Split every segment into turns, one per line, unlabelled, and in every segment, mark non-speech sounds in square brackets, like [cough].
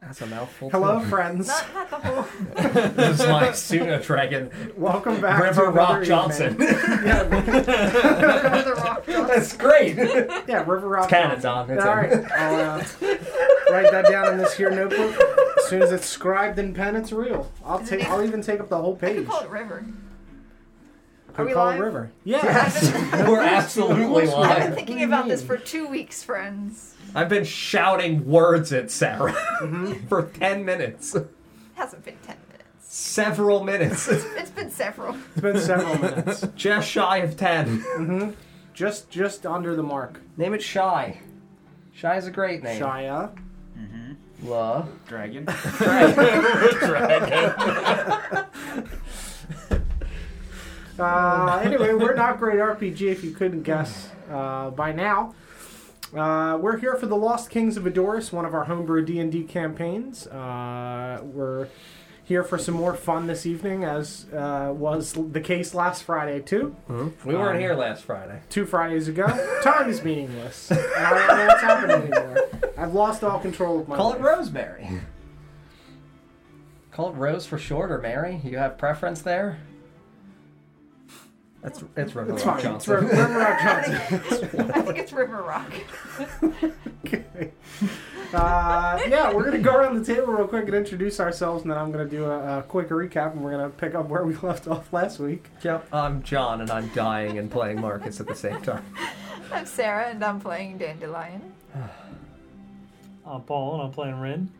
That's a mouthful. [laughs]
Hello,
too.
friends.
Not, not the
[laughs]
whole.
this is my pseudo [laughs] dragon,
[laughs] Welcome back to
River
another
Rock
evening.
Johnson. [laughs]
Another Rock Johnson.
That's [laughs] great.
Yeah, River Rock
Canada,
Johnson.
it's
All
a-
right. I'll uh, write that down in this here notebook. As soon as it's scribed in pen, it's real. I'll take. I'll even take up the whole
I could
page.
call it river.
Could
we
call it
live?
River.
I've
Yes,
been,
[laughs] we're absolutely
I've been
live.
thinking about this for two weeks, friends.
I've been shouting words at Sarah [laughs] for ten minutes,
hasn't been ten minutes.
several minutes, [laughs]
It's been several.
It's been several minutes.
just shy of ten.
Just, just under the mark.
Name it Shy. Shy is a great name.
Shia.
La.
Dragon.
[laughs]
Uh, anyway, we're not great RPG if you couldn't guess uh, by now. Uh, we're here for the Lost Kings of Adoris, one of our homebrew D and D campaigns. Uh, we're here for some more fun this evening, as uh, was the case last Friday too,
We weren't here last Friday.
two
[laughs]
Fridays ago. Time is meaningless. And I don't know what's happening anymore. I've lost all control of my.
Call it
life.
Rosemary. Call it Rose for short, or Mary. You have preference there. That's it's River
It's
Rock
fine. It's
Johnson.
River, River Rock Johnson.
I think it's river rock.
Okay. Uh, yeah, we're gonna go around the table real quick and introduce ourselves, and then I'm gonna do a, a quick recap, and we're gonna pick up where we [laughs] left off last week.
Yep, I'm John, and I'm dying and playing Marcus at the same
[laughs]
time.
I'm Sarah, and I'm playing dandelion.
I'm Uh, Paul and I'm playing Rin.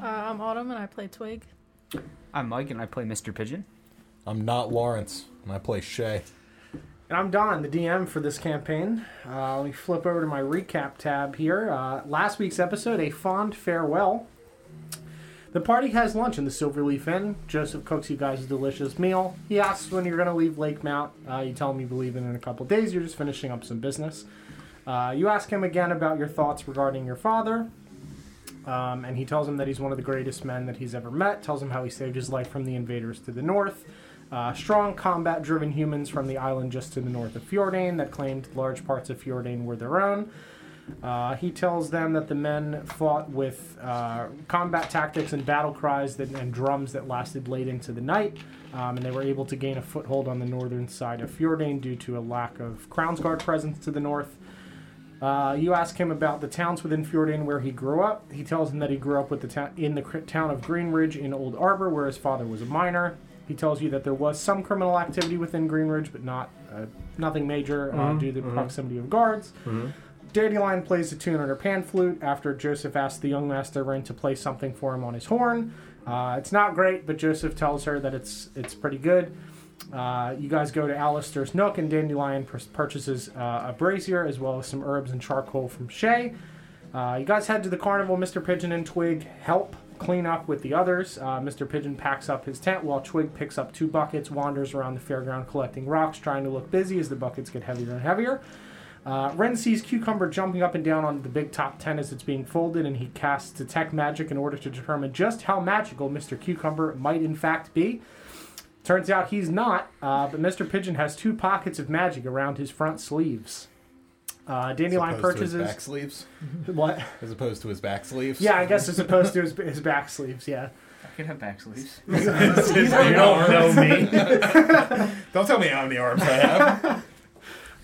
Uh, I'm Autumn and I play Twig.
I'm Mike and I play Mr. Pigeon.
I'm not Lawrence, and I play Shay.
And I'm Don, the DM for this campaign. Uh, let me flip over to my recap tab here. Uh, last week's episode, A Fond Farewell. The party has lunch in the Silverleaf Inn. Joseph cooks you guys a delicious meal. He asks when you're going to leave Lake Mount. Uh, you tell him you be leaving in a couple days. You're just finishing up some business. Uh, you ask him again about your thoughts regarding your father. Um, and he tells him that he's one of the greatest men that he's ever met. Tells him how he saved his life from the invaders to the north. Uh, strong combat driven humans from the island just to the north of Fjordane that claimed large parts of Fjordane were their own. Uh, he tells them that the men fought with uh, combat tactics and battle cries that, and drums that lasted late into the night, um, and they were able to gain a foothold on the northern side of Fjordane due to a lack of Crownsguard presence to the north. Uh, you ask him about the towns within Fjordane where he grew up. He tells him that he grew up with the ta- in the cr- town of Greenridge in Old Arbor, where his father was a minor. He tells you that there was some criminal activity within Greenridge, but not uh, nothing major uh, due to the proximity of guards. Dandelion plays a tune on her pan flute after Joseph asks the young master Ren to play something for him on his horn. Uh, it's not great, but Joseph tells her that it's it's pretty good. Uh, you guys go to Alistair's Nook, and Dandelion pur- purchases uh, a brazier as well as some herbs and charcoal from Shay. Uh, you guys head to the carnival. Mr. Pigeon and Twig help clean up with the others. Uh, Mr. Pigeon packs up his tent while Twig picks up two buckets, wanders around the fairground collecting rocks, trying to look busy as the buckets get heavier and heavier. Uh, Ren sees Cucumber jumping up and down on the big top tent as it's being folded, and he casts Detect Magic in order to determine just how magical Mr. Cucumber might in fact be. Turns out he's not, uh, but Mr. Pigeon has two pockets of magic around his front sleeves. Uh, Dandelion
As opposed to his
purchases.
back sleeves,
[laughs] What?
as opposed to his back sleeves.
Yeah, I guess as opposed to his, his back sleeves, yeah.
I could have back [laughs] sleeves.
you don't know me.
[laughs] Don't tell me how many arms I [laughs] have.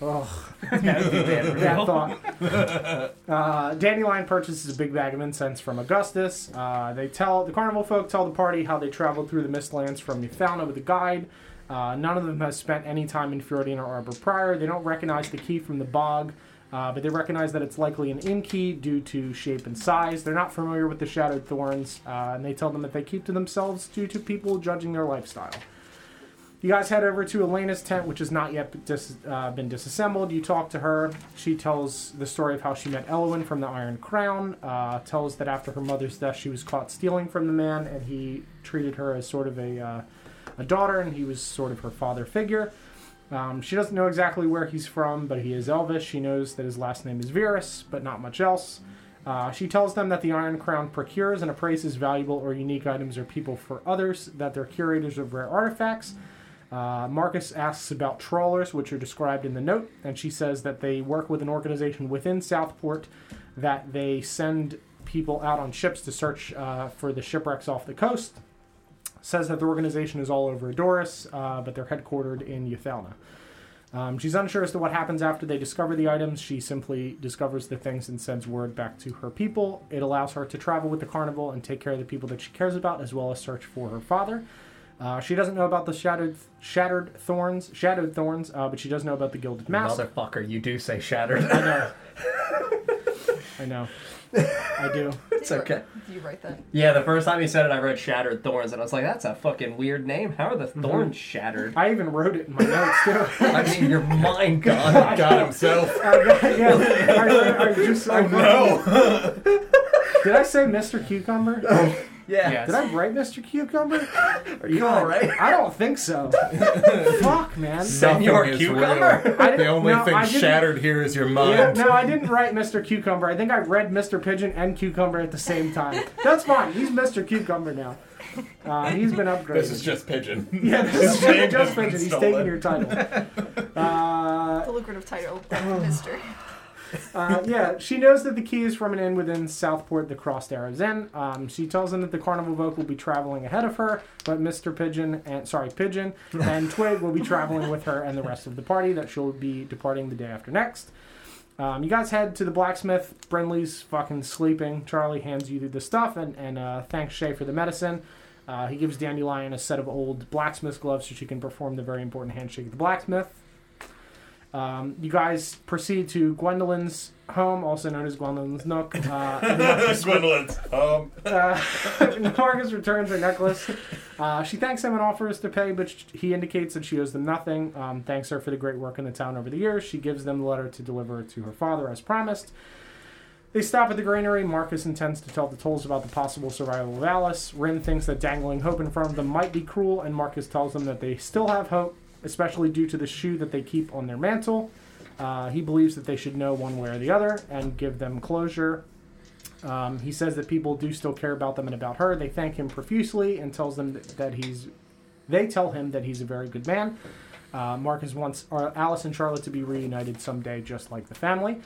Oh,
that would be [laughs] bad.
bad thought. Uh, Dandelion purchases a big bag of incense from Augustus. Uh, they tell the carnival folk tell the party how they traveled through the mistlands from Newfoundland with a guide. Uh, none of them has spent any time in Fjordina or Arbor prior. They don't recognize the key from the bog, uh, but they recognize that it's likely an inn key due to shape and size. They're not familiar with the shadowed thorns, uh, and they tell them that they keep to themselves due to people judging their lifestyle. You guys head over to Elena's tent, which has not yet dis- uh, been disassembled. You talk to her. She tells the story of how she met Elwyn from the Iron Crown. Uh, tells that after her mother's death, she was caught stealing from the man, and he treated her as sort of a, uh, a daughter, and he was sort of her father figure. Um, she doesn't know exactly where he's from, but he is Elvis. She knows that his last name is Verus, but not much else. Uh, she tells them that the Iron Crown procures and appraises valuable or unique items or people for others, that they're curators of rare artifacts. Uh, Marcus asks about trawlers, which are described in the note, and she says that they work with an organization within Southport that they send people out on ships to search uh, for the shipwrecks off the coast. Says that the organization is all over Doris, uh, but they're headquartered in Euthalna. Um, she's unsure as to what happens after they discover the items. She simply discovers the things and sends word back to her people. It allows her to travel with the carnival and take care of the people that she cares about, as well as search for her father. Uh, she doesn't know about the shattered, shattered thorns, shadowed thorns, uh, but she does know about the gilded mask.
Motherfucker, you do say shattered. [laughs]
I know. I know. I do.
it's okay.
Did you write that?
Yeah, the first time he said it, I read Shattered Thorns, and I was like, that's a fucking weird name. How are the
Mm-hmm.
thorns
[laughs]
shattered?
I even wrote it in my notes too. [laughs]
I mean, your mind gone.
God himself.
I got- yeah, I, I just,
[laughs]
I
No.
Did I say Mr. Cucumber?
Yeah.
Yes.
Did I write Mr. Cucumber?
Are you all right?
I don't think so. Fuck, man.
Senor
[laughs] Nothing is
Cucumber?
real.
I didn't-
The only
no,
thing
I didn't-
shattered here is your
Yeah,
mind.
no, I didn't write Mr. Cucumber. I think I read Mr. Pigeon and Cucumber at the same time. That's fine. He's Mr. Cucumber now. Uh, he's been upgraded.
This is just [laughs] pigeon.
yeah, this
name
is
has
just
been
Pigeon. He's
stolen.
taking your title. Uh,
The lucrative title,
[sighs]
Mister.
Uh, yeah, she knows that the key is from an inn within Southport, the Crossed Arrows Inn. Um, she tells him that the Carnival Vogue will be traveling ahead of her, but Mr. Pigeon and sorry Pigeon and Twig will be traveling with her and the rest of the party. That she'll be departing the day after next. Um, you guys head to the blacksmith. Brinley's fucking sleeping. Charlie hands you the stuff and and uh, thanks Shay for the medicine. Uh, he gives Dandelion a set of old blacksmith gloves so she can perform the very important handshake of the blacksmith. Um, you guys proceed to Gwendolyn's home, also known as Gwendolyn's Nook. Uh,
Gwendolyn's. Um,
uh, [laughs] Marcus returns her necklace. Uh, she thanks him and offers to pay, but sh- he indicates that she owes them nothing. Um, thanks her for the great work in the town over the years. She gives them the letter to deliver to her father as promised. They stop at the granary. Marcus intends to tell the tolls about the possible survival of Alice. Rin thinks that dangling hope in front of them might be cruel, and Marcus tells them that they still have hope, especially due to the shoe that they keep on their mantle. Uh, he believes that they should know one way or the other and give them closure. Um, he says that people do still care about them and about her. They thank him profusely and tells them that, that he's. They tell him that he's a very good man. Uh, Marcus wants uh, Alice and Charlotte to be reunited someday, just like the family.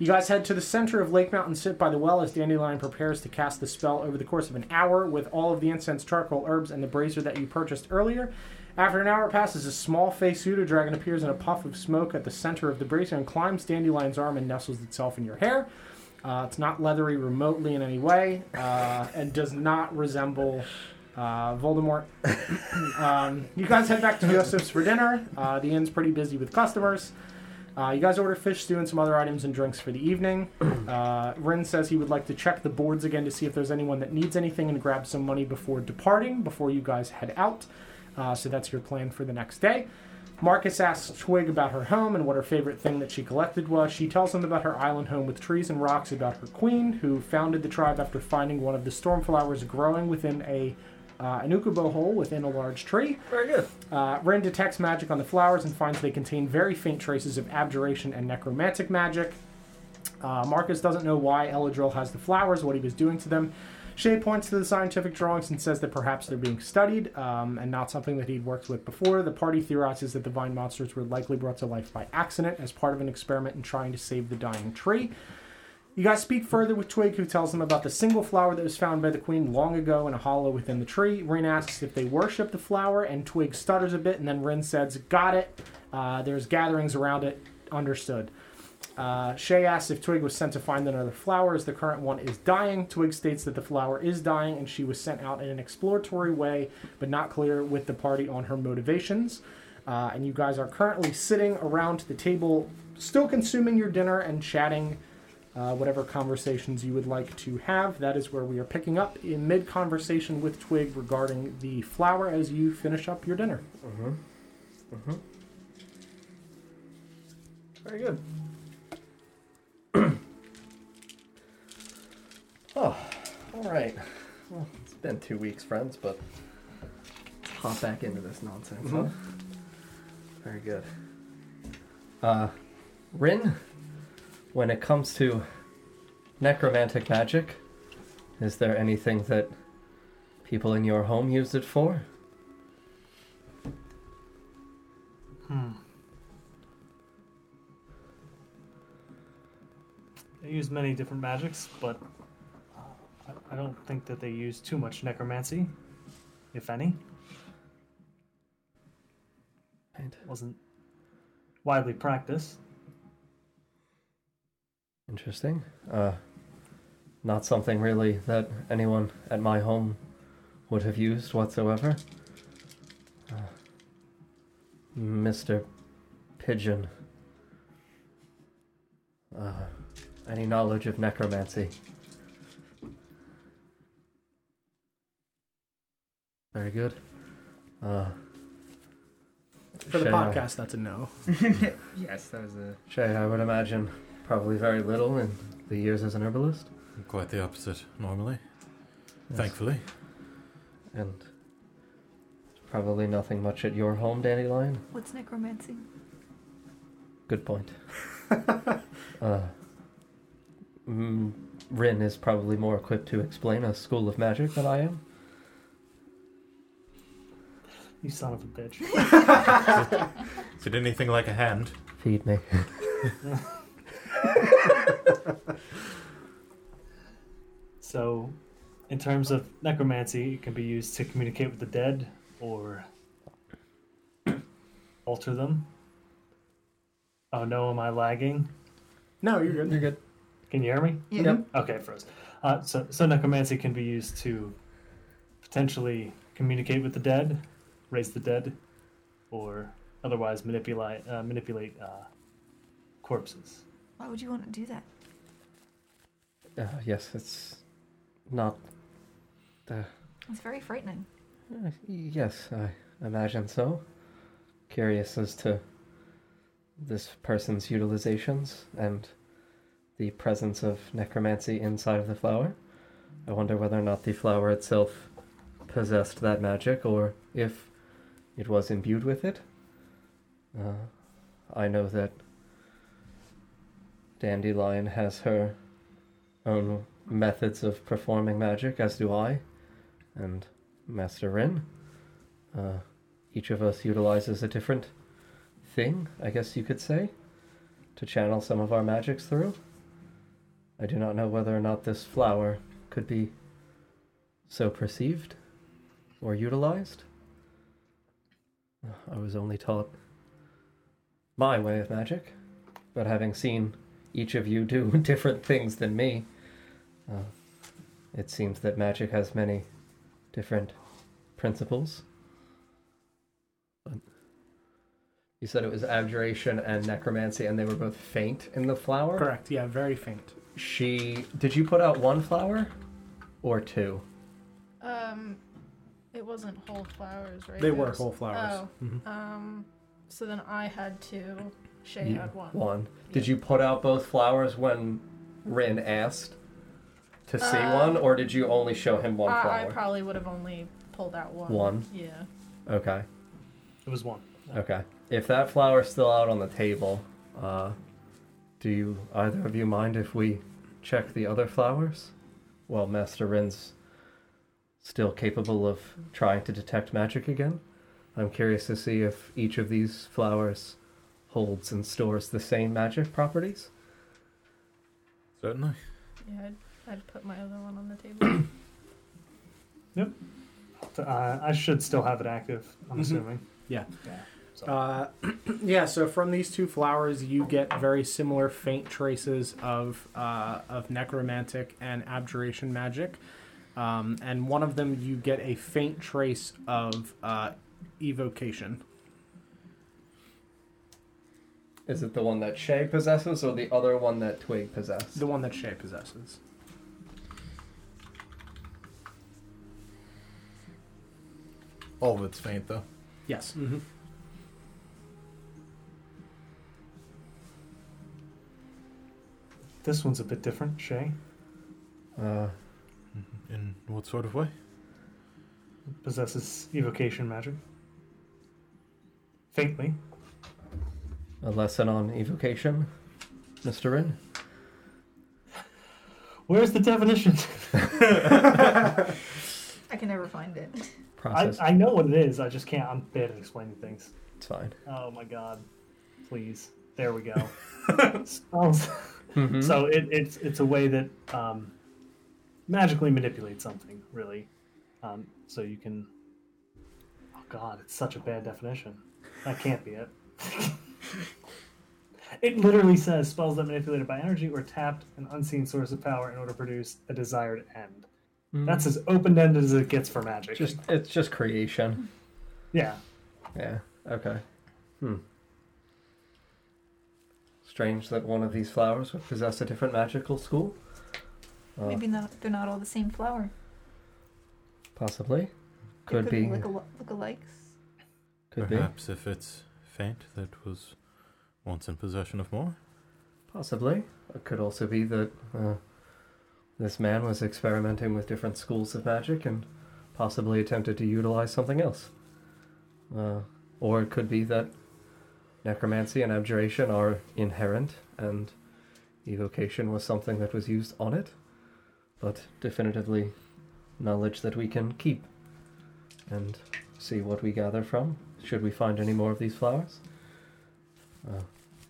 You guys head to the center of Lake Mountain, sit by the well as Dandelion prepares to cast the spell over the course of an hour with all of the incense, charcoal, herbs, and the brazier that you purchased earlier. After an hour passes, a small faced pseudo dragon appears in a puff of smoke at the center of the brazier and climbs Dandelion's arm and nestles itself in your hair. Uh, it's not leathery remotely in any way uh, and does not resemble uh, Voldemort. [coughs] um, you guys head back to Joseph's for dinner. Uh, the inn's pretty busy with customers. Uh, you guys order fish stew and some other items and drinks for the evening. [coughs] Uh, Rin says he would like to check the boards again to see if there's anyone that needs anything and grab some money before departing, before you guys head out. Uh, so that's your plan for the next day. Marcus asks Twig about her home and what her favorite thing that she collected was. She tells him about her island home with trees and rocks, about her queen, who founded the tribe after finding one of the storm flowers growing within a uh, an ukubo hole within a large tree.
Very good.
Uh, Ren detects magic on the flowers and finds they contain very faint traces of abjuration and necromantic magic. Uh, Marcus doesn't know why Eladril has the flowers, what he was doing to them. Shay points to the scientific drawings and says that perhaps they're being studied um, and not something that he'd worked with before. The party theorizes that the vine monsters were likely brought to life by accident as part of an experiment in trying to save the dying tree. You guys speak further with Twig, who tells them about the single flower that was found by the queen long ago in a hollow within the tree. Rin asks if they worship the flower, and Twig stutters a bit, and then Rin says, Got it. Uh, there's gatherings around it. Understood. Uh, Shay asks if Twig was sent to find another flower, as the current one is dying. Twig states that the flower is dying, and she was sent out in an exploratory way, but not clear with the party on her motivations. Uh, and you guys are currently sitting around the table, still consuming your dinner and chatting uh, whatever conversations you would like to have. That is where we are picking up in mid conversation with Twig regarding the flower as you finish up your dinner.
Very good. [clears throat] oh, all right. Well, it's been two weeks, friends, but let's hop back into this nonsense, huh? Very good. Uh, Rin, when it comes to necromantic magic, is there anything that people in your home used it for?
They use many different magics, but uh, I- I don't think that they use too much necromancy, if any.
Right.
Wasn't widely practiced.
Interesting. Uh, not something really that anyone at my home would have used whatsoever. Uh, Mr. Pigeon. Uh, any knowledge of necromancy? Very good. Uh,
For the
shall I-
podcast, that's a no.
[laughs] yes, that was a.
Shay, I would imagine probably very little in the years as an herbalist.
Quite the opposite, normally.
Yes.
Thankfully.
And probably nothing much at your home, Dandelion.
What's necromancy?
Good [laughs] point. uh, mm, Rin is probably more equipped to explain a school of magic than I am.
You son of a bitch.
Is it anything like a hand?
Feed me.
So, in terms of necromancy, it can be used to communicate with the dead or alter them. Oh no, am I lagging?
No, you're good.
You're good.
Can you hear me?
Yeah.
Okay, I froze. Uh, so, so necromancy can be used to potentially communicate with the dead, raise the dead, or otherwise manipulate uh, manipulate uh, corpses.
Why would you want to do that?
Uh, yes, it's not. Uh,
It's very frightening.
Uh, Yes, I imagine so. Curious as to this person's utilizations and the presence of necromancy inside of the flower. I wonder whether or not the flower itself possessed that magic or if it was imbued with it. Uh, I know that Dandelion has her own methods of performing magic, as do I, and Master Ren. Uh, each of us utilizes a different thing, I guess you could say, to channel some of our magics through. I do not know whether or not this flower could be so perceived or utilized. I was only taught my way of magic, but having seen each of you do [laughs] different things than me, uh, it seems that magic has many different principles. You said it was abjuration and necromancy, and they were both faint in the flower.
Correct. Yeah, very faint.
She did you put out one flower or two?
Um, it wasn't whole flowers, right?
They
It
were
was-
whole flowers.
Oh, um, so then I had two. Shay
You-
had one.
One. Did you put out both flowers when Rin asked to see one, or did you only show him one
Uh, I, I
flower?
probably would have only pulled out one.
One?
Yeah.
okay.
It was one.
Okay. If that flower's still out on the table, uh, do you either of you mind if we check the other flowers? While Master Rin's still capable of trying to detect magic again, I'm curious to see if each of these flowers holds and stores the same magic properties.
Certainly.
Yeah, I'd, I'd put my other one on the table.
Uh, I should still have it active. I'm
Mhm.
assuming.
Yeah.
Yeah. So.
Uh, [clears throat] yeah. So from these two flowers, you get very similar faint traces of uh, of necromantic and abjuration magic, um, and one of them you get a faint trace of uh, evocation.
Is it the one that Shay possesses or the other one that Twig possessed?
The one that Shay possesses.
All of it's faint, though.
Yes.
This one's a bit different, Shay.
Uh,
Mm-hmm. In what sort of way?
Possesses evocation magic. Faintly.
a lesson on evocation, Mr. Rin?
Where's the definition?
I can never find it.
I,
Process.
I know what it is. I just can't. I'm bad at explaining things.
It's fine.
Oh my god. Please. There we go.
Hmm?
Mm-hmm. Spells. So it, it's it's a way that um, magically manipulate something, really. Um, so you can. Oh God, it's such a bad definition. That can't be it. [laughs] it literally says spells that manipulated by energy or tapped an unseen source of power in order to produce a desired end.
Hmm.
That's as open-ended as it gets for magic.
Just it's just creation.
yeah.
Yeah. Okay. Hmm. Strange that one of these flowers would possess a different magical school. Uh,
Maybe not. They're not all the same flower.
possibly.
They
Could be.
Look, al- look alikes.
Could
Uh-huh.
be.
Perhaps if it's faint that was once in possession of more.
Possibly. It could also be that uh, this man was experimenting with different schools of magic and possibly attempted to utilize something else. Uh, or it could be that necromancy and abjuration are inherent and evocation was something that was used on it, but definitively knowledge that we can keep and see what we gather from. Should we find any more of these flowers? Uh,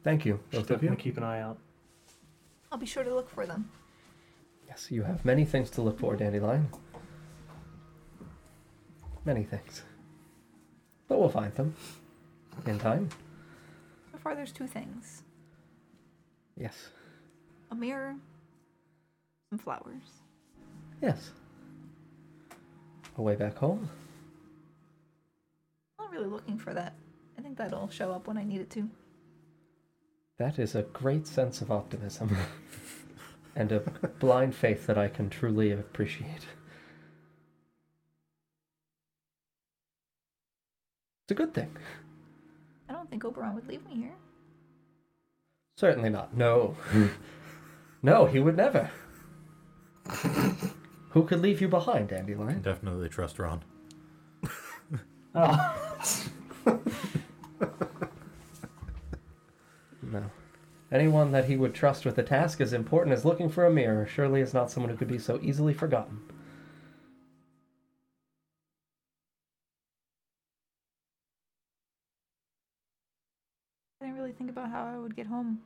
thank you,
Should
both of you.
definitely keep an eye out.
I'll be sure to look for them.
Yes, you have many things to look for, Dandelion. Many things. But we'll find them. In time.
So far, there's two things:
Yes.
a mirror, some flowers.
Yes. A way back home.
I'm not really looking for that. I think that'll show up when I need it to.
That is a great sense of optimism. [laughs] and a blind faith that I can truly appreciate. It's a good thing.
I don't think Oberon would leave me here.
Certainly not. No. [laughs] no, he would never. Who could leave you behind,
Can
Dandelion?
definitely trust Ron.
Oh,
No. Anyone that he would trust with a task as important as looking for a mirror surely is not someone who could be so easily forgotten.
I didn't really think about how I would get home.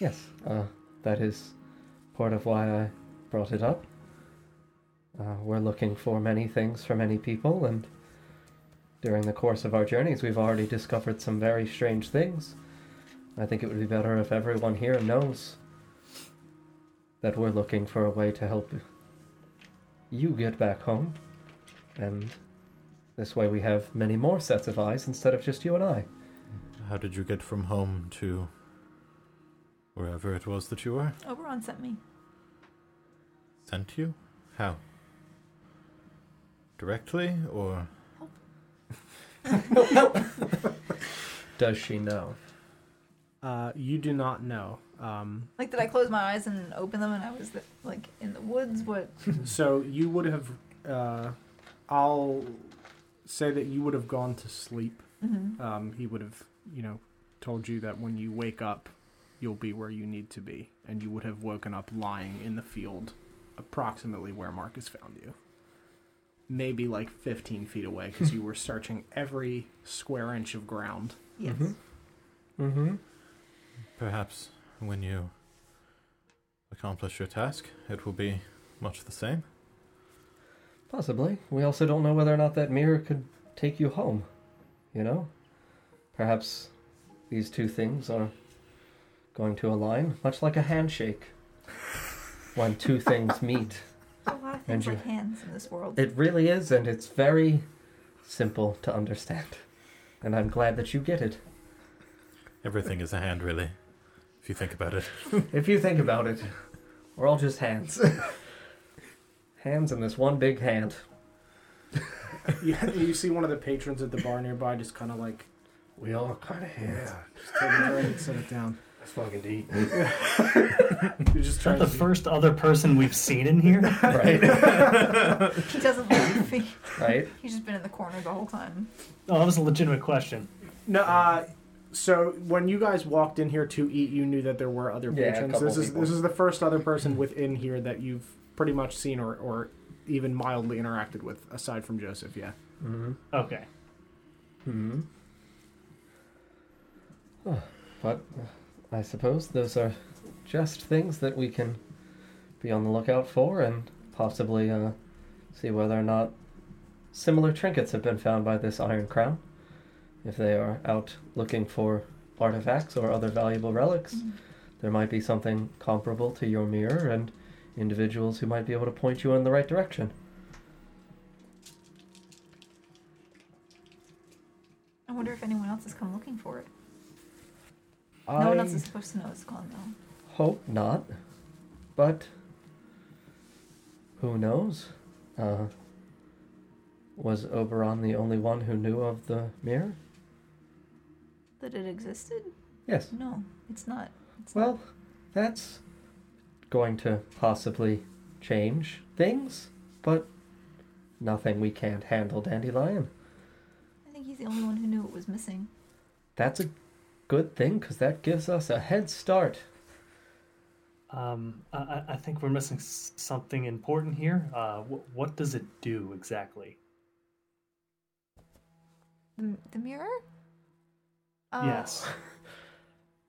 Yes, uh, that is part of why I brought it up. Uh, we're looking for many things for many people, and during the course of our journeys, we've already discovered some very strange things. I think it would be better if everyone here knows that we're looking for a way to help you get back home, and this way we have many more sets of eyes instead of just you and I.
How did you get from home to wherever it was that you were?
Oberon sent me.
Sent you? How? Directly or
Does she know?
Uh, you do not know. Um,
Like, did I close my eyes and open them and I was like in the woods? What?
so you would have. Uh, I'll say that you would have gone to sleep.
Mhm.
Um, he would have, you know, told you that when you wake up, you'll be where you need to be, and you would have woken up lying in the field, approximately where Marcus found you. Maybe like 15 feet away, because you were searching every square inch of ground.
Yes.
Mhm. Mm-hmm.
perhaps when you accomplish your task, it will be much the same?
Possibly. We also don't know whether or not that mirror could take you home. You know? Perhaps these two things are going to align, much like a [laughs] handshake. when two things meet.
There's a lot of things
Andrew.
like hands in this world.
It really is, and it's very simple to understand. And I'm glad that you get it.
Everything is a hand, really, if you think about it.
[laughs] If you think about it, we're all just hands. [laughs] hands in this one big [laughs] hand.
you, you see one of the patrons at the bar nearby just kind of like,
We all are kind of hands.
just take a drink and set it down.
That's fucking deep.
You're just
is that
trying
the
to. be-
first other person we've seen in here?
right? [laughs]
he doesn't leave me. [laughs]
Right?
He's just been in the corner the whole time.
Oh, that was a legitimate question.
No, uh, so when you guys walked in here to eat, you knew that there were other
Yeah, a
patrons.
couple
This is
people.
this is the first other person within here that you've pretty much seen or, or even mildly interacted with, aside from Joseph. Yeah.
Mm-hmm.
Okay.
Hmm. Oh, Huh. But uh, I suppose those are just things that we can be on the lookout for and possibly uh, see whether or not similar trinkets have been found by this Iron Crown. If they are out looking for artifacts or other valuable relics,
Mm-hmm.
there might be something comparable to your mirror and individuals who might be able to point you in the right direction.
I wonder if anyone else has come looking for it. No one
I-
else is supposed to know it's gone though.
Hope not. But who knows? Uh, was Oberon the only one who knew of the mirror?
That it existed?
Yes.
No, it's not. It's
Well, that's going to possibly change things, but nothing we can't handle, Dandelion.
not. I think he's the only one who knew it was missing.
That's a good thing because that gives us a head start.
Um, I- I, I think we're missing s- something important here. Uh, wh- what does it do exactly?
The, the mirror? Uh,
yes.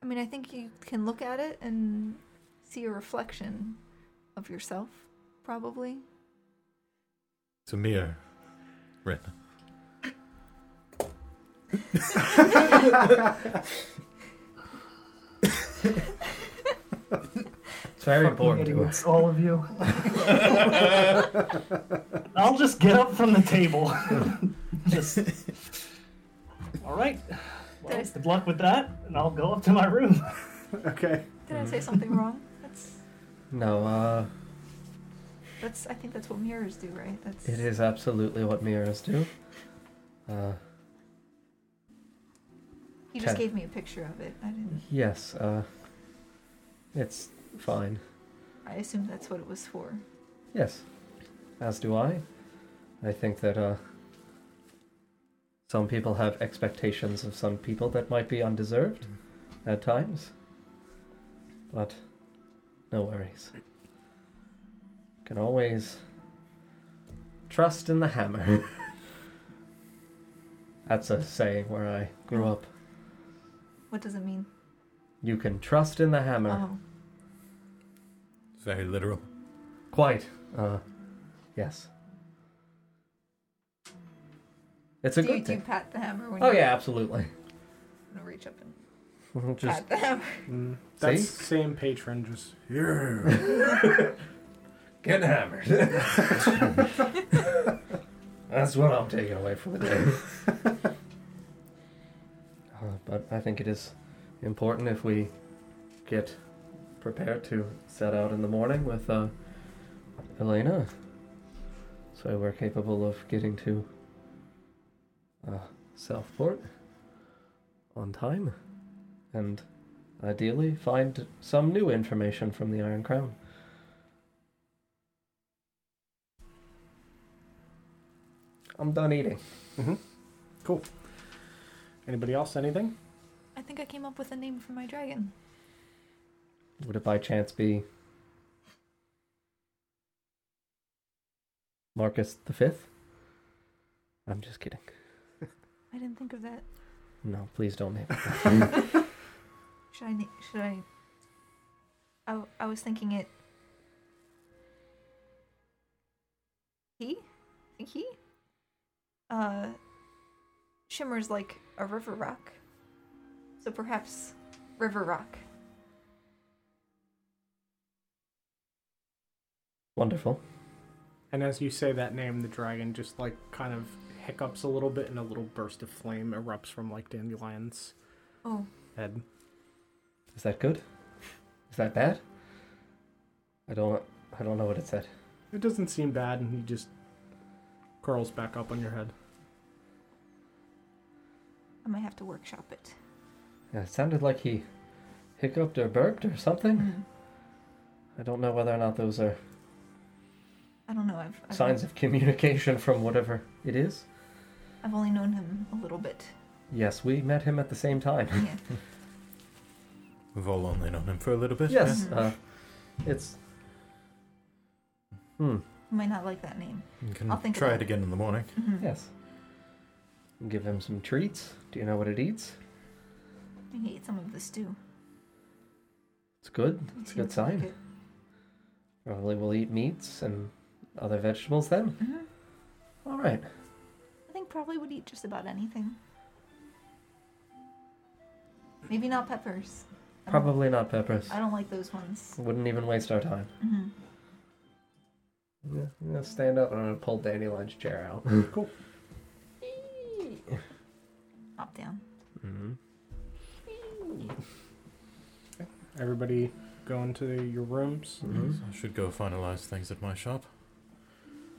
I mean, I think you can look at it and see a reflection of yourself, probably.
It's a mirror. Rin.
It's very important to us.
It's all
[laughs]
of you. I'll just get up from
[laughs]
the table. just. All right. Well,
There's-
good luck with that, and I'll go up to my room.
Okay.
Did I say
Mm-hmm. [laughs]
something wrong? That's
No, uh,
that's. I think that's what mirrors do, right? That's.
It is absolutely what mirrors do. Uh,
He just
Okay.
gave me a picture of it. I didn't.
yes, uh, it's fine.
I assumed that's what it was for.
Yes, as do I. I think that uh, some people have expectations of some people that might be undeserved at times. But no worries. Can always trust in the hammer. [laughs] That's a saying where I grew up.
What does it mean?
You can trust in the hammer.
Oh,
Very literal.
Quite. Uh, yes. It's a
do you,
good
do you
thing.
pat the hammer when
Oh
you
yeah, absolutely. [laughs]
wanna reach up and
Just
pat the hammer? [laughs]
Mm, that's
See?
same patron. Just
get hammered. [laughs] That's what I'm taking away from the day. uh, but I think it is important if we get prepared to set out in the morning with uh, Elena, so we're capable of getting to uh, Southport on time, and ideally find some new information from the Iron Crown. I'm done eating.
anybody else? Anything?
I think I came up with a name for my dragon.
Would it by chance be Marcus the Fifth? I'm just kidding.
I didn't think of that.
No, please don't name. it.
Should I? na- Should I? I, w- I was thinking it. He, I think he. Uh, shimmers like a river rock. So perhaps, river rock.
Wonderful.
And as you say that name, the dragon just like kind of hiccups a little bit, and a little burst of flame erupts from like Dandelion's
Oh,
head.
Is that good? Is that bad? I don't. I don't know what it said.
It doesn't seem bad, and he just curls back up on your head.
I might have to workshop it.
Yeah, It sounded like he hiccuped or burped or something. I don't know whether or not those are
I don't know. I've, I've
signs of communication from whatever it is.
I've only known him a
[laughs]
little bit.
Yes, we met him at the same time.
Yeah.
We've all only known him for a little bit.
Yes,
Mhm.
uh, it's. Hmm.
You might not like that name.
You can
I'll think
try
about
it
it.
again in the morning.
Mhm.
Yes. Give him some treats. Do you know what it eats?
I think he ate some of the stew.
It's good.
It
It's a
seemed
good sign.
like it.
Probably we'll eat meats and other vegetables then.
Mhm.
All right.
I think probably would eat just about anything. Maybe not peppers. I don't-
Probably not peppers.
I don't like those ones.
Wouldn't even waste our time.
hmm
Yeah, I'm gonna stand up and I'm gonna pull Dandelion's chair out.
Cool.
Up down.
Mm-hmm.
Everybody going to your rooms.
Mm-hmm.
hmm
Mm-hmm.
I should go finalize things at my shop.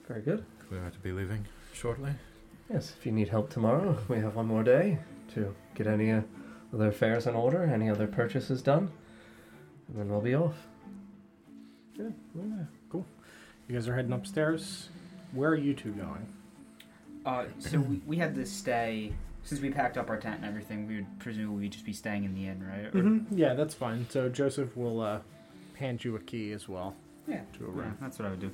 Very good.
We are to be leaving shortly.
Yes, if you need help tomorrow, we have one more day to get any uh, other affairs in order, any other purchases done, and then we'll be off.
Mm, oh,
Yeah, cool. You guys are heading upstairs. Where are you two going?
Uh, so we, we had to stay since we packed up our tent and everything. We would presumably just be staying in the inn, right? Or-
Yeah, that's fine. So Joseph will uh, hand you a key as well
Yeah.
to a
Yeah,
room.
that's what I would do.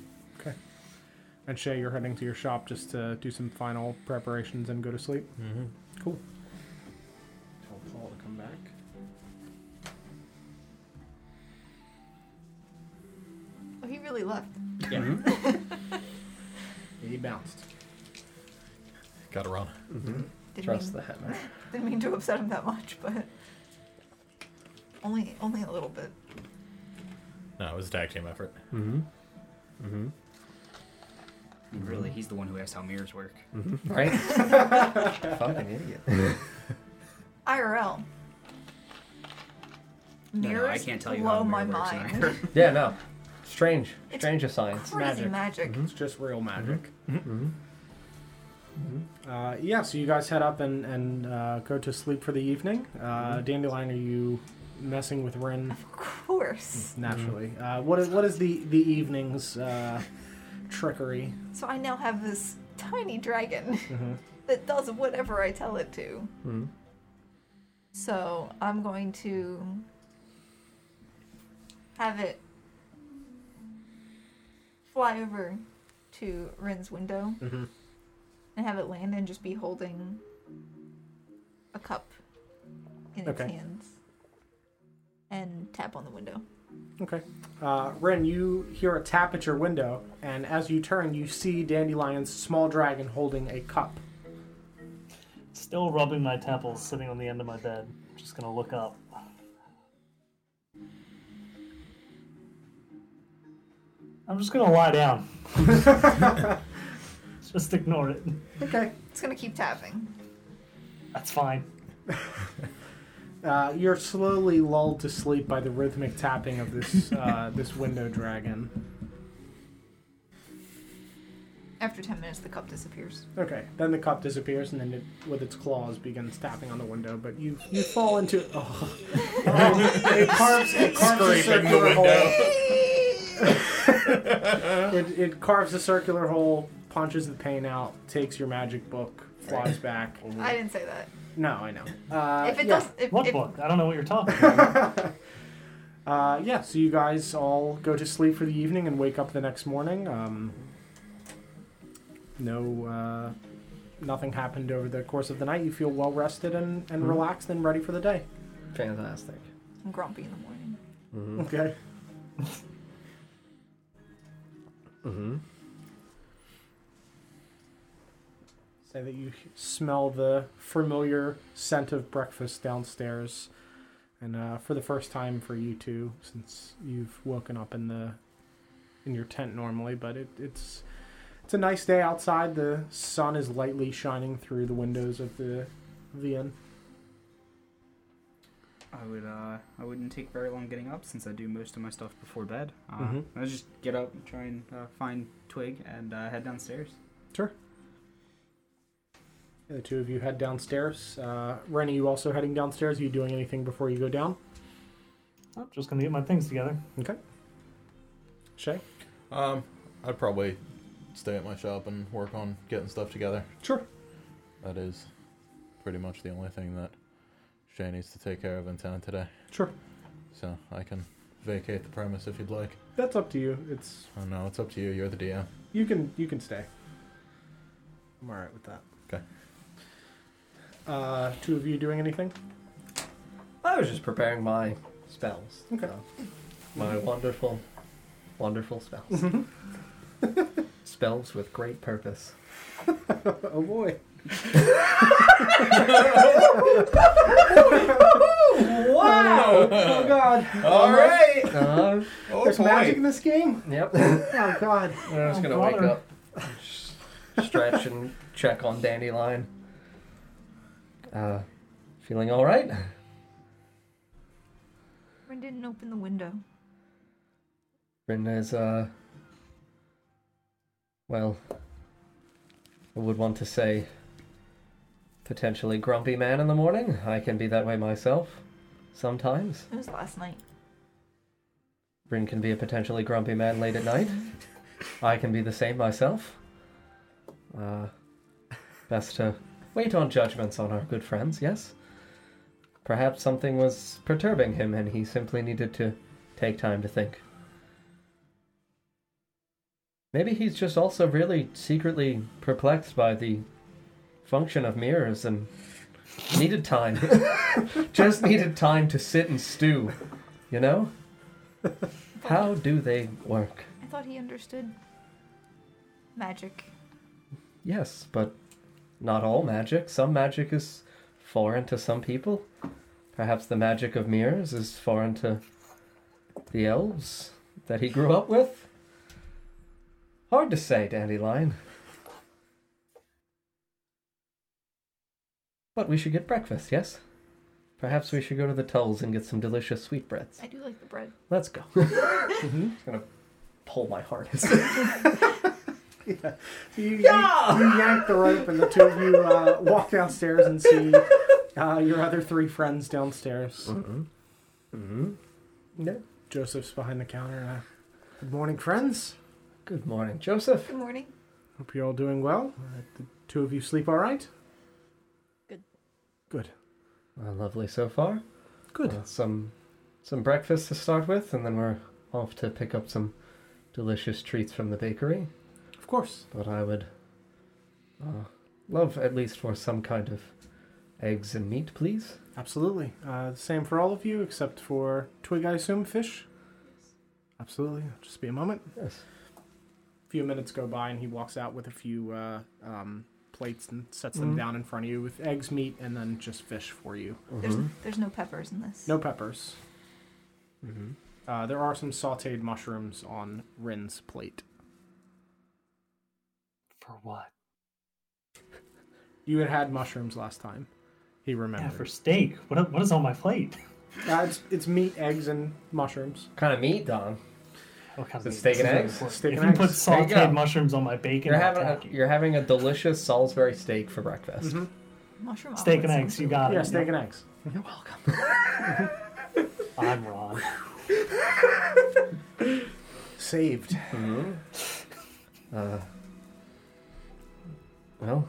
And Shay, you're heading to your shop just to do some final preparations and go to sleep.
Mm-hmm.
Tell Paul to come back.
Oh, he really left.
Yeah.
He bounced.
Gotta run.
Didn't
Trust the
mean,
hammer.
Didn't mean to upset him that much, but only only a little bit.
No, it was a tag team effort.
Mm-hmm. Mm-hmm.
Really, he's the one who asked how mirrors work.
Right? Fucking idiot.
IRL.
No, no,
Mirrors
I can't tell you
blow
how a
my
mirror works in
mind.
[laughs] IRL.
Yeah, no. Strange.
It's
Strange science.
Crazy
Magic. Mm-hmm.
magic.
It's just real magic.
Mm-hmm.
Uh, yeah, so you guys head up and, and uh, go to sleep for the evening. Uh, Dandelion, are you messing with Ren
Of course.
naturally? Uh, what is what is the the evening's uh, trickery?
So I now have this tiny dragon [laughs] that does whatever I tell it to.
Mhm.
So I'm going to have it fly over to Rin's window
Mhm.
and have it land and just be holding a cup in
Okay.
its hands and tap on the window.
Okay. Uh, Ren, you hear a tap at your window, and as you turn, you see Dandelion's small dragon holding a cup.
Still rubbing my temples, sitting on the end of my bed. Just gonna look up. I'm just gonna
[laughs]
lie down. just ignore it.
Okay.
It's gonna keep tapping.
That's fine.
Uh, you're slowly lulled to sleep by the rhythmic tapping of this uh, this window dragon.
After 10 minutes, the cup disappears.
Okay. Then the cup disappears, and then it, with its claws, begins tapping on the window. But you you fall into oh, Oh, [laughs] it carves it carves a circular hole. It, it carves a circular hole, punches the paint out, takes your magic book, flies back.
I didn't say that.
No, I know. Uh,
if it
yeah.
does, if,
What
if,
book? I don't know what you're talking about.
Uh, yeah, so you guys all go to sleep for the evening and wake up the next morning. Um, no, uh, nothing happened over the course of the night. You feel well rested and, and
Mhm.
relaxed and ready for the day.
Fantastic.
I'm grumpy in the morning.
Mm-hmm.
Okay.
Mm-hmm.
Say that you smell the familiar scent of breakfast downstairs. And uh, for the first time for you two, since you've woken up in the in your tent normally, but it, it's it's a nice day outside. The sun is lightly shining through the windows of the of the inn.
I would. Uh, I wouldn't take very long getting up since I do most of my stuff before bed. Uh,
Mhm.
I just get up, and try and uh, find Twig, and uh, head downstairs.
The two of you head downstairs. Uh, Ren, are you also heading downstairs? Are you doing anything before you go down?
I'm just gonna get my things together.
Shay?
Um, I'd probably stay at my shop and work on getting stuff together.
Sure.
That is pretty much the only thing that Shay needs to take care of in town today.
Sure.
So I can vacate the premise if you'd like.
That's up to you. It's
Oh no, it's up to you. You're the DM.
You can you can stay. I'm all right with that.
Okay.
Uh, two of you doing anything?
I was just preparing my spells.
Okay.
so. My wonderful wonderful spells. Mm-hmm. [laughs] spells with great purpose.
Oh boy.
Wow!
[laughs]
Oh god.
All right.
Uh,
Oh,
There's
boy.
magic in this game?
[laughs] yep.
Oh god.
I'm just gonna wake up, stretch, and check on Dandelion. Uh, feeling all right?
Rin didn't open the window.
Brynn is uh, well, I would want to say potentially grumpy man in the morning. I can be that way myself sometimes.
It was last night.
Bryn can be a potentially grumpy man late at night. I can be the same myself. Uh, best to wait on judgments on our good friends, yes? Perhaps something was perturbing him and he simply needed to take time to think. Maybe he's just also really secretly perplexed by the function of mirrors and needed time. just needed time to sit and stew, you know?
I thought
How do they work?
I thought he understood magic.
Yes, but not all magic. Some magic is foreign to some people. Perhaps the magic of mirrors is foreign to the elves that he grew up with. Hard to say, Dandelion. But we should get breakfast, yes? Perhaps we should go to the Tulls and get some delicious sweetbreads.
I do like the
[laughs]
bread.
Let's go. [laughs] I'm just gonna pull my hardest.
You, you- you yank the rope, and the two of you uh, walk downstairs and see uh, your other three friends downstairs.
Mm-hmm. No.
Joseph's behind the counter. Uh, Good morning, friends.
Good morning, Joseph.
Good morning.
Hope you're all doing well. Uh, the two of you sleep all right?
Good.
Good.
Uh, lovely so far.
Good.
Uh, some some breakfast to start with, and then we're off to pick up some delicious treats from the bakery.
Of course.
But I would uh, love at least for some kind of eggs and meat, please.
Absolutely. Uh, same for all of you, except for Twig, I assume, fish? Absolutely. Just be a moment.
Yes.
few minutes go by and he walks out with a few uh, um, plates and sets them
Mm-hmm.
Mhm.
down in front of you with eggs, meat, and then just fish for you.
There's
Mm-hmm.
there's no peppers in this.
No peppers.
Mm-hmm.
Uh, there are some sauteed mushrooms on Rin's plate.
For what?
You had had mushrooms last time. He
Yeah, for
remembers.
steak. What, what is on my plate? [laughs]
uh, it's, it's meat, eggs, and mushrooms.
Kind of meat, Don.
What kind
Is it steak and eggs?
This is very important.
Steak
if
and
you put
eggs.
There you go.
sauteed mushrooms on my bacon,
You're
I'll
having a,
attack you.
you're having a delicious Salisbury steak for breakfast.
Mushroom
Steak and
omelets
eggs,
sounds
you
really
got it.
Yeah, steak and eggs.
I'm Ron.
Saved.
Mm-hmm. Uh, well,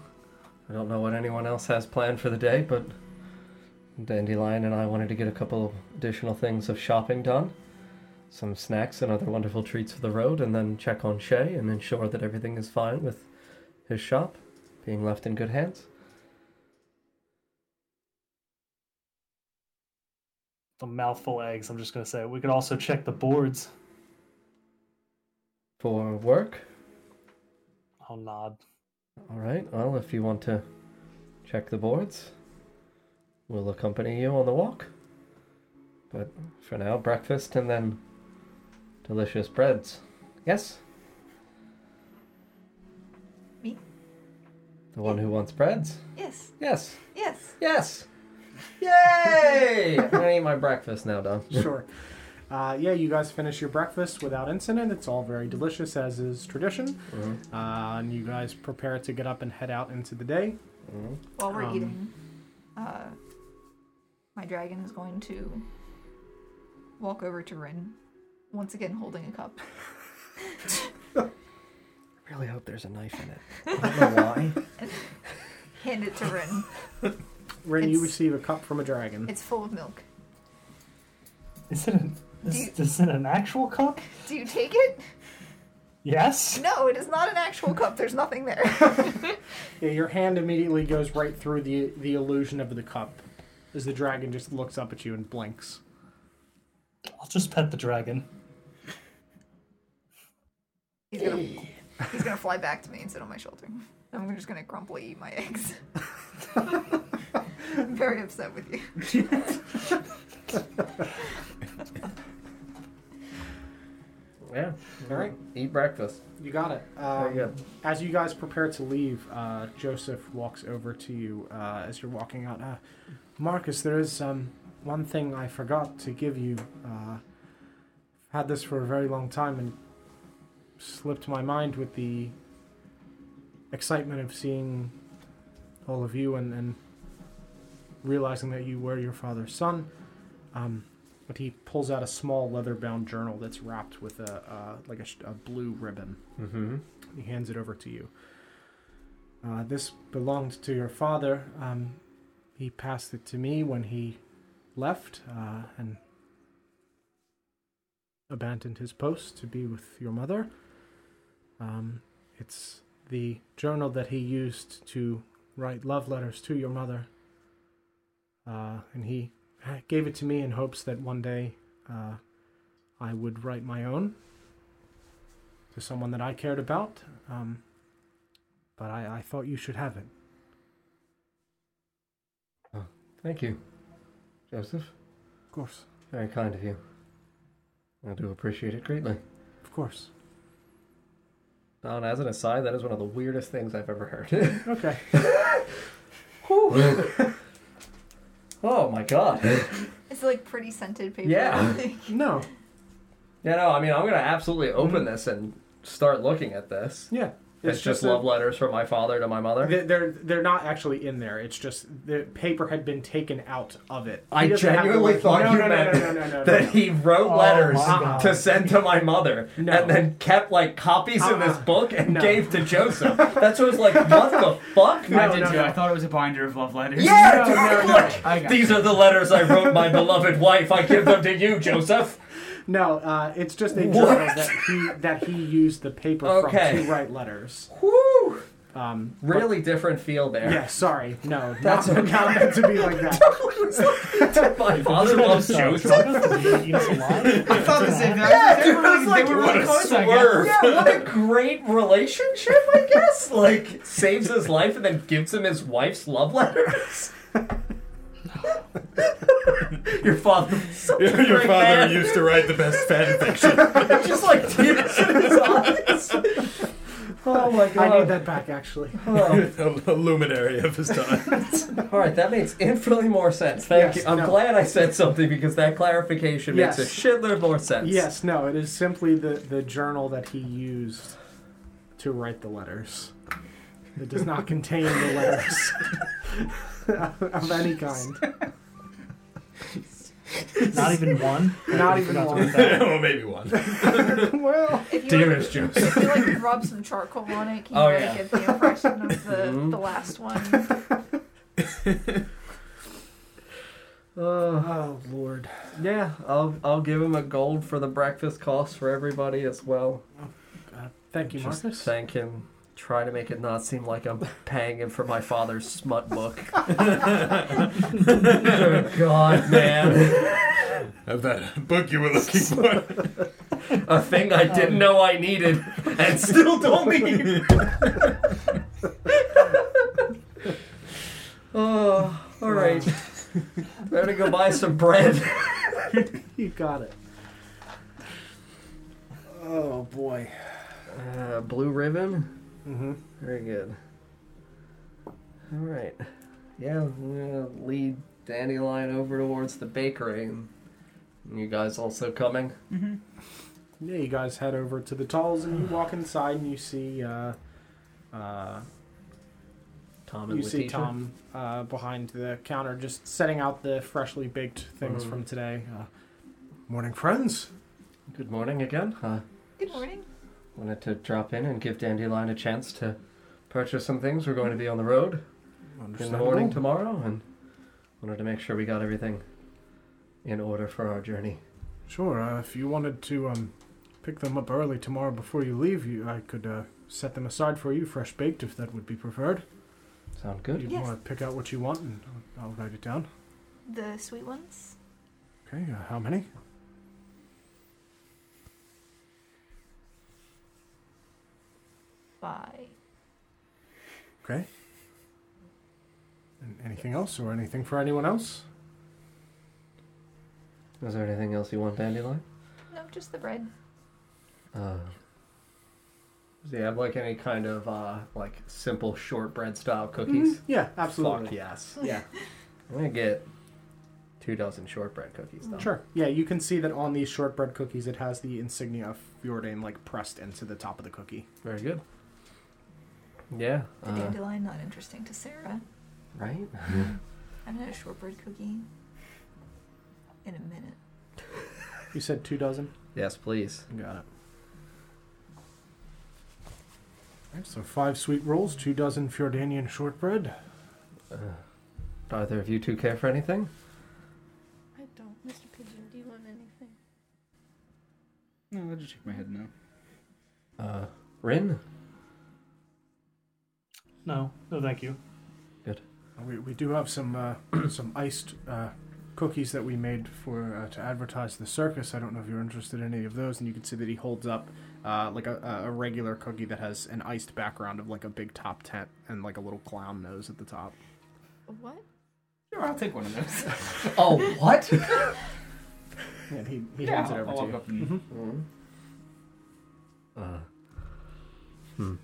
I don't know what anyone else has planned for the day, but Dandelion and I wanted to get a couple additional things of shopping done, some snacks and other wonderful treats for the road, and then check on Shay and ensure that everything is fine with his shop being left in good hands.
The mouthful of eggs, I'm just going to say. We could also check the boards.
For work,
I'll nod.
all right, well, if you want to check the boards, we'll accompany you on the walk. But for now, breakfast and then delicious breads. Yes?
Me?
The one who wants breads?
Yes,
Yes.
yes.
[laughs] Yes. Yay! I'm gonna eat my breakfast now, Don.
sure. Uh, yeah, you guys finish your breakfast without incident. It's all very delicious, as is tradition. Uh, and you guys prepare to get up and head out into the day.
While we're
Um,
eating, uh, my dragon is going to walk over to Rin, once again holding a cup.
really hope there's a knife in it.
Why?
Hand it to Rin.
[laughs]
Rin, you
It's-
receive a cup from a dragon.
It's full of milk.
Is it, an,
Do
is,
you-
is it an actual cup?
Do you take it?
Yes?
No, it is not an actual cup. There's nothing there.
Yeah, your hand immediately goes right through the the illusion of the cup, as the dragon just looks up at you and blinks.
I'll just pet the dragon.
He's gonna he's gonna fly back to me and sit on my shoulder. I'm just gonna grumpily eat my eggs. I'm very upset with you.
[laughs]
Yeah.
All right,
Eat breakfast.
you got it.
Very
Um,
good.
As you guys prepare to leave, uh, Joseph walks over to you uh, as you're walking out. Uh, Marcus, there is um, one thing I forgot to give you. Uh, had this for a very long time and slipped my mind with the excitement of seeing all of you and, and realizing that you were your father's son. Um, but he pulls out a small leather-bound journal that's wrapped with a uh, like a, sh- a blue ribbon.
Mm-hmm.
He hands it over to you. Uh, this belonged to your father. Um, he passed it to me when he left uh, and abandoned his post to be with your mother. Um, it's the journal that he used to write love letters to your mother. Uh, and he gave it to me in hopes that one day uh, I would write my own to someone that I cared about. Um, but I, I thought you should have it.
Thank you, Joseph.
Of course.
Very kind of you. I do appreciate it greatly.
Of course.
Now, and as an aside, that is one of the weirdest things I've ever heard. [laughs]
Okay.
oh my god.
It's like pretty scented paper. [laughs]
Yeah.
No.
Yeah, no, I mean, I'm gonna absolutely open this and start looking at this.
Yeah.
It's, just,
a-
love letters from my father to my mother.
They- They're they're not actually in there. It's just the paper had been taken out of it.
I
He doesn't have to
genuinely
look-
thought
no,
you
no, no,
meant
no, no, no, no, no,
that
no.
he wrote
Oh
letters
my God.
to send to my mother
No.
and then kept like copies in this
Uh-uh.
book and
No.
gave to Joseph. That's what I was like, what
[laughs]
the fuck?
I
No,
did
no,
too.
no.
I thought it was a binder of love letters.
Yeah,
No, no,
dude,
no.
look,
I got
These are the letters I wrote my beloved wife. I give them to you, Joseph.
No, uh, it's just a
What?
journal that he that he used the paper
Okay.
from to write letters.
Woo!
Um, but-
Really different feel there.
yeah. Sorry. No. [laughs]
That's
not,
okay.
not meant to be like that.
my father loves Joseph. [laughs]
I thought the same thing.
Yeah,
they
dude,
were
I was
really,
like,
they were really
what
close,
a
I guess.
swerve. Yeah, what a great relationship, I guess. Like, saves his life and then gives him his wife's love letters. [laughs] Your father, was such
[laughs]
a
Your father
great man. [laughs]
used to write the best fan fiction.
just like tears in his eyes. [laughs] Oh my god!
I need that back actually.
Oh.
a, a luminary of his time.
All right, that makes infinitely more sense. Thank
Yes,
you. I'm
no.
glad I said something because that clarification
Yes.
makes a shitload more sense.
Yes, no, it is simply the, the journal that he used to write the letters. It does not contain the letters [laughs] of any kind.
Not even one.
Not
I
even
forgot to
one.
put that.
well, maybe one.
Well,
If you, like,
Dearest Joseph.
if you like rub some charcoal on it, can you
Oh,
like,
yeah.
get the impression of the,
Mhm.
the last one?
Oh, Lord. Yeah, I'll I'll give him a gold for the breakfast cost for everybody as well.
uh, thank you,
Just
Marcus.
thank him. Try to make it not seem like I'm paying him for my father's smut book. Good God,
[laughs]
man.
Have that book you were looking [laughs] for.
A thing I didn't know I needed and still don't need. [laughs] oh, all right. Better go buy some bread.
You got it. Oh boy.
Uh, blue ribbon.
Mm-hmm.
Very good. All right. Yeah, I'm gonna lead Dandelion over towards the bakery. And you guys also coming?
Yeah, you guys head over to the tolls and you walk inside and you see uh, uh,
Tom and
you see
Letitia?
Tom uh, behind the counter, just setting out the freshly baked things
Mhm.
from today. Uh, morning, friends.
Good morning again. Uh,
Good morning.
wanted to drop in and give Dandelion a chance to purchase some things. We're going to be on the road in the morning tomorrow, and wanted to make sure we got everything in order for our journey.
Sure. Uh, if you wanted to um, pick them up early tomorrow before you leave, you, I could uh, set them aside for you, fresh baked, if that would be preferred.
Sound good?
You'd
Yes.
want to pick out what you want, and I'll, I'll write it down.
The sweet ones.
Okay. Uh, how many?
spy.
Okay. And anything else or anything for anyone else?
Is there anything else you want, Dandelion?
No, just the bread.
Uh, Does he have like any kind of uh, like simple shortbread style cookies?
Yeah, absolutely.
Fuck yes. Yeah. I'm gonna get two dozen shortbread cookies though.
[laughs] Sure. Yeah, you can see that on these shortbread cookies, it has the insignia of Fjordain like pressed into the top of the cookie.
Very good. Yeah.
The
uh,
dandelion not interesting to Sarah.
right?
I haven't had a shortbread cookie in a minute.
You said two dozen.
Yes, please.
Got it. Alright, so five sweet rolls, two dozen Fjordanian shortbread.
Uh, do either of you two care for anything?
I don't. Mr. Pigeon, do you want anything?
No, I'll just shake my head now.
Uh, [laughs] Rin?
No, no, thank you.
We, we do have some uh, [clears throat] some iced uh, cookies that we made for uh, to advertise the circus. I don't know if you're interested in any of those. And you can see that he holds up uh, like a, a regular cookie that has an iced background of like a big top tent and like a little clown nose at the top.
What?
Sure, I'll take one of those.
Oh, what?
[laughs] And he, he
yeah,
hands it
I'll,
over
I'll
to
walk
you.
up and
Uh, hmm.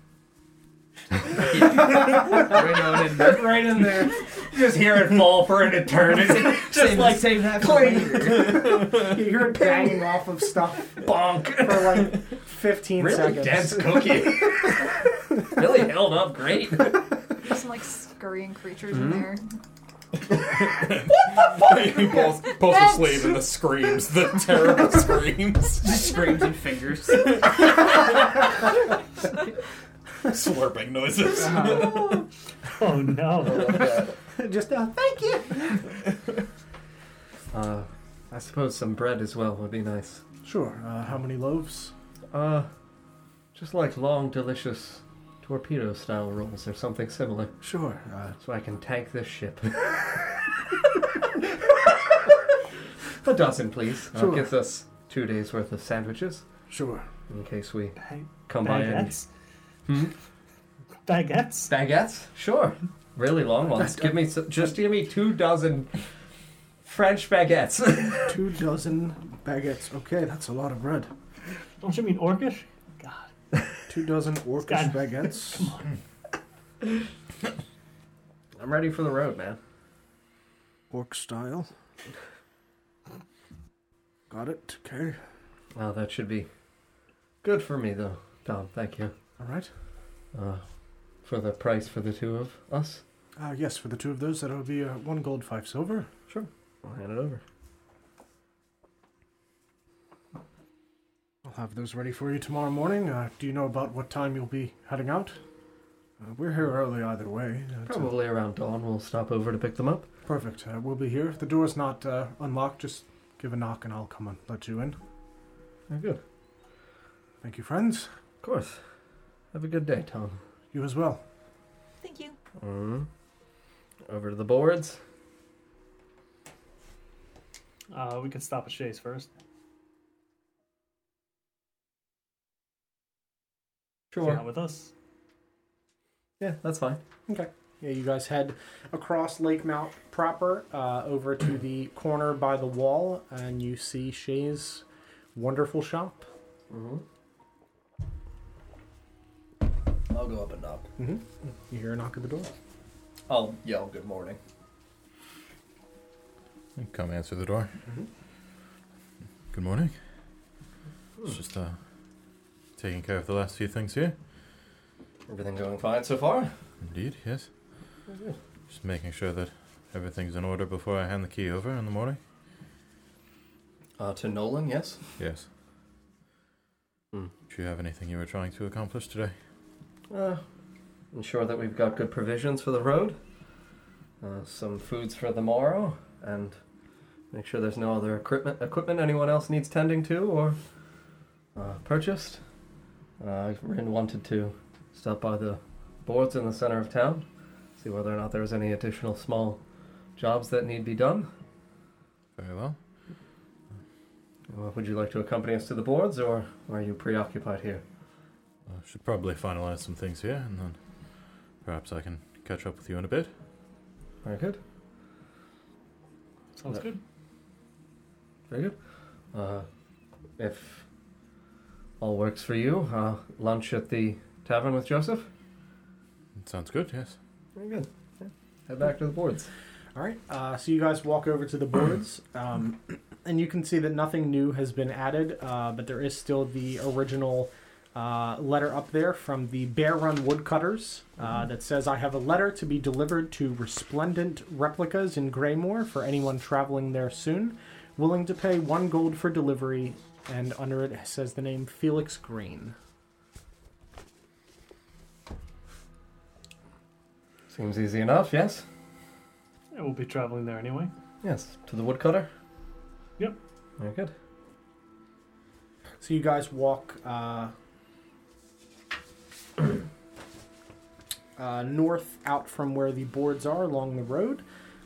right on in there.
Right in there.
Just hear it fall for an eternity. just [laughs] like save that
[laughs]
for later.
You hear it banging off of stuff
Bonk.
for like 15 seconds.
cookie.
[laughs]
really held up great.
There's some like scurrying creatures
Hmm?
in there.
he pulls, pulls her sleeve
[laughs]
and the screams, the
[laughs]
terrible screams,
Screams and [laughs] fingers.
slurping noises.
Uh-huh. [laughs]
Oh no.
[laughs] Just uh, thank you.
[laughs] Uh, I suppose some bread as well would be nice.
Sure. Uh, how many loaves?
Uh, just like long, delicious torpedo style rolls or something similar,
Sure. Uh,
so I can tank this ship. A dozen, please. That
Sure.
gives us two days' worth of sandwiches
sure.
in case we
Ba-
[laughs] come Hmm? by and.
Baguettes? Baguettes?
Baguettes? Sure. Really long ones. Give me s just give me two dozen French baguettes.
Two dozen baguettes. Okay, that's a lot of bread.
Don't you mean orcish? God.
Two dozen orcish
Scott.
baguettes.
[laughs] I'm ready for the road, man.
Orc style. Got it. Okay.
Wow, that should be good for me though, Tom. Thank you.
All right.
Uh, for the price for the two of us.
Uh, yes, for the two of those, that'll be uh, one gold, five silver.
I'll hand it over.
I'll have those ready for you tomorrow morning. Uh, do you know about what time you'll be heading out? Uh, we're here early either way. Uh, it's a-
Probably around dawn we'll stop over to pick them up.
Perfect. Uh, we'll be here. The door's not uh, unlocked. Just give a knock and I'll come and let you in.
Very good.
Thank you, friends.
Of course. Have a good day, Tom.
You as well.
Thank you.
Mm. Over to the boards.
Uh, we could stop at Shay's first. Hang out with us.
Yeah, that's fine.
Yeah, you guys head across Lake Mount proper uh, over to the corner by the wall, and you see Shay's wonderful shop.
Mm-hmm. I'll go up and knock.
You hear a knock at the door.
I'll yell good morning.
Come answer the door.
Mm-hmm.
Good morning. It's just uh, taking care of the last few things here.
Everything going fine so far?
Indeed, yes.
Very good.
Just making sure that everything's in order before I hand the key over in the morning.
Uh, to Nolan, yes.
Yes.
Hmm.
Do you have anything you were trying to accomplish today?
Uh, ensure that we've got good provisions for the road, uh, some foods for the morrow, and make sure there's no other equipment equipment anyone else needs tending to or uh, purchased. Uh, Rin wanted to stop by the boards in the center of town, see whether or not there was any additional small jobs that need be done.
Very well.
Uh, would you like to accompany us to the boards, or are you preoccupied here?
I should probably finalize some things here, and then perhaps I can catch up with you in a bit.
Very good.
Sounds
Yeah.
good.
Very good. Uh, if all works for you, uh, lunch at the tavern with Joseph.
Sounds good, yes.
Very good. Yeah. Head back to the boards.
All right. Uh, so you guys walk over to the boards, [clears throat] um, and you can see that nothing new has been added, uh, but there is still the original uh, letter up there from the Bear Run Woodcutters uh, that says, "I have a letter to be delivered to Resplendent Replicas in Greymore for anyone traveling there soon, willing to pay one gold for delivery." And under it says the name Felix Green.
Seems easy enough. Yes.
Yeah, we'll be traveling there anyway.
Yes. To the woodcutter. Uh,
Yep.
Very good.
So you guys walk uh, [clears throat] uh, north out from where the boards are along the road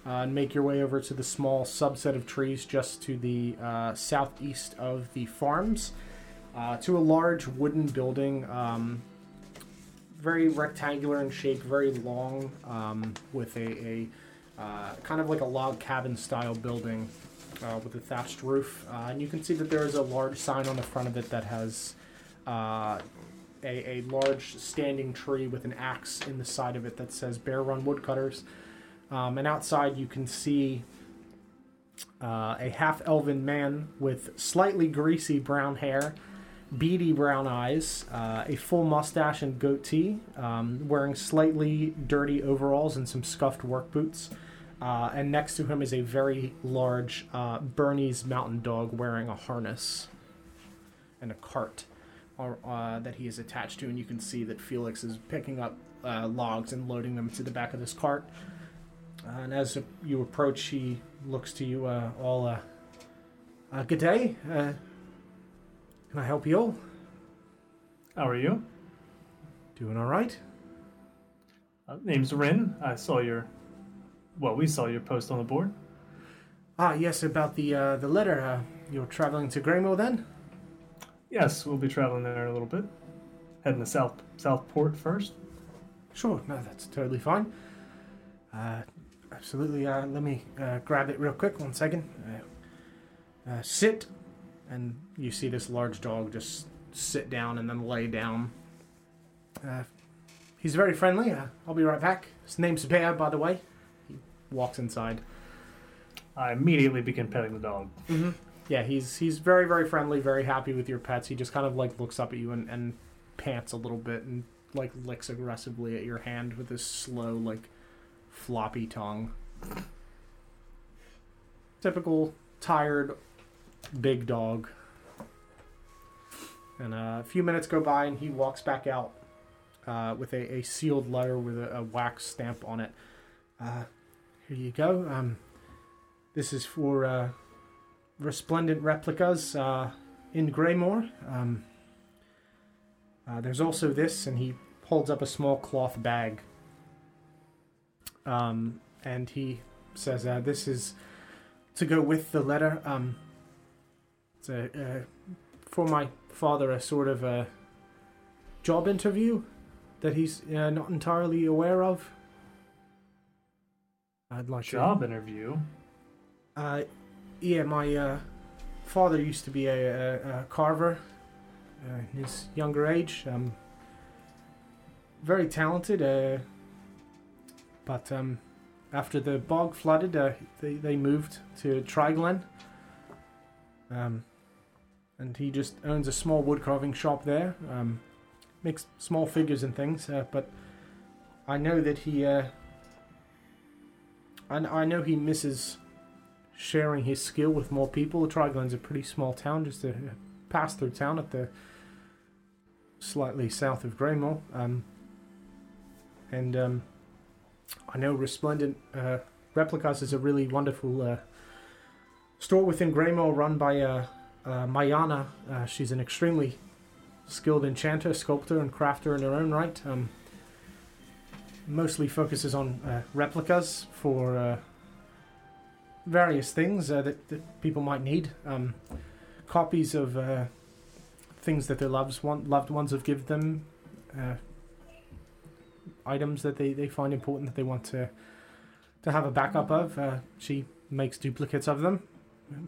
uh, and make your way over to the small subset of trees just to the uh, southeast of the farms uh, to a large wooden building. Um, very rectangular in shape, very long, um, with a, a uh, kind of like a log cabin style building uh, with a thatched roof. Uh, and you can see that there is a large sign on the front of it that has uh, a, a large standing tree with an axe in the side of it that says Bear Run Woodcutters. Um, and outside, you can see uh, a half elven man with slightly greasy brown hair, beady brown eyes, uh, a full mustache and goatee, um, wearing slightly dirty overalls and some scuffed work boots. Uh, and next to him is a very large uh, Bernese mountain dog wearing a harness and a cart or, uh, that he is attached to. And you can see that Felix is picking up uh, logs and loading them to the back of this cart. Uh, and as you approach, he looks to you uh, all, uh, uh, Good day. Uh, can I help you all?
How are you?
Doing all right?
Uh, name's Rin. I saw your, well, we saw your post on the board.
Ah, yes, about the uh, the letter. Uh, you're traveling to Greymore then?
Yes, we'll be traveling there in a little bit. Heading to South Southport first.
Sure, no, that's totally fine. Uh, absolutely. Uh, let me uh, grab it real quick. One second. Uh, uh, sit, and you see this large dog just sit down and then lay down. Uh, he's very friendly. Uh, I'll be right back. His name's Bear, by the way. He walks inside.
I immediately begin petting the dog.
Yeah, he's he's very very friendly, very happy with your pets. He just kind of like looks up at you and, and pants a little bit and like licks aggressively at your hand with his slow like floppy tongue. Typical tired big dog. And uh, a few minutes go by and he walks back out uh, with a, a sealed letter with a, a wax stamp on it. Uh, here you go. Um, this is for. Uh, resplendent replicas uh, in Greymore. Um, uh, there's also this, and he holds up a small cloth bag. Um, and he says, uh, This is to go with the letter. Um, it's a, uh, for my father, a sort of a job interview that he's uh, not entirely aware of. I'd like to-
Job interview.
uh, yeah, my uh, father used to be a, a, a carver uh, in his younger age. Um, very talented, uh, but um, after the bog flooded, uh, they, they moved to Triglen. Um, and he just owns a small wood carving shop there. Um, makes small figures and things, uh, but I know that he. Uh, I, I know he misses sharing his skill with more people. Triglin's a pretty small town, just a pass through town at the slightly south of Greymore. Um, and um, I know Resplendent uh, Replicas is a really wonderful uh, store within Greymore run by uh, uh, Mayana. Uh, she's an extremely skilled enchanter, sculptor, and crafter in her own right. Um, mostly focuses on uh, replicas for. Uh, various things uh, that, that people might need. Um, copies of uh, things that their loves want, loved ones have given them, uh, items that they, they find important that they want to to have a backup of. Uh, she makes duplicates of them,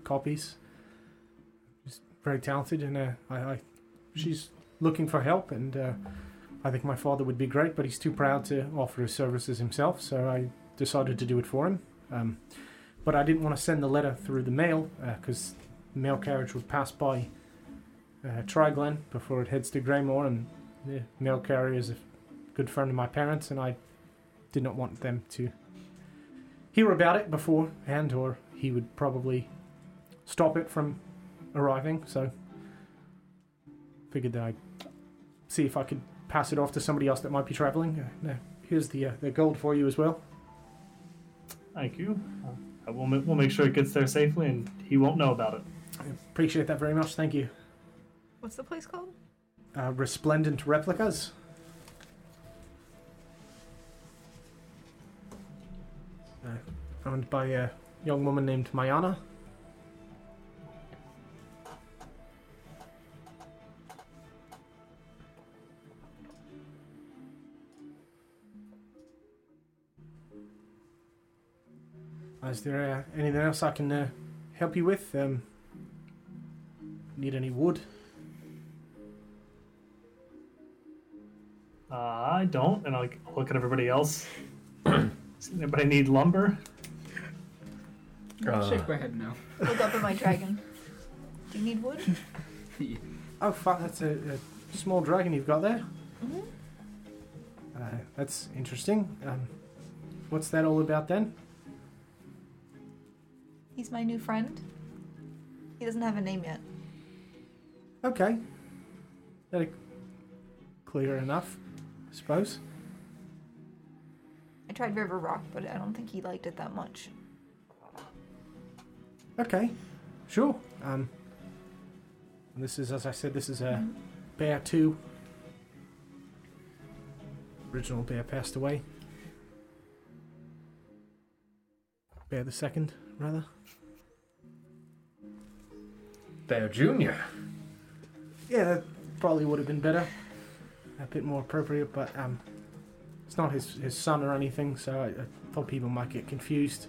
copies. She's very talented, and uh, I, I she's looking for help, and uh, I think my father would be great, but he's too proud to offer his services himself, so I decided to do it for him. Um, but I didn't want to send the letter through the mail because the mail carriage would pass by uh, Triglen before it heads to Greymore, and the mail carrier is a good friend of my parents, and I did not want them to hear about it beforehand, or he would probably stop it from arriving. So, figured that I'd see if I could pass it off to somebody else that might be traveling. Uh, no, here's the uh, the gold for you as well.
Thank you. Uh, we'll, ma- we'll make sure it gets there safely, and he won't know about it.
I appreciate that very much. Thank you.
What's the place called?
Uh, resplendent replicas. Uh, owned by a young woman named Mayana. Is there uh, anything else I can uh, help you with? Um, need any wood?
Uh, I don't, and I'll look at everybody else. Does anybody need lumber?
Uh,
Shake my head no.
Look up at my dragon. Do you need wood?
Oh fuck, that's a, a small dragon you've got there.
Mhm.
Uh, that's interesting. Um, what's that all about then?
He's my new friend. He doesn't have a name yet.
Okay. That clear enough, I suppose.
I tried River Rock, but I don't think he liked it that much.
Okay, sure. Um, this is, as I said, this is a
Mm.
bear two. Original bear passed away. Bear the second, rather.
Bear Junior.
Yeah, that probably would have been better. A bit more appropriate, but um, it's not his, his son or anything, so I, I thought people might get confused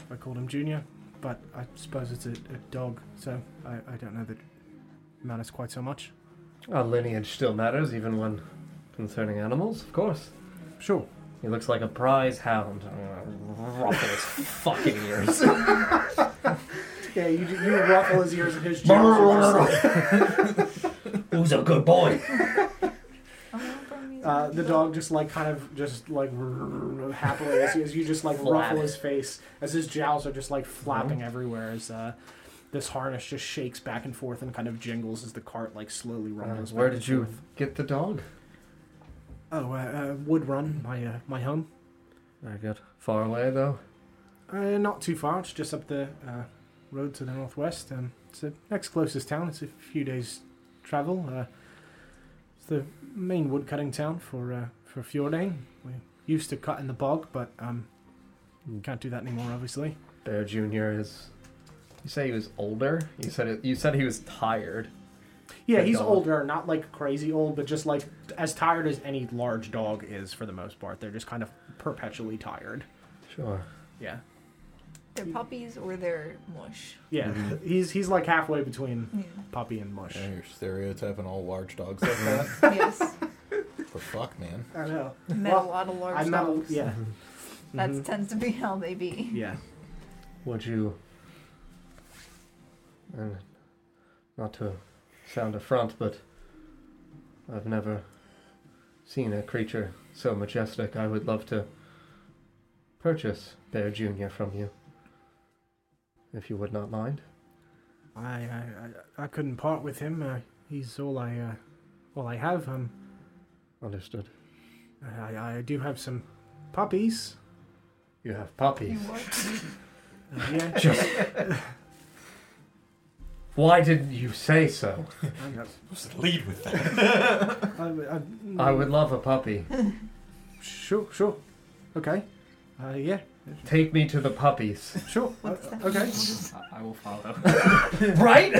if I called him Junior. But I suppose it's a, a dog, so I, I don't know that it matters quite so much.
Our lineage still matters, even when concerning animals, of course.
Sure.
He looks like a prize hound. I'm gonna ruffle his [laughs] fucking ears.
Yeah, you, you ruffle his ears and his
Who's a good boy?
I'm gonna bring these
Uh,
out.
the dog just like kind of just like [laughs] happily as, as you just like ruffle his face as his jowls are just like flapping everywhere as uh, this harness just shakes back and forth and kind of jingles as the cart like slowly rumbles.
where
back
did
and
you
forth.
get the dog?
Oh, uh, uh, Wood Run, my uh, my home.
Very good. Far away though.
Uh, not too far. It's just up the uh, road to the northwest. Um, it's the next closest town. It's a few days' travel. Uh, it's the main woodcutting town for uh, for Fjordane. We used to cut in the bog, but um, can't do that anymore, obviously.
Bear Junior is. You say he was older. You said it, you said he was tired.
Yeah,
Good
he's
dog.
older, not like crazy old, but just like as tired as any large dog is for the most part. They're just kind of perpetually tired.
Sure.
Yeah.
They're puppies or they're mush.
Yeah, he's he's like halfway between
Yeah.
puppy and mush.
Yeah, you're stereotyping all large dogs like [laughs] that.
[laughs] yes.
For fuck, man.
I know.
Met
Well,
a lot of large
I met a,
dogs.
yeah.
That
Mhm.
tends to be how they be.
yeah.
[laughs] Would you? And not to sound affront, but I've never seen a creature so majestic. I would love to purchase Bear Junior from you, if you would not mind.
I, I I- I couldn't part with him. Uh, he's all I uh, all I have. Um,
Understood.
I, I do have some puppies.
You have puppies.
You what?
Uh, [laughs] yeah,
Just. Why didn't you say so?
I, got-
Lead with that.
I, I,
I would love a puppy.
Sure, sure. Okay. Uh, yeah,
Take me to the
[laughs]
puppies.
sure. Uh,
What's that?
okay.
[laughs] I, I will follow.
[laughs]
[laughs]
right?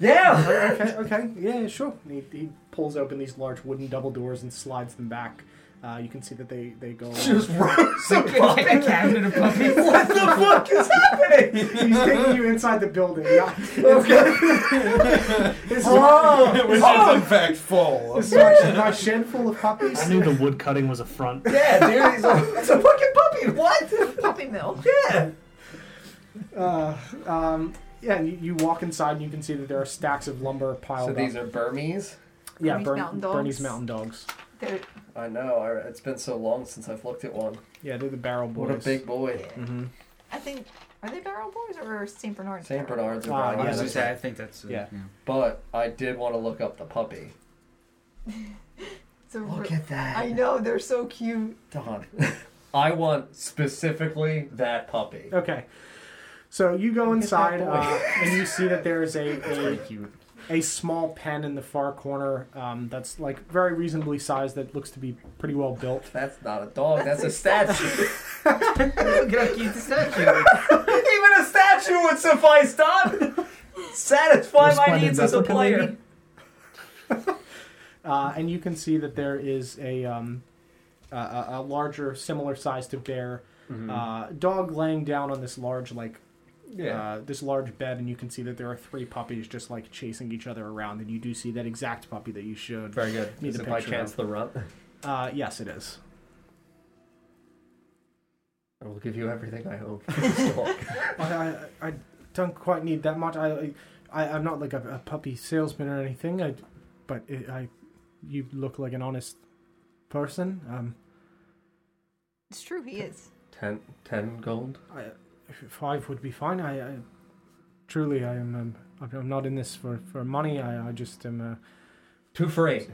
yeah!
[laughs] okay, okay. Yeah, sure. He, he pulls open these large wooden double doors and slides them back. Uh, you can see that they, they [laughs] go.
Just rose
So it's been a cabinet of [laughs] puppies.
What the fuck is happening?
He's taking you inside the building. not- [laughs] this, is,
Which is in fact full.
this is our, our shed full of puppies.
I knew the wood cutting was a front.
Yeah, dude, he's a, it's a fucking puppy. What?
[laughs]
Puppy mill.
Yeah.
Uh, um, yeah, and you, you walk inside and you can see that there are stacks of lumber piled
So these
up.
are Burmese.
yeah,
Bernese Mountain Dogs.
Bernese Mountain Dogs.
They're
I know. I, it's been so long since I've looked at one.
Yeah, they're the barrel boys.
What a big boy.
hmm
I think are they barrel boys or Saint Bernard's?
Saint
barrel
Bernards are
Ah,
brown.
I
yeah,
was gonna
that's
say, I think that's. uh,
Yeah.
But I did want to look up the puppy.
boys? It's a
Look
re-
at that.
I know they're
[laughs]
so cute.
Don. I want specifically that puppy.
Okay. So you go
Look at that
inside
boy. [laughs]
uh, and you see that there is a, a
Pretty [laughs] cute.
a small pen in the far corner um, that's like very reasonably sized that looks to be pretty well built.
That's not a dog. That's a statue.
Look at how cute the statue is.
Even a statue would suffice, Don. Satisfy my
Resplendent
needs as a
replica
player.
lady?
Uh, and you can see that there is a um, a- a, a larger, similar size to bear
Hmm. Mm-hmm.
uh, dog laying down on this large like uh, this large bed, and you can see that there are three puppies just like chasing each other around, and you do see that exact puppy that you showed.
Very good.
Need
Is
a
it by
picture
chance
of-
the runt?
Uh, yes, it is.
I will give you everything I [laughs] own. for this dog.
I, I, I don't quite need that much. I, I I'm not like a, a puppy salesman or anything. I, but it, I, you look like an honest person. Um,
It's true, he is.
ten, ten gold.
I, five would be fine. I, I truly, I am. Um, I'm- I'm not in this for, for money. I, I just am. Uh,
Two for eight.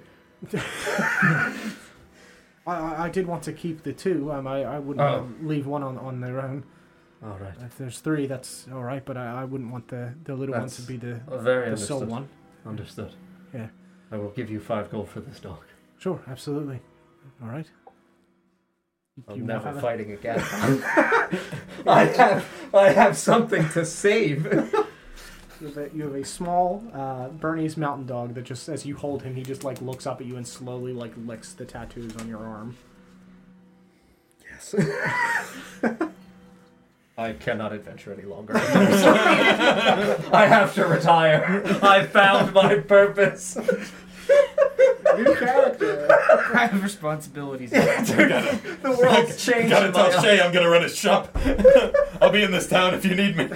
I, I, I did want to keep the two. Um, I, I wouldn't
Oh.
um, leave one on, on their own.
All right.
If there's three, that's all right. But I, I wouldn't want the, the little one
That's-
to be the,
very
the sole one.
Understood.
Yeah.
I will give you five gold for this dog.
Sure, absolutely. All right.
I'm
You
never
have a-
fighting
[laughs]
again. [laughs] I have I have something to save.
You have a, you have a small uh, Bernese mountain dog that just, as you hold him, he just like looks up at you and slowly like licks the tattoos on your arm.
Yes. I cannot adventure any
[laughs]
longer. [laughs] I have to retire. I found my purpose.
New character.
[laughs] I have responsibilities. [laughs]
The world's changed.
Gotta
in
[laughs]
my
tell Shay I'm gonna run his shop. [laughs] I'll be in this town if you need me.
[laughs]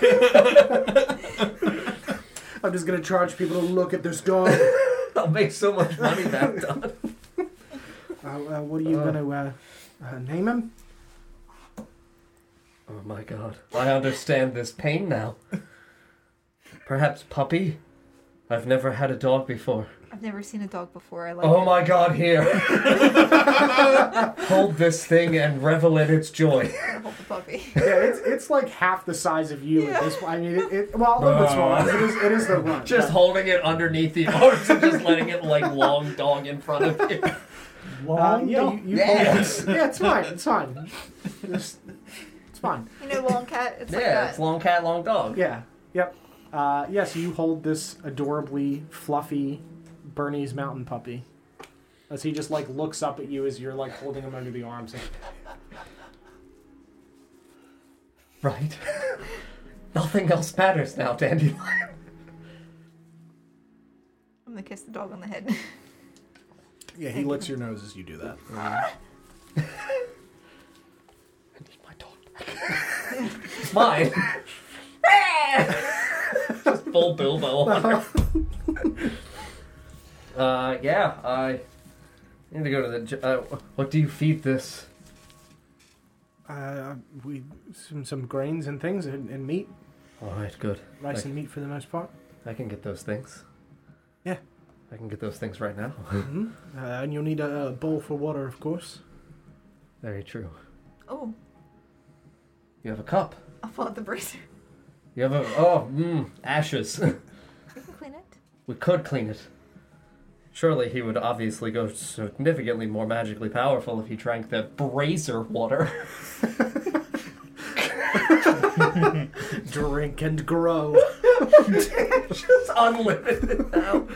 I'm just gonna charge people to look at this [laughs] dog.
[laughs] I'll make so much
[laughs]
money back done.
uh, uh, what are you
Uh.
gonna uh, uh, name him?
Oh my god. I understand this pain now. Perhaps puppy? I've never had a dog before.
I've never seen a dog before. I like
Oh
it.
my god,
[laughs]
here. Hold this thing and revel in its joy.
I hope a puppy.
Yeah, it's it's like half the size of you at
Yeah.
this point. I mean, it, it well a little bit smaller. It is it is
[laughs]
the run.
Just holding it underneath the arms and just letting it
[laughs]
like long dog in front of you.
Uh,
Long
yeah, you, you
Yes.
[laughs] yeah, it's fine. It's fine. Just, it's fine.
You know, long cat. It's like
Yeah,
that.
it's long cat, long dog.
Yeah. Yep. Uh, yes, you hold this adorably fluffy Bernese mountain puppy. As he just like looks up at you as you're like holding him under the arms. And,
Right. [laughs] Nothing else matters now, Dandelion.
I'm gonna kiss the dog on the head. [laughs]
yeah, he licks your nose as you do that. Uh,
I need my dog back. [laughs] Mine. Just full Bilbo on her. uh, yeah, I need to go to the. gy- Uh, what do you feed this?
uh, we some some grains and things and, and meat,
All right, good.
rice
Like-
and meat for the most part.
I can get those things.
Yeah.
I can get those things right now. [laughs]
hmm Uh, and you'll need a, a bowl for water, of course.
Very true.
Oh,
You have a cup.
I'll pull out the bracer.
You have a. Oh, mmm, ashes. [laughs]
I can clean it.
we could clean it. Surely he would obviously go significantly more magically powerful if he drank the brazier water.
[laughs] Drink and grow.
It's unlimited now.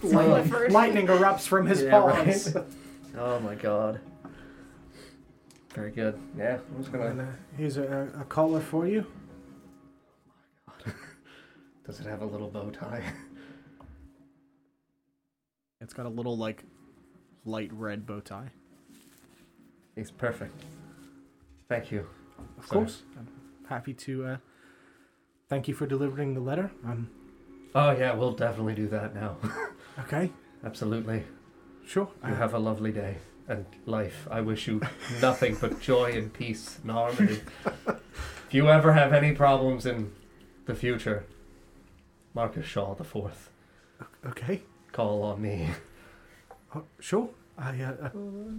Clifford.
Lightning erupts from his
Yeah, right.
paws.
[laughs] Oh my god. Very good. Yeah, I'm just
And,
gonna.
uh, here's a, a collar for you.
Does it have a little bow tie?
It's got a little like light red bow tie.
[laughs] He's perfect. Thank you.
Of course. I'm happy to uh, thank you for delivering the letter. Um,
Oh yeah, we'll definitely do that now. [laughs]
okay,
Absolutely.
sure. Uh,
You have a lovely day and life. I wish [laughs] you nothing but joy and peace and harmony. if you ever have any problems in the future, Marcus Shaw the Fourth,
okay,
call on me.
uh, sure. I uh,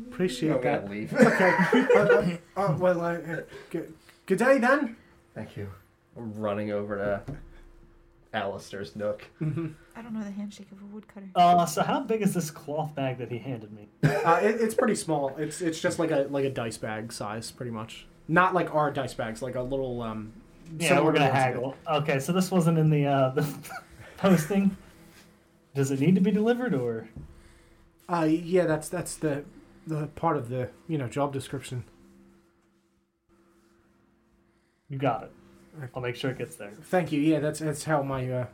appreciate that.
leave. [laughs]
Okay. uh, uh, uh, well, uh, uh, good, good day then.
Thank you. I'm running over to Alistair's nook.
I don't know the handshake of a woodcutter.
Oh.
Uh, so how big is this cloth bag that he handed me?
Uh, it, it's pretty small. It's it's just like a like a dice bag size, pretty much. Not like our dice bags, like a little. Um,
Yeah,
similar
we're gonna
ones.
haggle. Okay, so this wasn't in the uh, the [laughs] posting. Does it need to be delivered or?
Uh, yeah, that's that's the the part of the you know job description.
You got it. I'll make sure it gets there.
Thank you. Yeah, that's that's how my uh,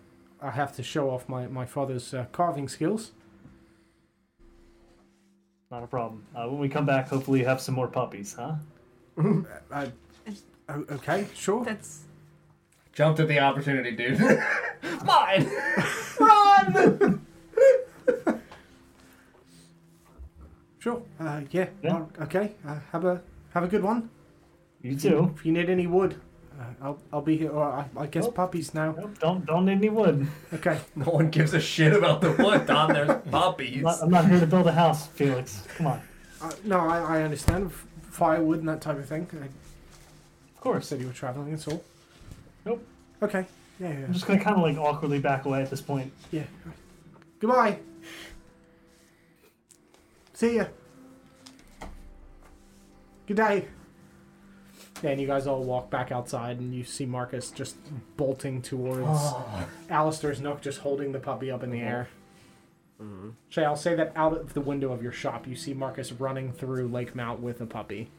I have to show off my my father's uh, carving skills.
Not a problem. Uh, when we come back, hopefully you have some more puppies, huh?
I, Uh, o- okay, sure.
That's
Jumped at the opportunity, dude. [laughs]
Mine!
Sure. Uh, yeah.
Yeah.
Well, okay. Uh, have a have a good one.
[laughs] You too.
If you need any wood, uh, I'll I'll be here. Or I, I guess
Oh.
puppies now.
Nope, don't don't need any wood.
Okay.
no one gives a shit about the wood, Don. There's puppies.
I'm not, I'm not here to build a house, Felix. Come on.
Uh, no, I, I understand f- firewood and that type of thing. I
Of course.
said you were traveling. That's all.
Nope.
Okay. Yeah.
I'm
Yeah.
just gonna kind of like awkwardly back away at this point.
yeah. Goodbye. See ya. Good day. And you guys all walk back outside, and you see Marcus just bolting towards Oh. Alistair's nook, just holding the puppy up in the air. Shay, I'll say that out of the window of your shop, you see Marcus running through Lake Mount with a puppy.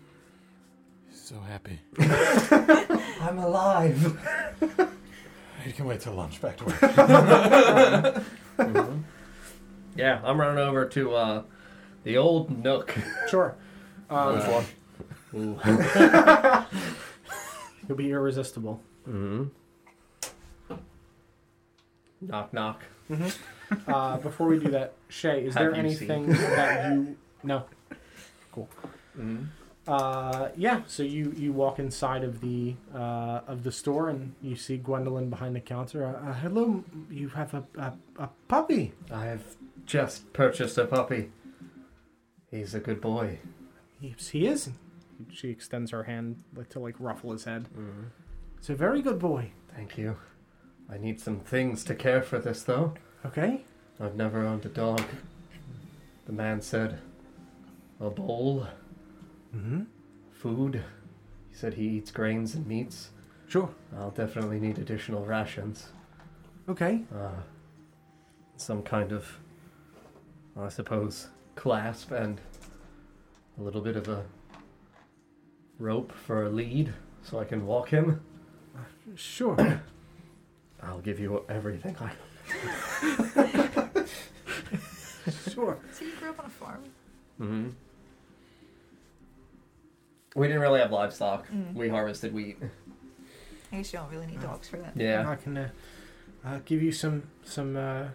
So happy.
[laughs]
[laughs]
I'm alive.
I can wait till lunch back to
[laughs]
work.
Yeah, I'm running over to uh, the old nook.
Sure. Um,
Ooh.
You'll be irresistible.
Mm-hmm. Knock knock.
Uh, before we do that, Shay, is
Have
there
you
anything
[laughs]
that you no? Cool.
Mm-hmm.
Uh, yeah. So you you walk inside of the uh, of the store and you see Gwendolyn behind the counter. Uh, uh, hello, you have a, a a puppy.
I have just purchased a puppy. He's a good boy.
Yes, he is. She extends her hand like, to like ruffle his head.
Mm-hmm.
It's a very good boy.
Thank you. I need some things to care for this though.
Okay.
I've never owned a dog. The man said, a bowl,
Mm-hmm.
food. He said he eats grains and meats.
Sure.
I'll definitely need additional rations.
Okay.
uh, some kind of, I suppose, clasp and a little bit of a rope for a lead so I can walk him.
Sure.
[coughs] I'll give you everything. I...
sure.
so you grew up on a farm.
Mm-hmm. We didn't really have livestock. We harvested wheat.
I guess you don't really need dogs for that.
Yeah.
I can uh, uh, give you some some uh,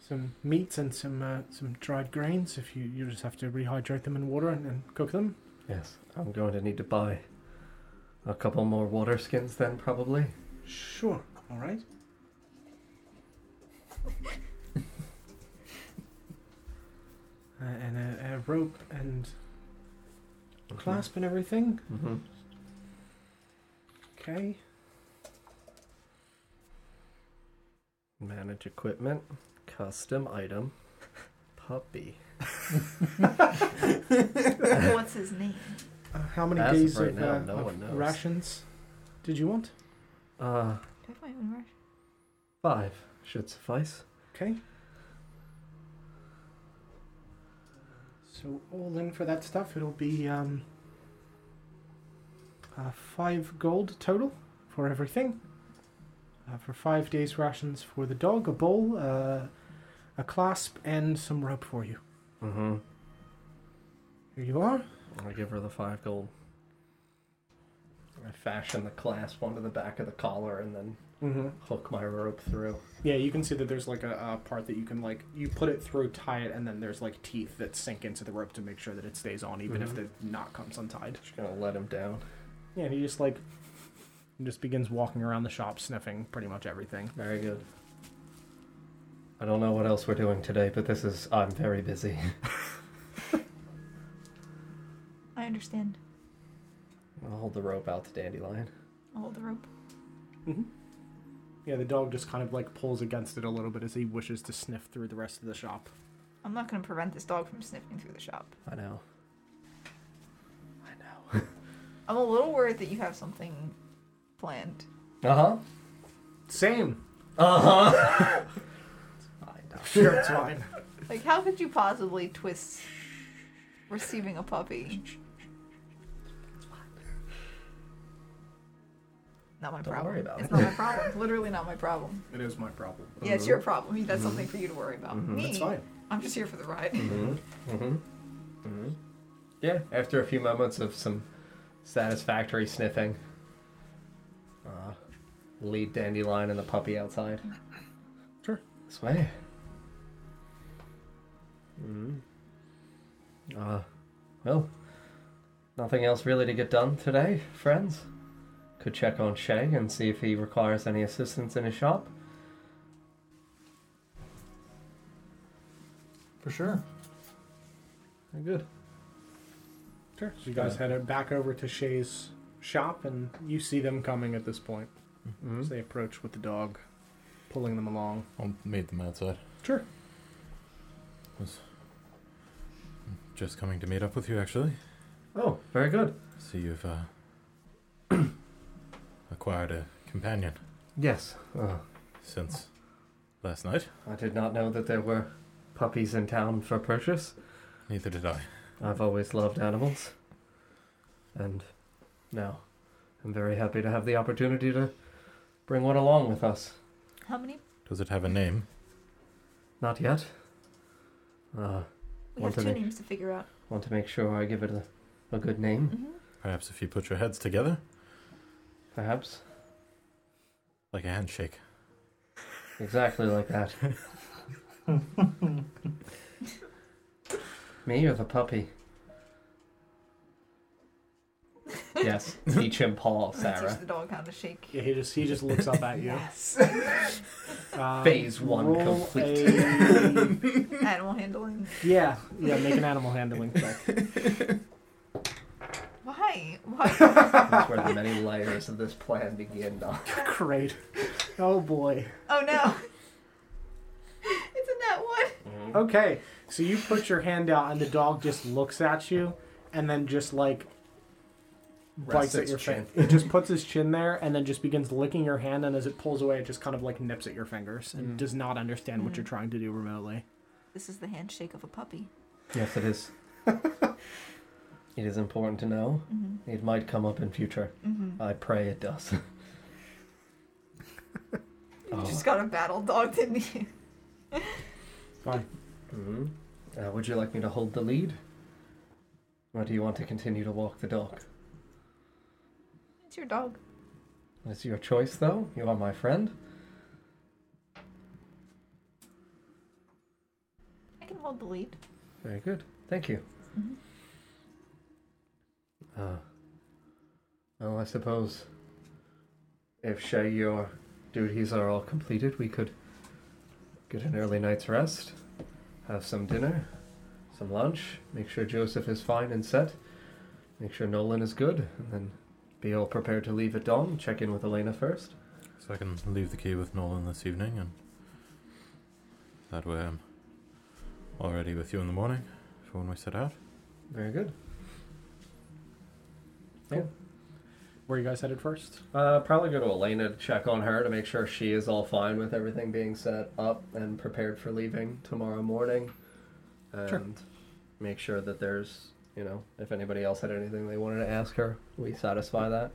some meats and some uh, some dried grains if you you just have to rehydrate them in water and, and cook them.
Yes. I'm going to need to buy a couple more water skins then, probably.
Sure. All right. [laughs] uh, and a, a rope and clasp and everything.
Mm-hmm.
Okay.
Manage equipment, custom item, puppy.
[laughs] What's his name?
Uh, how many
As of
days
right
of,
now,
uh,
no
of
one knows.
rations did you want?
Uh,
Do I have my own rush?
Five should suffice.
Okay. So all in for that stuff, it'll be um, uh, five gold total for everything. Uh, for five days' rations for the dog, a bowl, uh, a clasp, and some rope for you.
Mm-hmm.
Here you are.
I give her the five gold. I fashion the clasp onto the back of the collar and then
Mm-hmm.
hook my rope through.
Yeah, you can see that there's like a, a part that you can like you put it through, tie it, and then there's like teeth that sink into the rope to make sure that it stays on, even if the knot comes untied.
Just gonna let him down.
Yeah, and he just like just begins walking around the shop, sniffing pretty much everything.
Very good. I don't know what else we're doing today, but this is. I'm very busy. [laughs]
I understand.
I'll hold the rope out to Dandelion.
I'll hold the rope.
Yeah, the dog just kind of like pulls against it a little bit as he wishes to sniff through the rest of the shop.
I'm not going to prevent this dog from sniffing through the shop.
I know. I
I'm a little worried that you have something planned.
know. Uh huh.
Same.
Uh huh. [laughs]
Sure, it's fine.
Like, how could you possibly twist receiving a puppy? Not my
Don't
problem.
worry about
it's
it. [laughs] Mm-hmm.
not my problem. It's literally not my problem.
It is my problem.
Yeah, it's your problem. That's something for you to worry about. Me,
Eh.
It's fine.
I'm just here for the ride.
Mm-hmm. Yeah. After a few moments of some satisfactory sniffing, uh, lead Dandelion and the puppy outside.
Sure.
This way. Mm. Uh, well, nothing else really to get done today, friends. Could check on Shay and see if he requires any assistance in his shop.
For sure.
Very good.
Sure. So you guys head head back over to Shay's shop, and you see them coming at this point.
Hmm?
As they approach with the dog, pulling them along.
I'll meet them outside.
Sure.
Was just coming to meet up with you, actually.
Oh, very good.
See, you've uh, [clears throat] acquired a companion
Yes. Uh,
since last night.
I did not know that there were puppies in town for purchase.
Neither did I.
I've always loved animals. And now I'm very happy to have the opportunity to bring one along with us.
How many?
Does it have a name?
Not yet. Uh,
We
Want
have
to
two
make-
names to figure out.
want to make sure I give it a, a good name,
hmm
Perhaps if you put your heads together,
perhaps.
like a handshake.
Exactly like [laughs] that. Me or the puppy? [laughs] yes. Teach him Paul,
Teach
Sarah.
the dog how to shake.
Yeah, he just he just looks
[laughs]
up at you.
Yes.
[laughs] Um,
Phase one
roll
complete.
a-
[laughs] Animal handling.
yeah, yeah. Make an animal handling check.
Why?
[laughs]
Why?
That's where the many layers of this plan [laughs] begin. Doc.
[laughs] Great. Oh boy.
Oh
[laughs]
no. it's in that one.
Uh-huh.
Okay, so you put your hand out, and the dog just looks at you, and then just like
Rests
bites at
its
your
chin.
chin. It just puts his chin there, and then just begins licking your hand. And as it pulls away, it just kind of like nips at your fingers and does not understand what you're trying to do remotely.
This is the handshake of a puppy.
Yes, it is. it is important to know.
Mhm.
It might come up in future.
Mhm.
I pray it does. Oh.
You just got a battle dog, didn't you?
Fine.
hmm uh, would you like me to hold the lead? Or do you want to continue to walk the dog?
It's your dog.
It's your choice, though. You are my friend.
I can hold the lead.
Very good. Thank you.
Mhm.
Uh, well, I suppose if Shay, your duties are all completed, we could get an early night's rest, have some dinner, some lunch, make sure Joseph is fine and set, make sure Nolan is good, and then be all prepared to leave at dawn. Check in with Elena first.
So I can leave the key with Nolan this evening, and that way I'm already with you in the morning for when we set out.
Very good.
Where you guys headed first?
Uh, probably go to Elena to check on her to make sure she is all fine with everything being set up and prepared for leaving tomorrow morning. And make sure that there's, you know, if anybody else had anything they wanted to ask her, we satisfy that.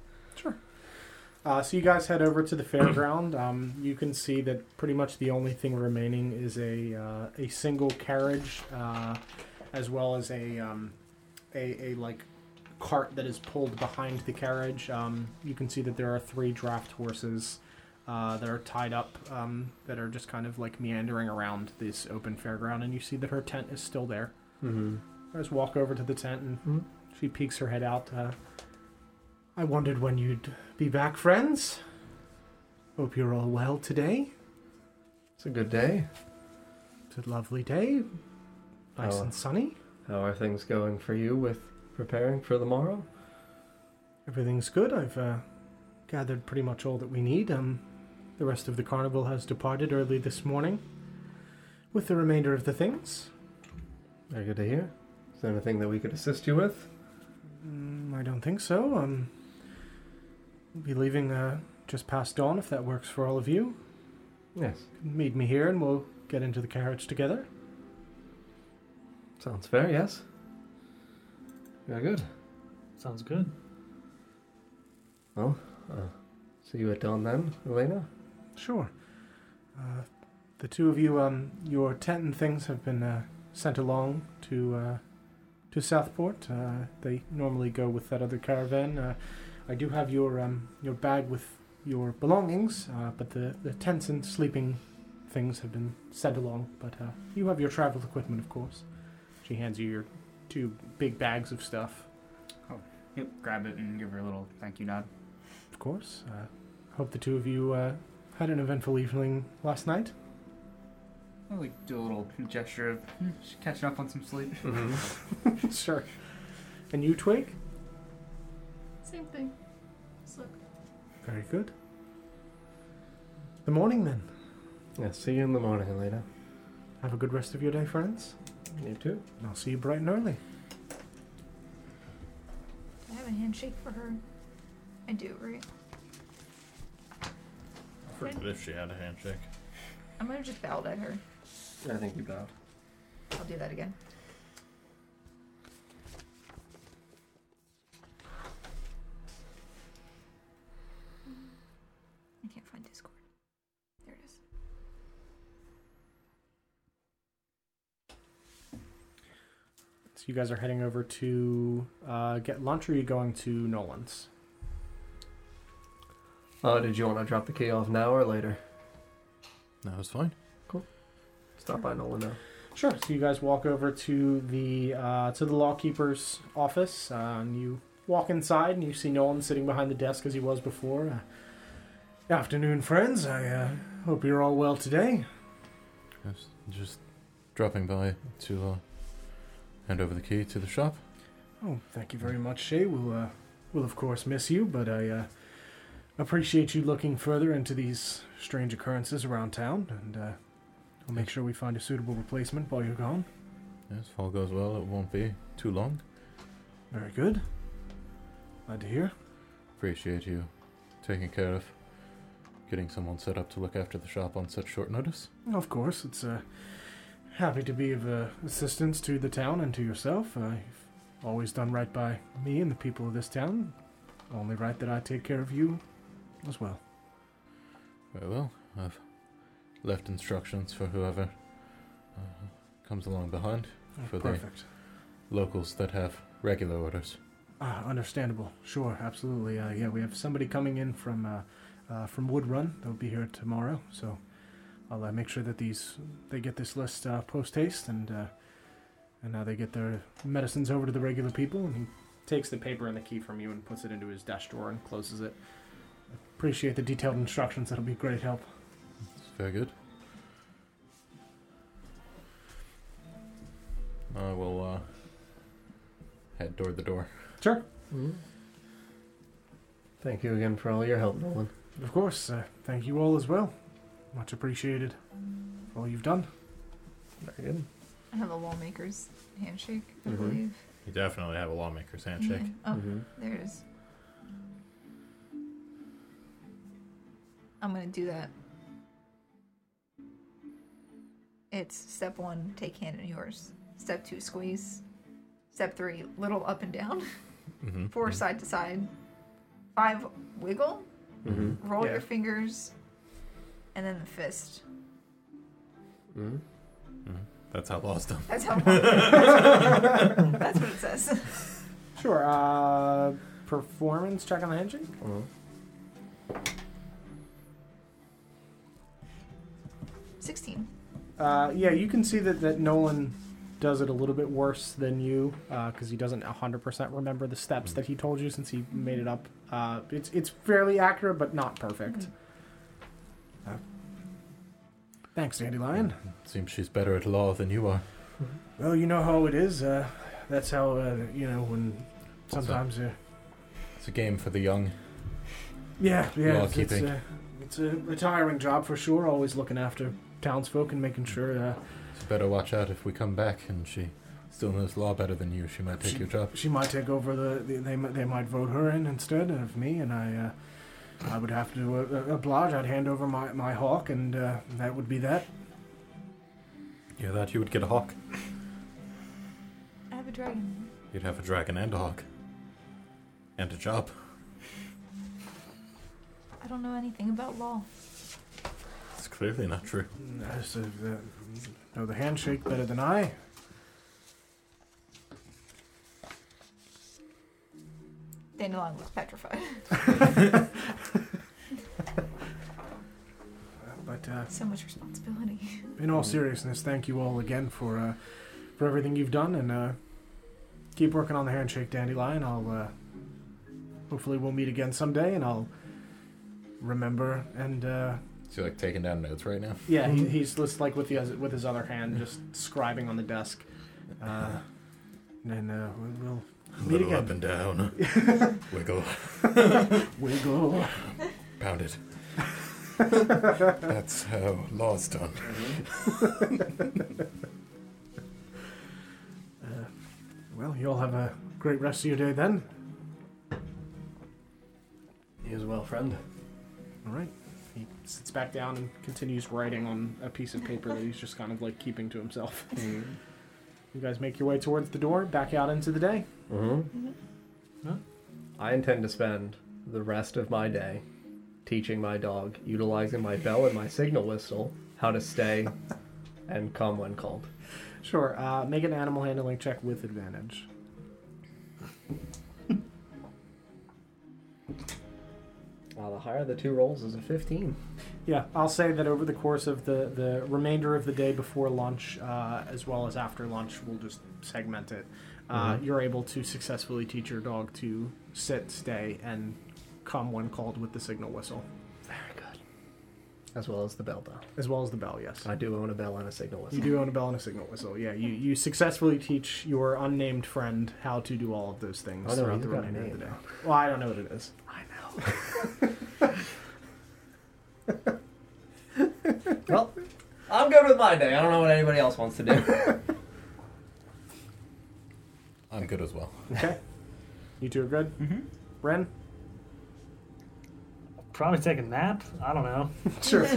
Uh, so you guys head over to the fairground. [clears throat] Um, you can see that pretty much the only thing remaining is a uh, a single carriage, uh, as well as a, um, a a like cart that is pulled behind the carriage. Um, you can see that there are three draft horses uh, that are tied up um, that are just kind of like meandering around this open fairground, and you see that her tent is still there.
Mm-hmm.
I just walk over to the tent and
Mhm.
she peeks her head out. Uh, I wondered when you'd be back, friends. Hope you're all well today.
It's a good day.
It's a lovely day. Nice
Oh.
and sunny.
How are things going for you with preparing for the morrow?
Everything's good. I've uh, gathered pretty much all that we need. Um, the rest of the carnival has departed early this morning with the remainder of the things.
Very good to hear. Is there anything that we could assist you with?
Mm, I don't think so. Um, we'll be leaving uh, just past dawn if that works for all of you.
Yes.
Meet me here and we'll get into the carriage together.
Sounds fair, yes. Very good.
Sounds good.
See you at dawn then, Elena.
Sure. Uh, the two of you, um, your tent and things have been uh, sent along to uh, to Southport. Uh, they normally go with that other caravan. Uh, I do have your um, your bag with your belongings, uh, but the, the tents and sleeping things have been sent along. But uh, you have your travel equipment, of course. She hands you your two big bags of stuff.
Yep, grab it and give her a little thank you nod.
Of course. Uh, hope the two of you uh, had an eventful evening last night.
I'll, like do a little gesture of "Hmm, she's catching up on some sleep.
[laughs]
Mm-hmm.
sure. And you, Twig?
Same thing. Just look.
Very good. The morning, then.
Yes, see you in the morning, Elena.
Have a good rest of your day, friends.
You too.
And I'll see you bright and early.
I have a handshake for her? I do, right?
I forget if she had a handshake.
I'm gonna just bow at her.
I think you bowed.
I'll do that again. I can't find Discord. There it is.
So you guys are heading over to uh, get lunch, or are you going to Nolan's?
Oh, did you want to drop the key off now or later?
That was fine.
Stop by Nolan now.
Sure. So you guys walk over to the uh, to the lawkeeper's office, uh, and you walk inside, and you see Nolan sitting behind the desk as he was before. Uh, afternoon, friends. I uh, hope you're all well today.
Yes, just dropping by to uh, hand over the key to the shop.
Oh, thank you very much, Shay. We'll, uh, we'll of course miss you, but I uh, appreciate you looking further into these strange occurrences around town, and uh, I'll make sure we find a suitable replacement while you're gone.
Yes, if all goes well, it won't be too long.
Very good. Glad to hear.
Appreciate you taking care of getting someone set up to look after the shop on such short notice.
Of course, it's uh, happy to be of uh, assistance to the town and to yourself. Uh, you've always done right by me and the people of this town. Only right that I take care of you as well.
Very well. I've left instructions for whoever uh, comes along behind.
Oh,
For the-
Perfect.
Locals that have regular orders.
Ah, understandable. Sure, absolutely. Uh, yeah, we have somebody coming in from uh, uh, from Wood Run. They'll be here tomorrow, so I'll uh, make sure that these they get this list uh, post haste, and uh, and now they get their medicines over to the regular people. And he takes the paper and the key from you and puts it into his desk drawer and closes it. Appreciate the detailed instructions. That'll be great help.
It's very good. I will uh, head toward the door.
Sure,
Hmm? Thank you again for all your help, Nolan.
of course. Uh, thank you all as well. Much appreciated for all you've done.
Very good.
I have a wallmaker's handshake, I
Mhm.
believe.
You definitely have a lawmaker's handshake.
Yeah. Oh,
Mhm.
there it is. I'm gonna do that. It's step one, take hand in yours. Step two, squeeze. Step three, little up and down. [laughs]
Mm-hmm.
4 side to side. Five, wiggle.
Mm-hmm.
Roll
Yeah.
your fingers. And then the fist.
Mm-hmm.
That's how law's done.
That's how. That's what it says. [laughs]
Sure. Uh, performance check on the handshake.
Mm-hmm.
Sixteen.
Uh, yeah, you can see that, that Nolan does it a little bit worse than you because he doesn't 100% remember the steps that he told you since he made it up. Uh, it's, it's fairly accurate, but not perfect. Uh, thanks, Dandelion.
Seems she's better at law than you are.
Well, you know how it is. Uh, that's how, uh, you know, when sometimes. Uh,
It's a game for the young.
yeah, yeah. It's, it's,
Law-keeping.
uh, it's a retiring job for sure, always looking after townsfolk and making sure uh,
So better watch out if we come back and she still knows law better than you. She might take
She-
your job.
She might take over the. the they, mi- they might vote her in instead of me, and I. Uh, I would have to uh, uh, oblige. I'd hand over my, my hawk, and uh, that would be that.
Yeah, that you would get a hawk.
I have a dragon.
You'd have a dragon and a hawk. And a job.
I don't know anything about law.
It's clearly not true.
I just, uh, uh, know the handshake better than I. [laughs]
Dandelion looks petrified.
But uh,
So much responsibility.
in all seriousness, thank you all again for uh, for everything you've done, and uh, keep working on the handshake, Dandelion. I'll uh, hopefully we'll meet again someday, and I'll remember and. Uh,
So you're like taking down notes right now?
Yeah, he, he's just like with the with his other hand, just scribing on the desk. Uh, and uh, we will meet
Little
again.
up and down.
[laughs]
Wiggle.
Wiggle.
Pound
[laughs]
it. That's how law's done.
Well, you all have a great rest of your day then.
You as well, friend.
All right. He sits back down and continues writing on a piece of paper that he's just kind of like keeping to himself. You guys make your way towards the door, back out into the day.
Mm-hmm.
Huh?
I intend to spend the rest of my day teaching my dog, utilizing my bell and my signal whistle, how to stay and come when called.
Sure. Uh, make an animal handling check with advantage.
Uh, the higher of the two rolls is a 15.
Yeah, I'll say that over the course of the, the remainder of the day before lunch, uh, as well as after lunch, we'll just segment it. Uh,
Mm-hmm.
You're able to successfully teach your dog to sit, stay, and come when called with the signal whistle,
Very good. As well as the bell, though.
as well as the bell, yes.
I do own a bell and a signal whistle.
You do own a bell and a signal whistle. Yeah, you, you successfully teach your unnamed friend how to do all of those things
Oh, no,
throughout
he's
the
got a
remainder of the day.
name.
Well, I don't know what
[laughs]
it is.
I know. well, I'm good with my day. I don't know what anybody else wants to do.
I'm good as well.
Okay? you two are good? Mm-hmm. Ren?
Probably take a nap. I don't know.
Sure.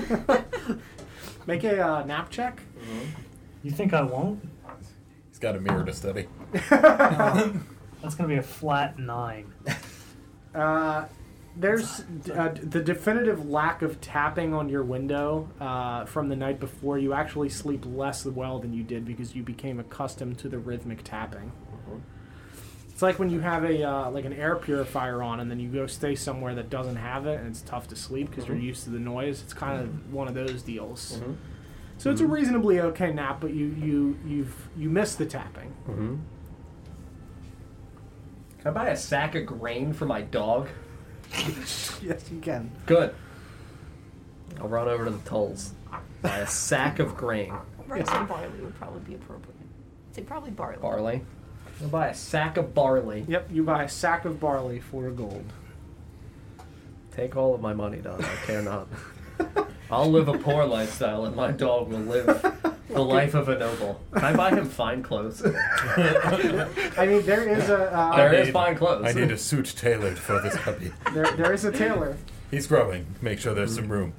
[laughs] Make a uh, nap check.
You think I won't?
He's got a mirror to study.
That's gonna be a flat nine.
Uh, there's uh, the definitive lack of tapping on your window uh, from the night before. You actually sleep less well than you did because you became accustomed to the rhythmic tapping. It's like when you have a uh, like an air purifier on, and then you go stay somewhere that doesn't have it, and it's tough to sleep because you're used to the noise. It's kind of one of those deals. So it's a reasonably okay nap, but you you you've you miss the tapping.
Can I buy a sack of grain for my dog?
[laughs] Yes, you can.
Good. I'll run over to the tolls. Buy a sack of grain.
Rice and barley would probably be appropriate. Say probably barley.
Barley. I'll buy a sack of barley.
Yep, you buy a sack of barley for gold.
Take all of my money, dog. I care not. I'll live a poor lifestyle and my dog will live the life of a noble. Can I buy him fine clothes?
I mean, there is a uh,
there is
need-
fine clothes.
I need a suit tailored for this puppy.
there, there is a
[laughs]
tailor.
He's growing. Make sure there's some room.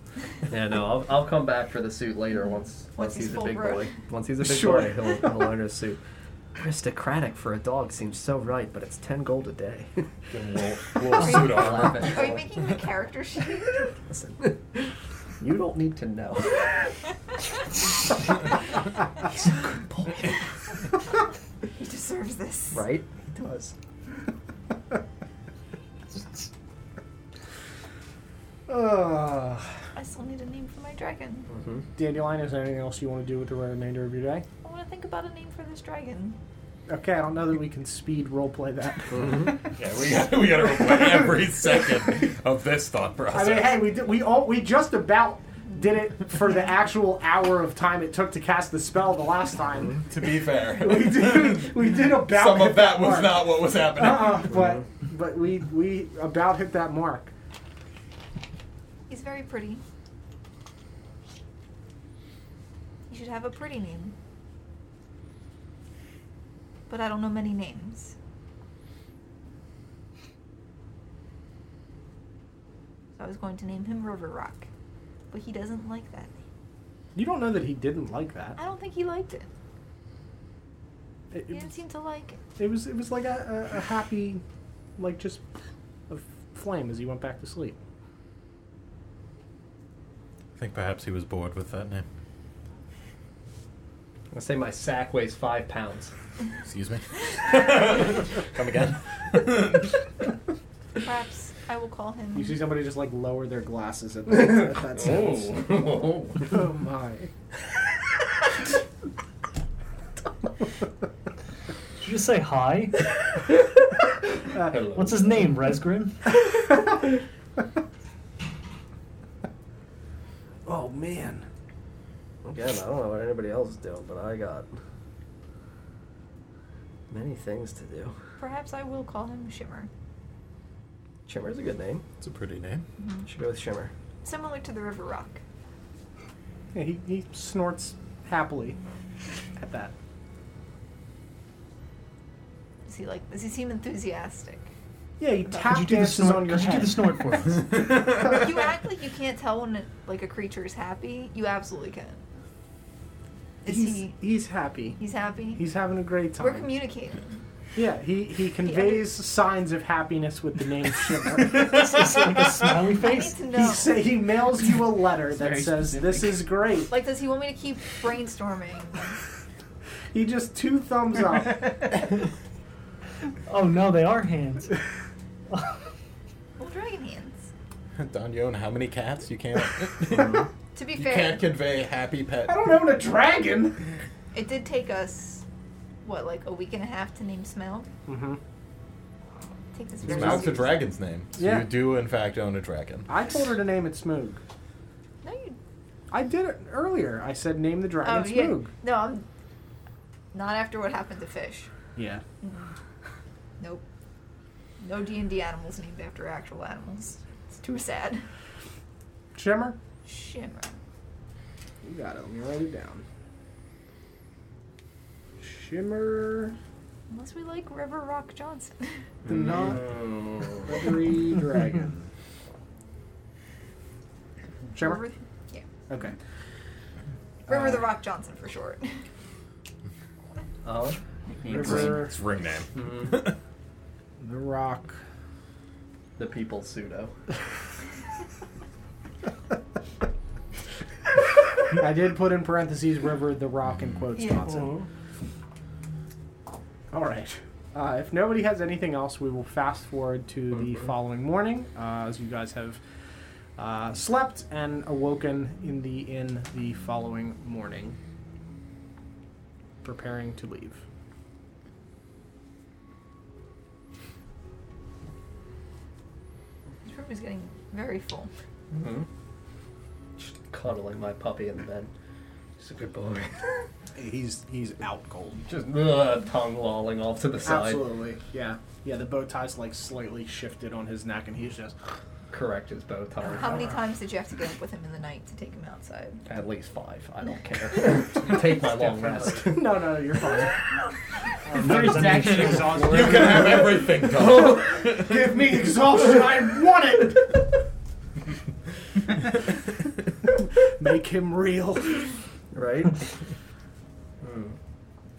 Yeah, no, I'll, I'll come back for the suit later once once
Once he's
he's a
full
big
grown.
boy. Once he's a big
Sure.
boy, he'll, he'll own his suit. [laughs] Aristocratic for a dog seems so right, but it's 10 gold a day. [laughs]
Then we'll, we'll suit armor.
[laughs] Are you making the
[laughs]
character sheet?
Listen, you don't need to know.
He deserves this.
[laughs] Right? It does.
Uh,
I still need a name for my dragon.
Mm-hmm.
Dandelion, is there anything else you want to do with the remainder of your day?
I want to think about a name for this dragon.
Okay, I don't know that we can speed roleplay that.
Yeah, we gotta, we gotta replay every second of this thought
I
process.
mean, hey, we did, we all we just about did it for the actual hour of time it took to cast the spell the last time.
to be fair,
[laughs] We did we did about
some
hit
of that was
mark.
not what was happening.
Uh-uh,
[laughs]
but but we we about hit that mark.
He's very pretty. You should have a pretty name. But I don't know many names. So I was going to name him River Rock. But he doesn't like that name.
You don't know that he didn't like
I
that.
don't think he liked it.
It,
He
it,
didn't seem to like it.
it was it was like a, a, a happy, like just a flame as he went back to sleep.
I think perhaps he was bored with that name.
I say my sack weighs five pounds.
Excuse me.
[laughs] Come again?
[laughs]
[laughs]
Perhaps I will call him.
You see somebody just like lower their glasses at that, at [laughs]
[laughs]
that sentence.
Oh.
Oh my!
Did you just say hi?
Hello.
What's his name? Resgrim?
[laughs] Oh man!
Again, I don't know what anybody else is doing, but I got many things to do.
Perhaps I will call him Shimmer.
Shimmer's a good name.
It's a pretty name.
Mm-hmm.
Should go with Shimmer.
Similar to the River Rock.
Yeah, he, he snorts happily at that.
Is he like does he
[laughs]
seem enthusiastic?
Yeah, he
Could
tap
you do the
dances
snort?
on your
Could you
head.
do the snort
[laughs]
for us?
[laughs] you act like you can't tell when like a creature is happy. You absolutely can. Is
he's,
he?
he's happy.
He's happy.
He's having a great time.
We're communicating.
yeah, he, he conveys signs of happiness with the
[laughs]
name Shimmer.
It's like a smiley
I need
face.
to
he,
know.
say, he mails you a letter that
very
says, This is great.
Like, does he want me to keep brainstorming?
He just two thumbs
[laughs]
[laughs]
up. [laughs]
Oh no, they are hands. [laughs]
Well, dragon hands.
Don, you own how many cats? You can't. [laughs]
[laughs]
To be
you
fair,
can't convey happy pet.
I don't own a dragon!
it did take us what, like a week and a half to name Smell.
Mm-hmm.
Take this very
Smoug's a
seriously.
dragon's name. So
Yeah.
You do in fact own a dragon.
I told her to name it Smoog.
No, you.
I did it earlier. I said, Name the
Oh,
dragon
yeah.
Smoog.
No, I'm. Not after what happened to fish.
Yeah.
Nope. No D and D animals named after actual animals. It's too sad.
Shimmer?
Shimmer.
You got it. Let me write it down. Shimmer
Unless we like River Rock Johnson.
[laughs] the
Mm-hmm.
Not Feathery Dragon. Shimmer?
River, yeah.
Okay.
River
Uh.
the Rock Johnson
[laughs]
for short.
Oh?
River
It's ring name.
the Rock.
Mm-hmm. The people [laughs] pseudo.
I did put in parentheses River the Rock in quotes
Yeah.
Johnson.
Oh.
All right. Uh, if nobody has anything else, we will fast forward to the
Mm-hmm.
following morning uh, as you guys have uh, slept and awoken in the inn the following morning, preparing to leave.
This room is getting very full.
Just cuddling my puppy in the bed. He's a good boy.
He's he's out cold.
Just ugh, tongue lolling off to the side.
Absolutely, yeah, yeah. The bow tie's like slightly shifted on his neck, and he's just [laughs]
Correct his bow tie.
How many times did you have to get up with him in the night to take him outside?
At least five. I don't
[laughs]
care. Take my long rest.
no, no, you're fine.
No, does that mean she was-
You can have
[laughs]
everything, Don.
Give me exhaustion, I want it.
[laughs]
Make him real.
Right? Hmm.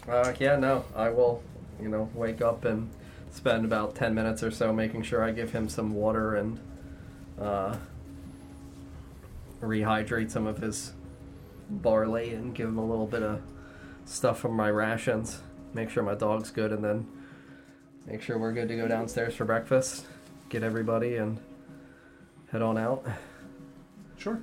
Uh, yeah, no, I will, you know, wake up and spend about 10 minutes or so making sure I give him some water and uh, rehydrate some of his barley and give him a little bit of stuff from my rations. Make sure my dog's good and then make sure we're good to go downstairs for breakfast. Get everybody and head on out.
Sure.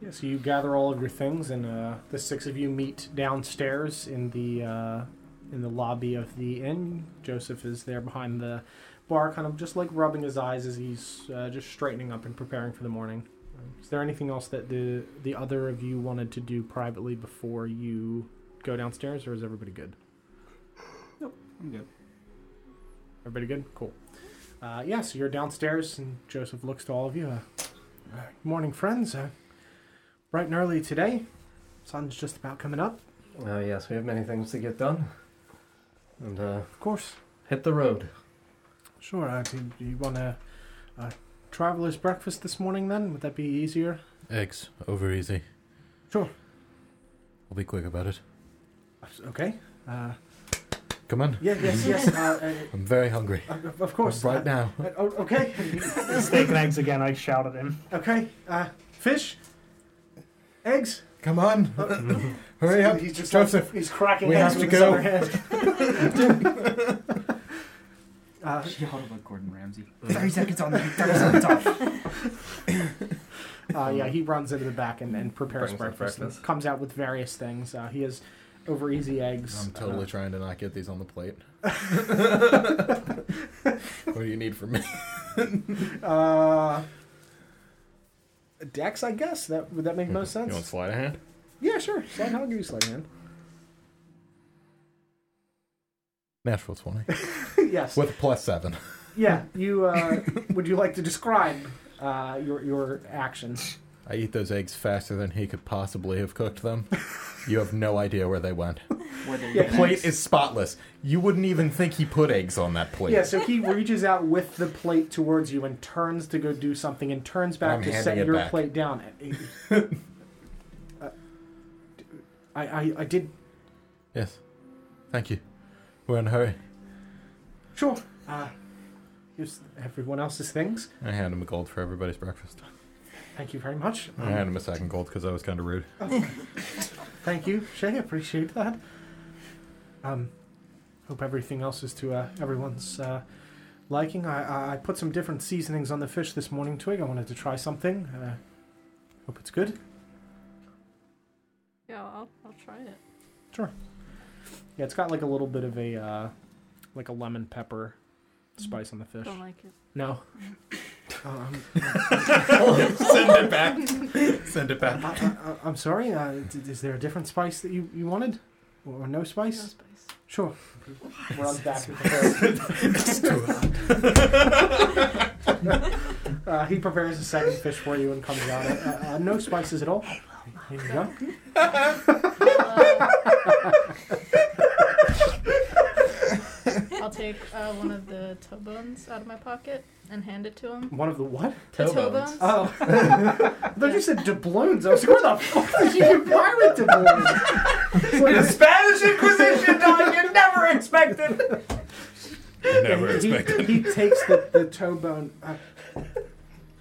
Yeah, so you gather all of your things, and uh, the six of you meet downstairs in the uh, in the lobby of the inn. Joseph is there behind the bar, kind of just like rubbing his eyes as he's uh, just straightening up and preparing for the morning. Um, Is there anything else that the the other of you wanted to do privately before you go downstairs, or is everybody good?
I'm good.
Everybody good? Cool. Uh, yeah, so you're downstairs, and Joseph looks to all of you. Uh, "Good morning, friends. Uh, bright and early today. Sun's just about coming up,
Uh, yes, we have many things to get done. And uh,
of course.
hit the road.
Sure. Uh, do, do you want a, a traveler's breakfast this morning, then? Would that be easier?
Eggs, over easy.
Sure.
We'll be quick about it.
Okay. Uh,
Come on.
yeah, [laughs] yes, yes. Uh,
I'm very hungry.
uh, of- of course.
Right
Uh,
now.
uh, oh, [laughs] okay.
Steak and eggs again. I shout at him.
Okay. Uh, fish? Eggs? Oh,
Come on. [laughs] Hurry up.
He's just
Joseph.
Like, he's cracking
we
eggs
have
with
to
his
go.
other hand. uh,
She held up like Gordon Ramsay. Thirty seconds on, thirty seconds [laughs] off.
Uh, yeah,
Um,
he runs into the back and, and prepares
Brings the
breakfast,
breakfast.
And comes out with various things. Uh, he has over easy eggs.
I'm totally trying to not get these on the plate.
[laughs]
what do you need from me?
Uh, uh, Dex, I guess that would that make most
[laughs] You want
sense.
sleight of hand?
Yeah, sure. Slide, I'll give you slide
[laughs]
hand.
Natural 20.
[laughs] yes.
With a plus seven.
Yeah. You uh, would you like to describe uh, your your actions?
I eat those eggs faster than he could possibly have
[laughs]
cooked them. You have no idea where they went.
Whether
Yeah,
you
Plate is spotless. You wouldn't even think he put eggs on that plate.
Yeah. So he reaches out with the plate towards you and turns to go do something and turns back
I'm
to set
handing it
your
back.
plate
[laughs]
down. Uh, I, I I did
Yes. Thank you. We're in a hurry.
Sure. Uh, here's everyone else's things.
I hand him a gold for everybody's breakfast.
Thank you very much.
I hand him a second gold because I was kind of
[laughs]
rude.
Thank you, Shay. I appreciate that. Um, hope everything else is to uh, everyone's uh, liking. I, I, I put some different seasonings on the fish this morning, Twig. I wanted to try something. Uh, hope it's good.
Yeah, I'll, I'll try it.
Yeah, it's got like a little bit of a uh, like a lemon pepper spice on the fish.
Don't like it.
No. Um,
[laughs] Send it back. Send it back.
I, I, I, am sorry. Uh, d- is there a different spice that you, you wanted, or, or no
No
spice?
spice.
Sure. Runs back [laughs] and prepares. uh, he prepares a second fish for you and comes out. Uh, uh, no spices at all. Here you go.
[laughs] I'll take uh, one of the toe bones out of my pocket and hand it to him.
One of the what?
The
Toe
toe
bones.
bones?
[laughs] Oh. I thought you said doubloons. I was like, where the fuck did you get pirate [laughs] doubloons? It's like,
Spanish Inquisition, dog, you never expected.
[laughs]
Never
he,
expected.
he takes the, the toe bone. Uh,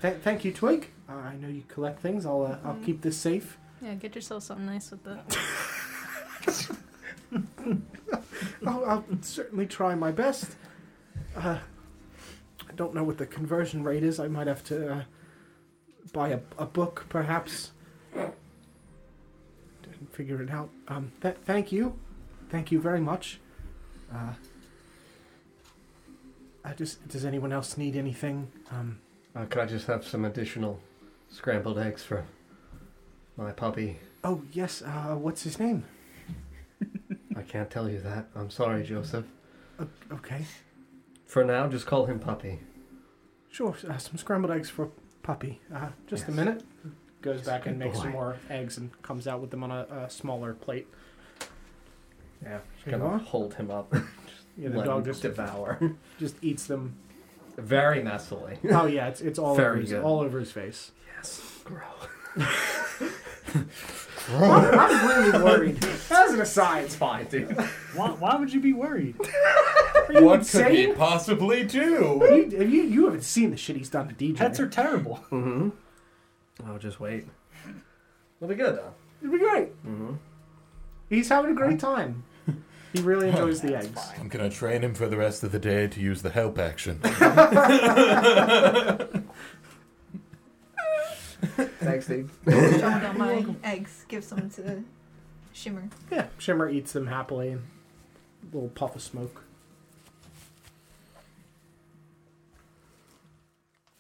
th- thank you, Twig. Uh, I know you collect things. I'll, uh, I'll keep this safe.
Yeah, get yourself something nice with the.
[laughs] I'll, I'll certainly try my best. Uh, I don't know what the conversion rate is. I might have to uh, buy a, a book, perhaps. Didn't figure it out. Um, th- thank you. Thank you very much. Uh, I just, does anyone else need anything? Um,
Uh, could I just have some additional scrambled eggs for my puppy?
oh, yes. Uh, what's his name?
I can't tell you that. I'm sorry, Joseph.
Okay.
For now, just call him Puppy.
Sure. Uh, some scrambled eggs for puppy. Uh, just a
Yes.
minute. Goes back
Good
and makes some
boy.
more eggs and comes out with them on a, a smaller plate.
Yeah,
There you
gonna
are.
hold him up.
Yeah, the
let
dog
him
just
devour [laughs]
just eats them.
very messily.
Oh yeah, it's it's all
Very
over his,
good.
all over his face.
Yes, grow.
I'm really worried. As an aside, it's fine, dude.
Why, why would you be worried?
Are you
[laughs] what could he
insane?
possibly do?
You, have you, you haven't seen the shit he's done to DJ.
Pets are terrible.
Mm-hmm. I'll just wait. It'll be good though.
It'd be great.
Mhm.
He's having a great time. He really enjoys the eggs.
I'm gonna train him for the rest of the day to use the help [laughs] action.
Thanks, Steve.
[laughs]
Chomp on my eggs. Give some to Shimmer.
Yeah, Shimmer eats them happily and a little puff of smoke.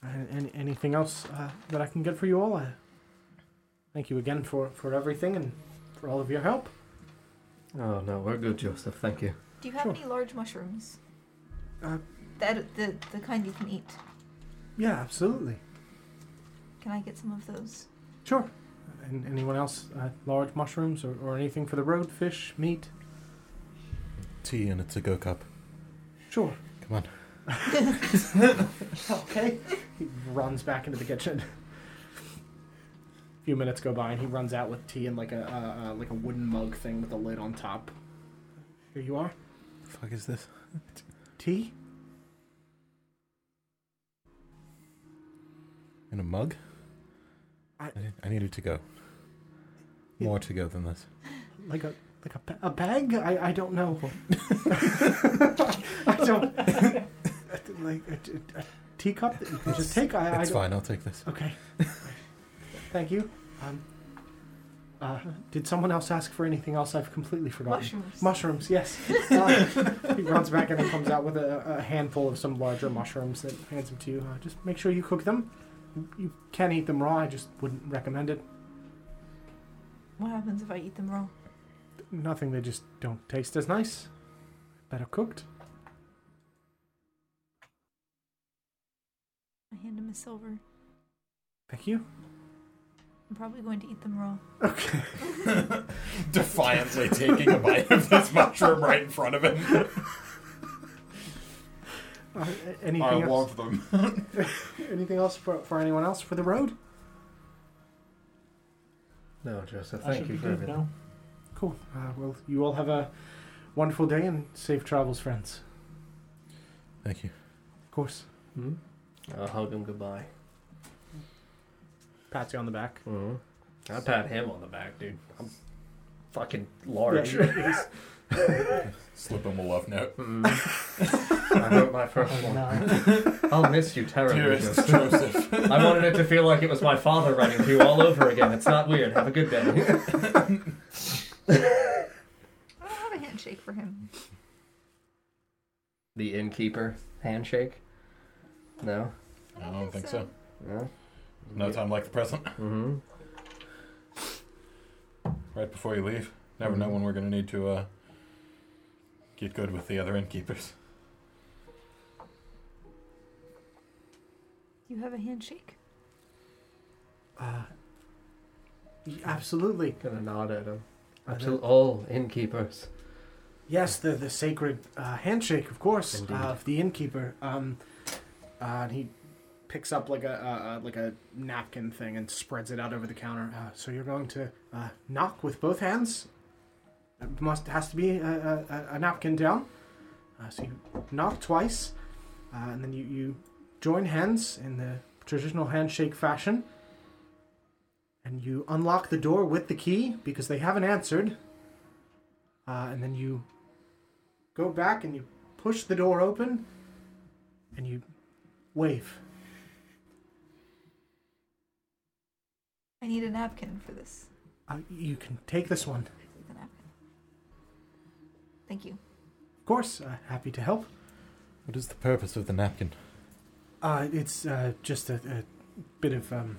And, and Uh, anything else uh, that I can get for you all? Uh, thank you again for, for everything and for all of your help.
Oh no, we're good, Joseph. Thank you.
Do you have
Sure.
any large mushrooms?
Uh,
That the the kind you can eat.
Yeah, absolutely.
Can I get some of those?
Sure. And anyone else? Uh, large mushrooms or, or anything for the road? Fish, meat?
Tea in a to-go cup.
Sure.
Come on.
Okay. He runs back into the kitchen. A few minutes go by, and he runs out with tea and like a uh, uh, like a wooden mug thing with a lid on top. Here you are,
The fuck is this?
tea.
In a mug? I,
I-
need- I needed to go. More to go than this.
Like a like a, ba- a bag. I, I don't know. [laughs] I don't [laughs] like a, a, a teacup that you can just take. I, I
it's
don't-
fine, I'll take this.
Okay. Thank you. Um, uh, did someone else ask for anything else? I've completely forgotten.
Mushrooms.
Mushrooms,
[laughs]
yes. Uh, [laughs] he runs back in and comes out with a, a handful of some larger mushrooms that hands them to you. Uh, just make sure you cook them. You can eat them raw. I just wouldn't recommend it.
What happens if I eat them raw?
Nothing. They just don't taste as nice. Better cooked.
I hand him a silver.
Thank you.
I'm probably going to eat them raw.
Okay.
[laughs] Defiantly taking a bite of this mushroom right in front of him.
Uh, a- anything else?
them.
Anything else for, for anyone else for the road?
No, Joseph.
I should
Thank you
be
for
good
everything.
now.
Cool. Uh, well, you all have a wonderful day and safe travels, friends.
Thank you.
Of course.
Hmm? I'll hug him goodbye.
Pats you on the back.
Mm-hmm. I pat him on the back, dude. I'm fucking large.
Slip him a love note.
Mm. I wrote my first
Oh,
one.
no.
I'll miss you terribly.
Dearest
Joseph.
Joseph.
I wanted it to feel like it was my father writing to you all over again. It's not weird. Have a good day.
I don't have a handshake for him.
[laughs] The innkeeper handshake. No.
I don't think so.
No.
No time like the present.
Mm-hmm.
Right before you leave. Never know when we're gonna need to uh, get good with the other innkeepers.
You have a handshake?
Uh, absolutely.
Gonna nod at him.
I
Absol- all innkeepers.
Yes, the the sacred uh, handshake, of course, uh,
Indeed.
of the innkeeper. Um, uh, and he picks up like a uh, uh, like a napkin thing and spreads it out over the counter. Uh, so you're going to uh, knock with both hands. It must has to be a, a, a- a napkin down. Uh, so you knock twice, uh, and then you, you join hands in the traditional handshake fashion. And you unlock the door with the key because they haven't answered. Uh, and then you go back and you push the door open and you wave.
I need a napkin for this.
Uh, you can take this one.
Take the napkin. Thank you.
Of course, uh, happy to help.
What is the purpose of the napkin?
Uh, it's uh, just a, a bit of um,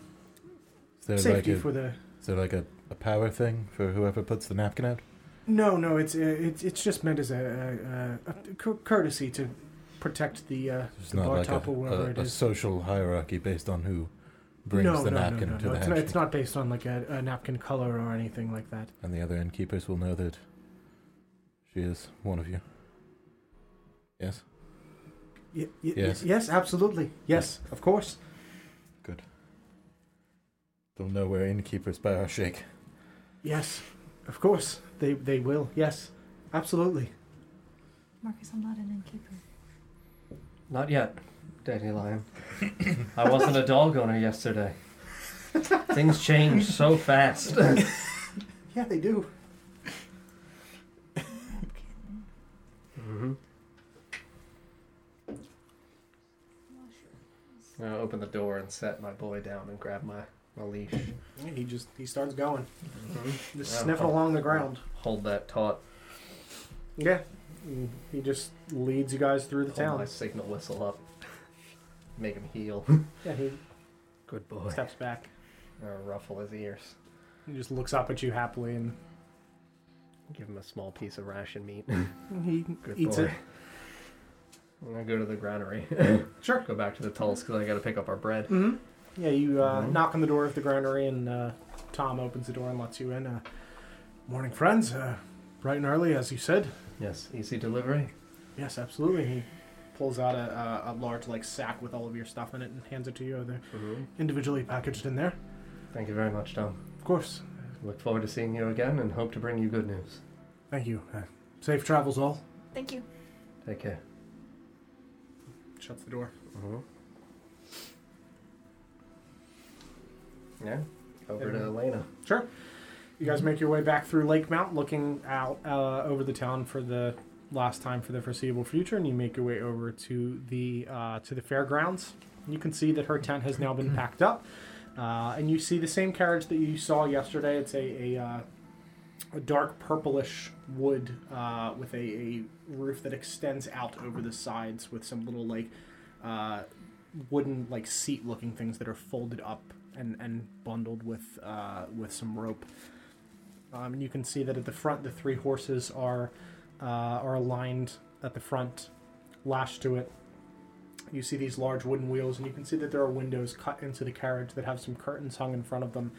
Is there like
safety
a,
for the.
is there like a, a power thing for whoever puts the napkin out?
No, no, it's uh, it's it's just meant as a, a, a, a cour- courtesy to protect the uh,
It's
the
not
bar
like
top
a,
or wherever
a,
it
a
is.
social hierarchy based on who brings
no,
the
no,
napkin
no, no,
to
no.
the
it's,
handshake.
not, it's not based on like a, a napkin color or anything like that.
And the other innkeepers will know that she is one of you. Yes?
Y- y-
Yes.
yes. yes, absolutely. Yes, of course.
They'll know we're innkeepers by our shake.
Yes, of course. They, they will. Yes, absolutely.
Marcus, I'm not an innkeeper.
Not yet, Dandelion. [coughs] I wasn't a dog owner yesterday. Things change so fast.
Yeah, they do.
Napkin.
Mm-hmm. I open the door and set my boy down and grab my, my leash.
He just he starts going,
Mm-hmm.
just
Yeah.
sniffing along the ground.
Hold that taut.
Yeah, And Mm-hmm. he just leads you guys through the
Hold
town.
Oh my signal whistle up. Make him heal.
Yeah, he
Good boy.
steps back.
Or ruffle his ears.
He just looks up at you happily and
Give him a small piece of ration meat.
he
Mm-hmm. Good
eats
boy.
it.
I'm gonna go to the [laughs] granary.
Sure.
go back to the Tulls because I gotta pick up our bread.
hmm Yeah, you uh,
Mhm.
knock on the door of the granary, and uh, Tom opens the door and lets you in. Uh, Morning, friends. Uh, bright and early, as you said.
Yes, easy delivery.
Yes, absolutely. He pulls out a, a, a large like sack with all of your stuff in it and hands it to you. They're
Mm-hmm.
individually packaged in there.
Thank you very much, Tom.
Of course.
Look forward to seeing you again and hope to bring you good news.
Thank you. Uh, safe travels, all.
Thank you.
Take care.
Shuts the door.
Mm-hmm. Yeah, over to
Everyone-
Elena.
Sure. You guys make your way back through Lake Mount, looking out uh, over the town for the last time for the foreseeable future, and you make your way over to the uh, to the fairgrounds. You can see that her tent has now been packed up, uh, and you see the same carriage that you saw yesterday. It's a a, uh, a dark purplish wood uh, with a, a roof that extends out over the sides with some little like uh, wooden like seat looking things that are folded up and, and bundled with uh, with some rope. Um, and you can see that at the front, the three horses are uh, are aligned at the front, lashed to it. You see these large wooden wheels, and you can see that there are windows cut into the carriage that have some curtains hung in front of them.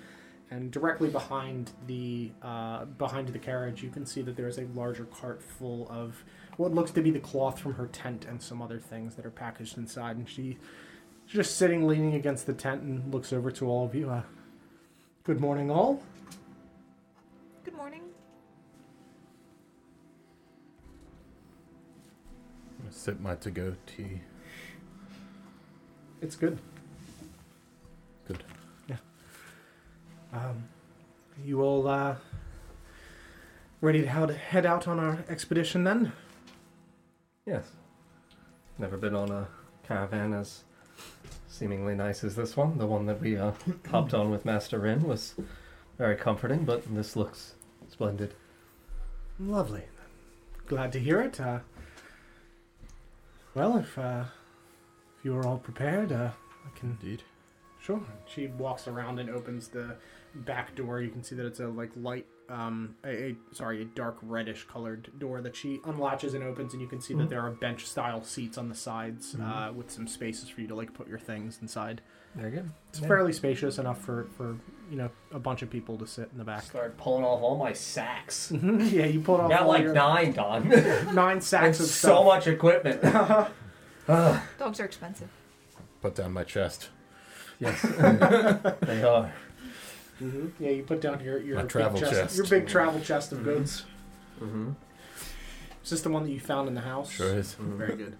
And directly behind the uh, behind the carriage, you can see that there is a larger cart full of what looks to be the cloth from her tent and some other things that are packaged inside. And she She's just sitting, leaning against the tent, and looks over to all of you. Uh, good morning, all.
Good morning.
Sip my to go tea.
It's good.
Good.
Yeah. Um, you all uh, ready to head head out on our expedition then?
Yes. Never been on a caravan as seemingly nice as this one. The one that we uh, hopped on with Master Rin was very comforting, but this looks splendid.
Lovely. Glad to hear it. Uh, well, if uh, if you are all prepared, uh, I can
Indeed.
Sure. She walks around and opens the back door. You can see that it's a like light, um, a, a sorry, a dark reddish colored door that she unlatches and opens, and you can see that there are bench style seats on the sides uh, with some spaces for you to like put your things inside.
Very good.
It's
Yeah.
fairly spacious enough for for you know a bunch of people to sit in the back.
Start pulling off all my sacks.
[laughs] yeah, you pulled off all your
nine, Don.
nine [laughs] sacks of stuff.
much
[laughs]
equipment.
Dogs are expensive.
Put down my chest.
Yes, [laughs] they are.
Mhm. Yeah, you put down your your
My
big
travel
chest,
chest.
your big travel chest of goods.
Mm-hmm.
Is this the one that you found in the house?
Sure is.
Very good.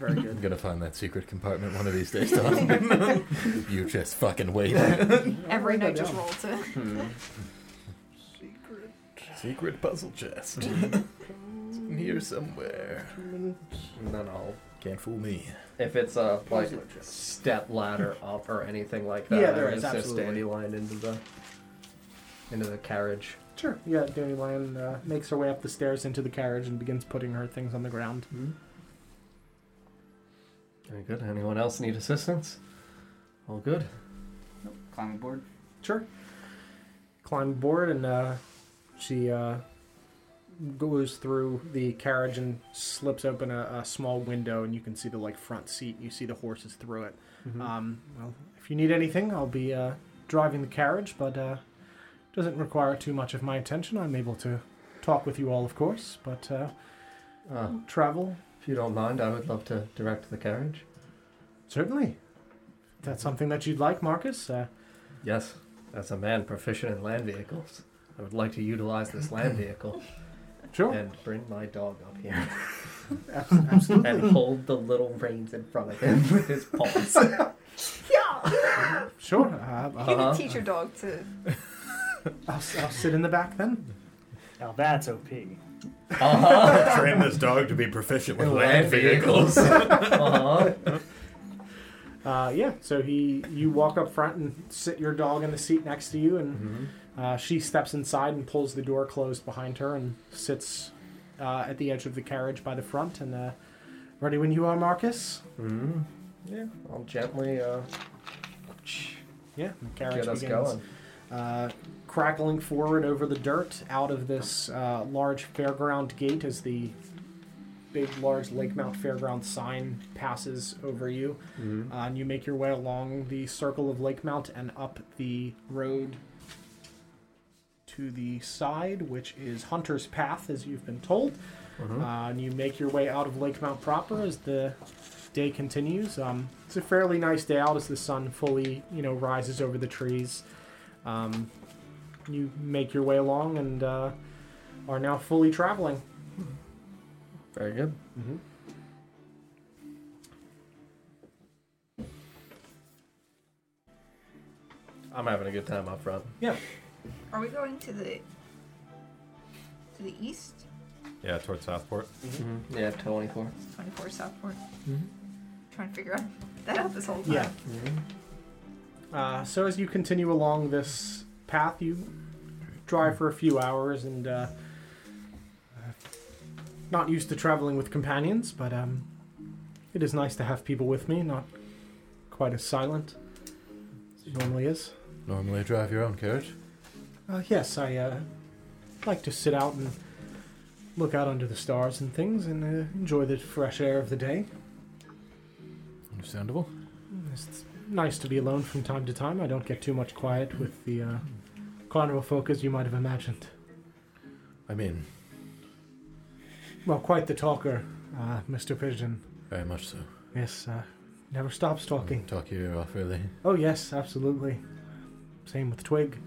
Very
[laughs]
good.
I'm gonna find that secret compartment one of these days, Tom. you just fucking wait.
[laughs] Every night just
down.
roll [laughs] to.
Mm-hmm.
secret puzzle chest. It's in here somewhere.
And then I'll,
Can't fool me.
if it's a like step ladder up or anything like that,
Yeah, there
I
is,
insist
absolutely.
Dandelion into the into the carriage.
Sure. Yeah, Dandelion uh, makes her way up the stairs into the carriage and begins putting her things on the ground.
Very good. Anyone else need assistance? All good.
Nope. Climb aboard.
Sure. Climb aboard, and uh, she uh, goes through the carriage and slips open a, a small window, and you can see the like front seat. And you see the horses through it.
Mm-hmm.
Um, well, if you need anything, I'll be uh, driving the carriage, but uh, doesn't require too much of my attention. I'm able to talk with you all, of course, but uh,
Uh,
travel
if you don't mind, I would love to direct the carriage.
Certainly. If that's something that you'd like, Marcus. Uh,
Yes, as a man proficient in land vehicles. I would like to utilize this land vehicle
Sure.
and bring my dog up here [laughs]
Absolutely.
and hold the little reins in front of him with his paws.
[laughs] Sure. Uh, I'll,
You
[laughs] Uh-huh.
can teach your dog to.
I'll, I'll sit in the back then.
Now that's OP.
Train this dog to be proficient with
Uh-huh. Land
land vehicles.
[laughs] uh-huh.
Uh, yeah. So he, you walk up front and sit your dog in the seat next to you, and
Mm-hmm.
uh, she steps inside and pulls the door closed behind her and sits uh, at the edge of the carriage by the front. And uh, ready when you are, Marcus.
hmm Yeah, I'll gently uh,
Yeah. The carriage
get us
begins.
going.
uh, crackling forward over the dirt out of this uh, large fairground gate as the big, large Lake Mount Fairground sign passes over you.
Mm-hmm.
Uh, and you make your way along the circle of Lake Mount and up the road to the side, which is Hunter's Path, as you've been told.
Mm-hmm.
Uh, and you make your way out of Lake Mount proper as the day continues. Um, it's a fairly nice day out as the sun fully, you know, rises over the trees. Um, you make your way along and uh, are now fully traveling.
Very good. I'm having a good time up front.
Are we going to the to the east?
Yeah, towards Southport.
Mm-hmm. Yeah, 24.
Twenty four Southport. Trying to figure out that out this whole time.
Mm-hmm. Yeah.
Mm-hmm.
Uh, so as you continue along this path, you drive for a few hours and uh, uh, not used to traveling with companions, but um, it is nice to have people with me. Not quite as silent as it normally is.
Normally drive your own carriage.
Uh, yes, I uh, like to sit out and look out under the stars and things and uh, enjoy the fresh air of the day.
Understandable.
It's nice to be alone from time to time. I don't get too much quiet with the uh, carnival folk as you might have imagined.
I mean,
Well, quite the talker, uh, Mr. Pigeon.
very much so.
Yes, uh, never stops talking.
Talk your ear off, really.
Oh, yes, absolutely. Same with Twig.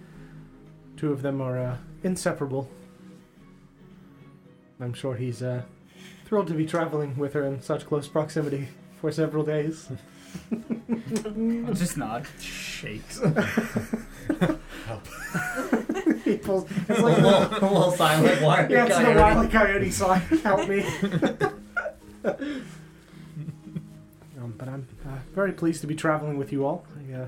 Two of them are uh, inseparable. I'm sure he's uh, thrilled to be traveling with her in such close proximity for several days.
[laughs]
[laughs]
I'll just nod.
[laughs] Shakes.
he pulls.
a,
It's
[laughs]
like
little, a little silent [laughs] wire.
yeah, it's the
coyote.
wily coyote song. Help me. um, but I'm uh, very pleased to be traveling with you all. I uh,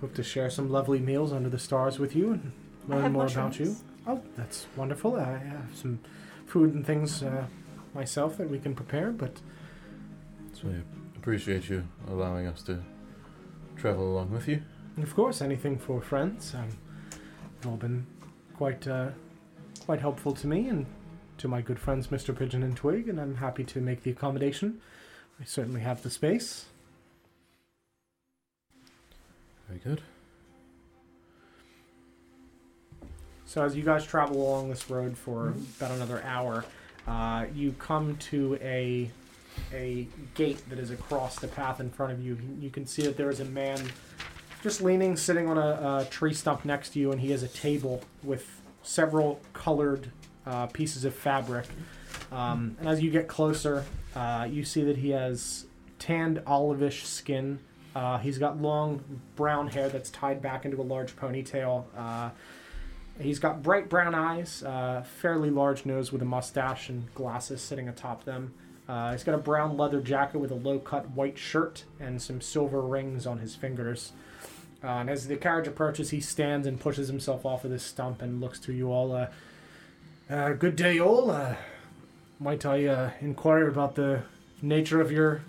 hope to share some lovely meals under the stars with you and
I
learn
have
more about you.
mushrooms.
Oh, that's wonderful. I have some food and things uh, myself that we can prepare, but
So we appreciate you allowing us to travel along with you.
And Of course, anything for friends. Um, they've all been quite uh, quite helpful to me and to my good friends, Mr. Pigeon and Twig, and I'm happy to make the accommodation. I certainly have the space.
Very good.
So as you guys travel along this road for about another hour, uh, you come to a a gate that is across the path in front of you. You can see that there is a man just leaning, sitting on a, a tree stump next to you, and he has a table with several colored uh, pieces of fabric. Um, and as you get closer, uh, you see that he has tanned olivish skin. Uh, he's got long brown hair that's tied back into a large ponytail. Uh, He's got bright brown eyes, uh, fairly large nose with a mustache and glasses sitting atop them. Uh, he's got a brown leather jacket with a low cut white shirt and some silver rings on his fingers. Uh, and as the carriage approaches, he stands and pushes himself off of this stump and looks to you all. Uh, uh, good day, all. Uh, might I uh, inquire about the nature of your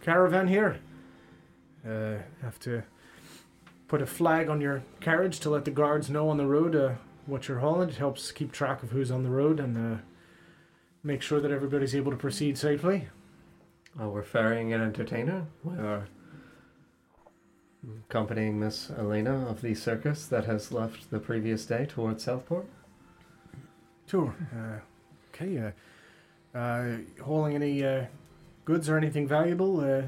caravan here? Uh, have to put a flag on your carriage to let the guards know on the road uh, what you're hauling. It helps keep track of who's on the road and uh, make sure that everybody's able to proceed safely.
Uh, we're ferrying an entertainer. We are accompanying Miss Elena of the circus that has left the previous day towards Southport.
Sure. Uh, okay. Uh, uh, hauling any uh, goods or anything valuable, uh,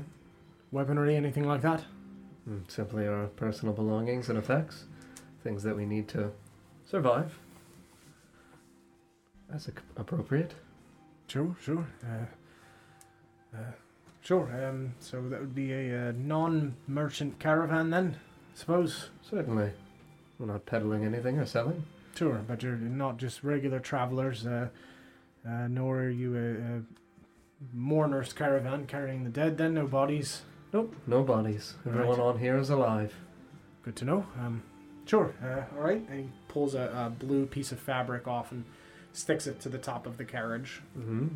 weaponry, anything like that?
Mm, Simply our personal belongings and effects, things that we need to Survive. That's ac- appropriate.
Sure, sure. Uh, uh, sure. Um, so that would be a uh, non-merchant caravan then, I suppose.
Certainly. We're not peddling anything or selling.
Sure, but you're not just regular travelers, uh, uh, nor are you a, a mourner's caravan carrying the dead. Then no bodies.
Nope. No bodies. Everyone on here is alive.
Good to know. Um, sure. Uh, all right. And he pulls a, a blue piece of fabric off and sticks it to the top of the carriage.
Mm-hmm.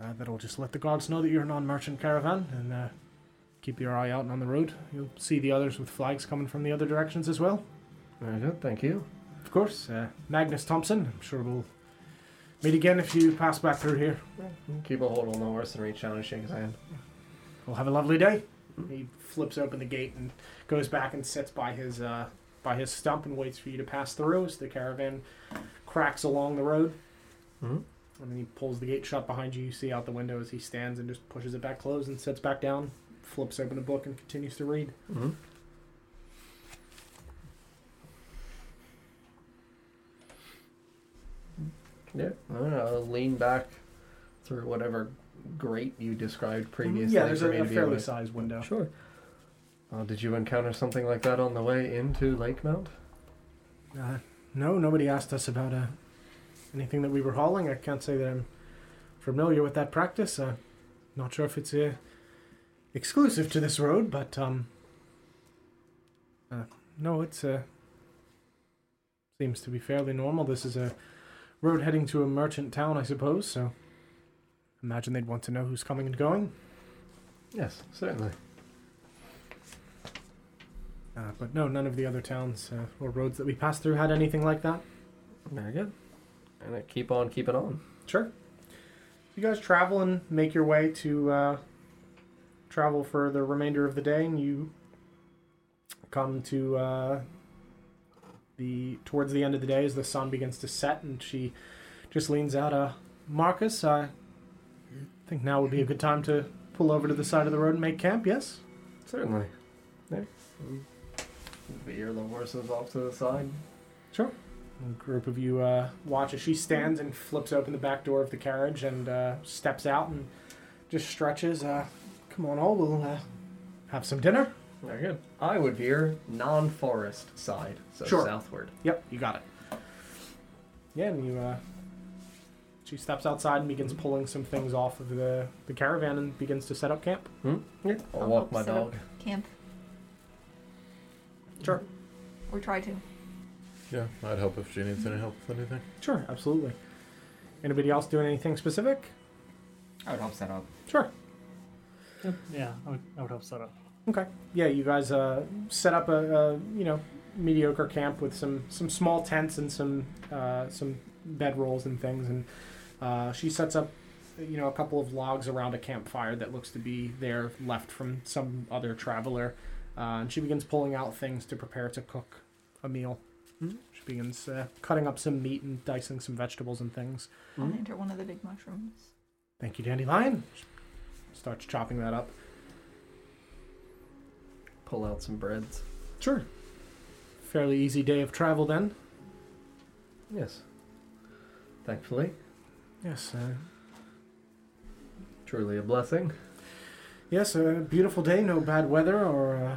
Uh, that'll just let the guards know that you're a non-merchant caravan and uh, keep your eye out on the road. You'll see the others with flags coming from the other directions as well.
Very good. Thank you.
Of course, uh, Magnus Thompson. I'm sure we'll meet again if you pass back through here.
Keep a hold on the horse and reach out and shake his hand.
Well, have a lovely day. He flips open the gate and goes back and sits by his uh, by his stump and waits for you to pass through as the caravan cracks along the road.
Mhm.
And then he pulls the gate shut behind you. You see out the window as he stands and just pushes it back closed and sits back down, flips open a book and continues to read.
Mm-hmm. Yeah, I don't know. I'll lean back through whatever grate you described previously.
Mm-hmm. yeah, there's
for
a,
me
a
to be able
fairly
to-
sized window.
Sure. Uh, did you encounter something like that on the way into Lake Mount?
Uh, no, nobody asked us about uh, anything that we were hauling. I can't say that I'm familiar with that practice. Uh, not sure if it's uh, exclusive to this road, but um, uh, no, it's uh, seems to be fairly normal. This is a road heading to a merchant town, I suppose. So, imagine they'd want to know who's coming and going.
Yes, certainly.
Uh, but no, none of the other towns uh, or roads that we passed through had anything like that.
Very good. And I keep on keeping on.
Sure. You guys travel and make your way to uh, travel for the remainder of the day, and you come to uh, the towards the end of the day as the sun begins to set, and she just leans out. Uh, Marcus, I think now would be a good time to pull over to the side of the road and make camp. Yes.
Certainly. Yeah. Mm. Veer the horses off to the side.
A group of you uh, watch as she stands and flips open the back door of the carriage and uh, steps out and just stretches. Uh, Come on, all, we'll uh, have some dinner.
Very good. I would veer non-forest side, so
Sure.
southward.
Yep, you got it. Yeah, and you. Uh, she steps outside and begins pulling some things off of the, the caravan and begins to set up camp.
Yeah. I'll
I'll
walk
help
my
set up
dog.
Camp.
Sure.
Or try to.
Yeah, I'd help if she needs any help with anything.
Sure, absolutely. Anybody else doing anything specific?
I would help set up.
Sure.
Yep, yeah, I would, I would help set up.
Okay. Yeah, you guys uh, set up a, a you know mediocre camp with some some small tents and some uh, some bed rolls and things, and uh, she sets up you know a couple of logs around a campfire that looks to be there left from some other traveler, uh, and she begins pulling out things to prepare to cook a meal.
Mhm.
She begins uh, cutting up some meat and dicing some vegetables and things.
I'll
Mhm.
hand her one of the big mushrooms.
Thank you, Dandelion. She starts chopping that up.
Pull out some breads.
Sure. Fairly easy day of travel then.
Yes. Thankfully,
Yes, uh,
truly a blessing.
yes, a beautiful day, no bad weather or uh,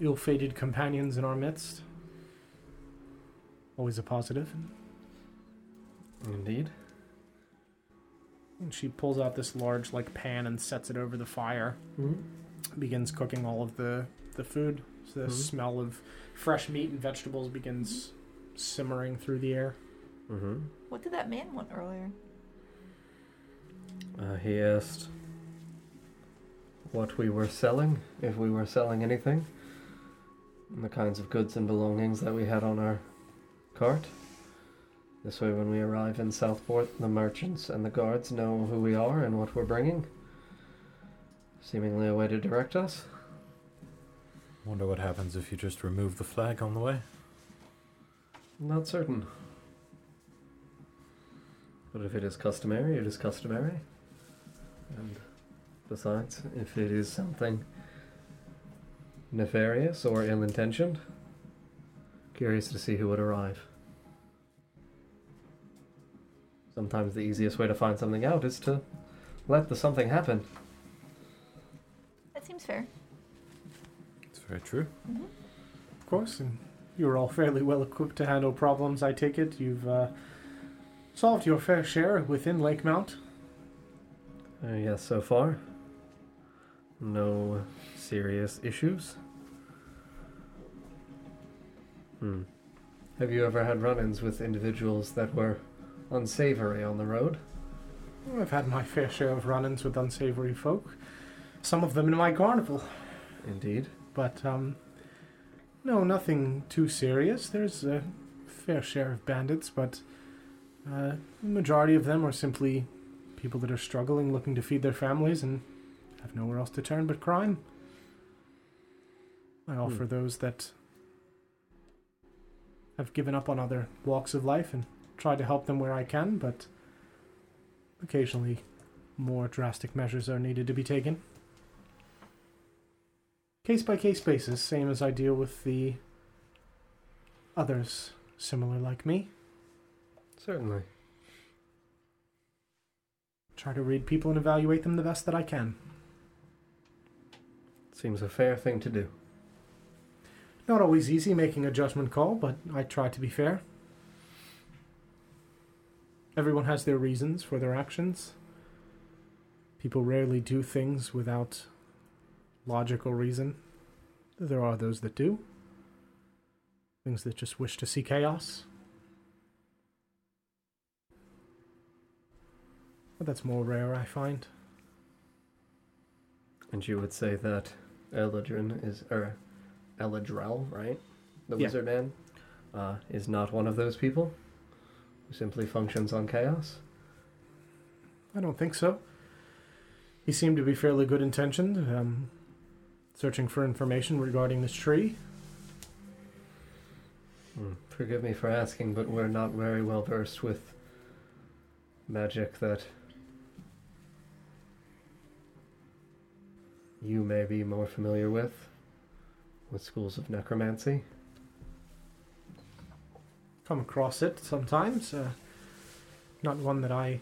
ill-fated companions in our midst. Always a positive.
Indeed.
And she pulls out this large like pan and sets it over the fire.
Mm-hmm.
Begins cooking all of the the food. So the
Mhm.
smell of fresh meat and vegetables begins simmering through the air.
Mm-hmm.
What did that man want earlier?
Uh, he asked what we were selling, if we were selling anything, and the kinds of goods and belongings that we had on our cart. This way, when we arrive in Southport, the merchants and the guards know who we are and what we're bringing. Seemingly a way to direct us.
Wonder what happens if you just remove the flag on the way.
Not certain. But if it is customary, it is customary. And besides, if it is something nefarious or ill intentioned, Curious to see who would arrive. Sometimes the easiest way to find something out is to let the something happen.
That seems fair.
It's very true.
Of course, and you're all fairly well equipped to handle problems, I take it. You've uh, solved your fair share within Lake Mount.
Uh, yes, so far. No serious issues. Hmm. Have you ever had run ins with individuals that were unsavory on the road?
I've had my fair share of run ins with unsavory folk, some of them in my carnival.
Indeed.
But, um, no, nothing too serious. There's uh, a fair share of bandits, but uh, the majority of them are simply people that are struggling, looking to feed their families, and have nowhere else to turn but crime. I offer those that have given up on other walks of life and try to help them where I can, but occasionally more drastic measures are needed to be taken case by case basis, same as I deal with the others similar like me.
Certainly.
Try to read people and evaluate them the best that I can.
Seems a fair thing to do.
Not always easy making a judgment call, but I try to be fair. Everyone has their reasons for their actions. People rarely do things without logical reason. There are those that do. Things that just wish to see chaos. But that's more rare, I find.
And you would say that Eladrin is, or Eladrel, right? The
Yeah.
wizard man uh, is not one of those people who simply functions on chaos.
I don't think so. He seemed to be fairly good intentioned, um, searching for information regarding this tree.
Hmm. Forgive me for asking, but we're not very well versed with magic that you may be more familiar with, with schools of necromancy.
Come across it sometimes. Uh, not one that I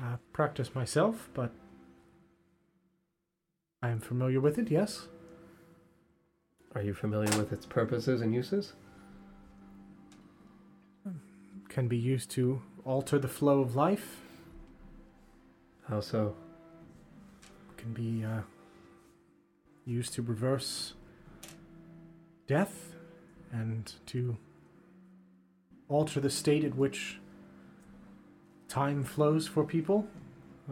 uh, practice myself, but I am familiar with it, yes.
Are you familiar with its purposes and uses?
Can be used to alter the flow of life,
How so?
can be uh, used to reverse death and to alter the state at which time flows for people,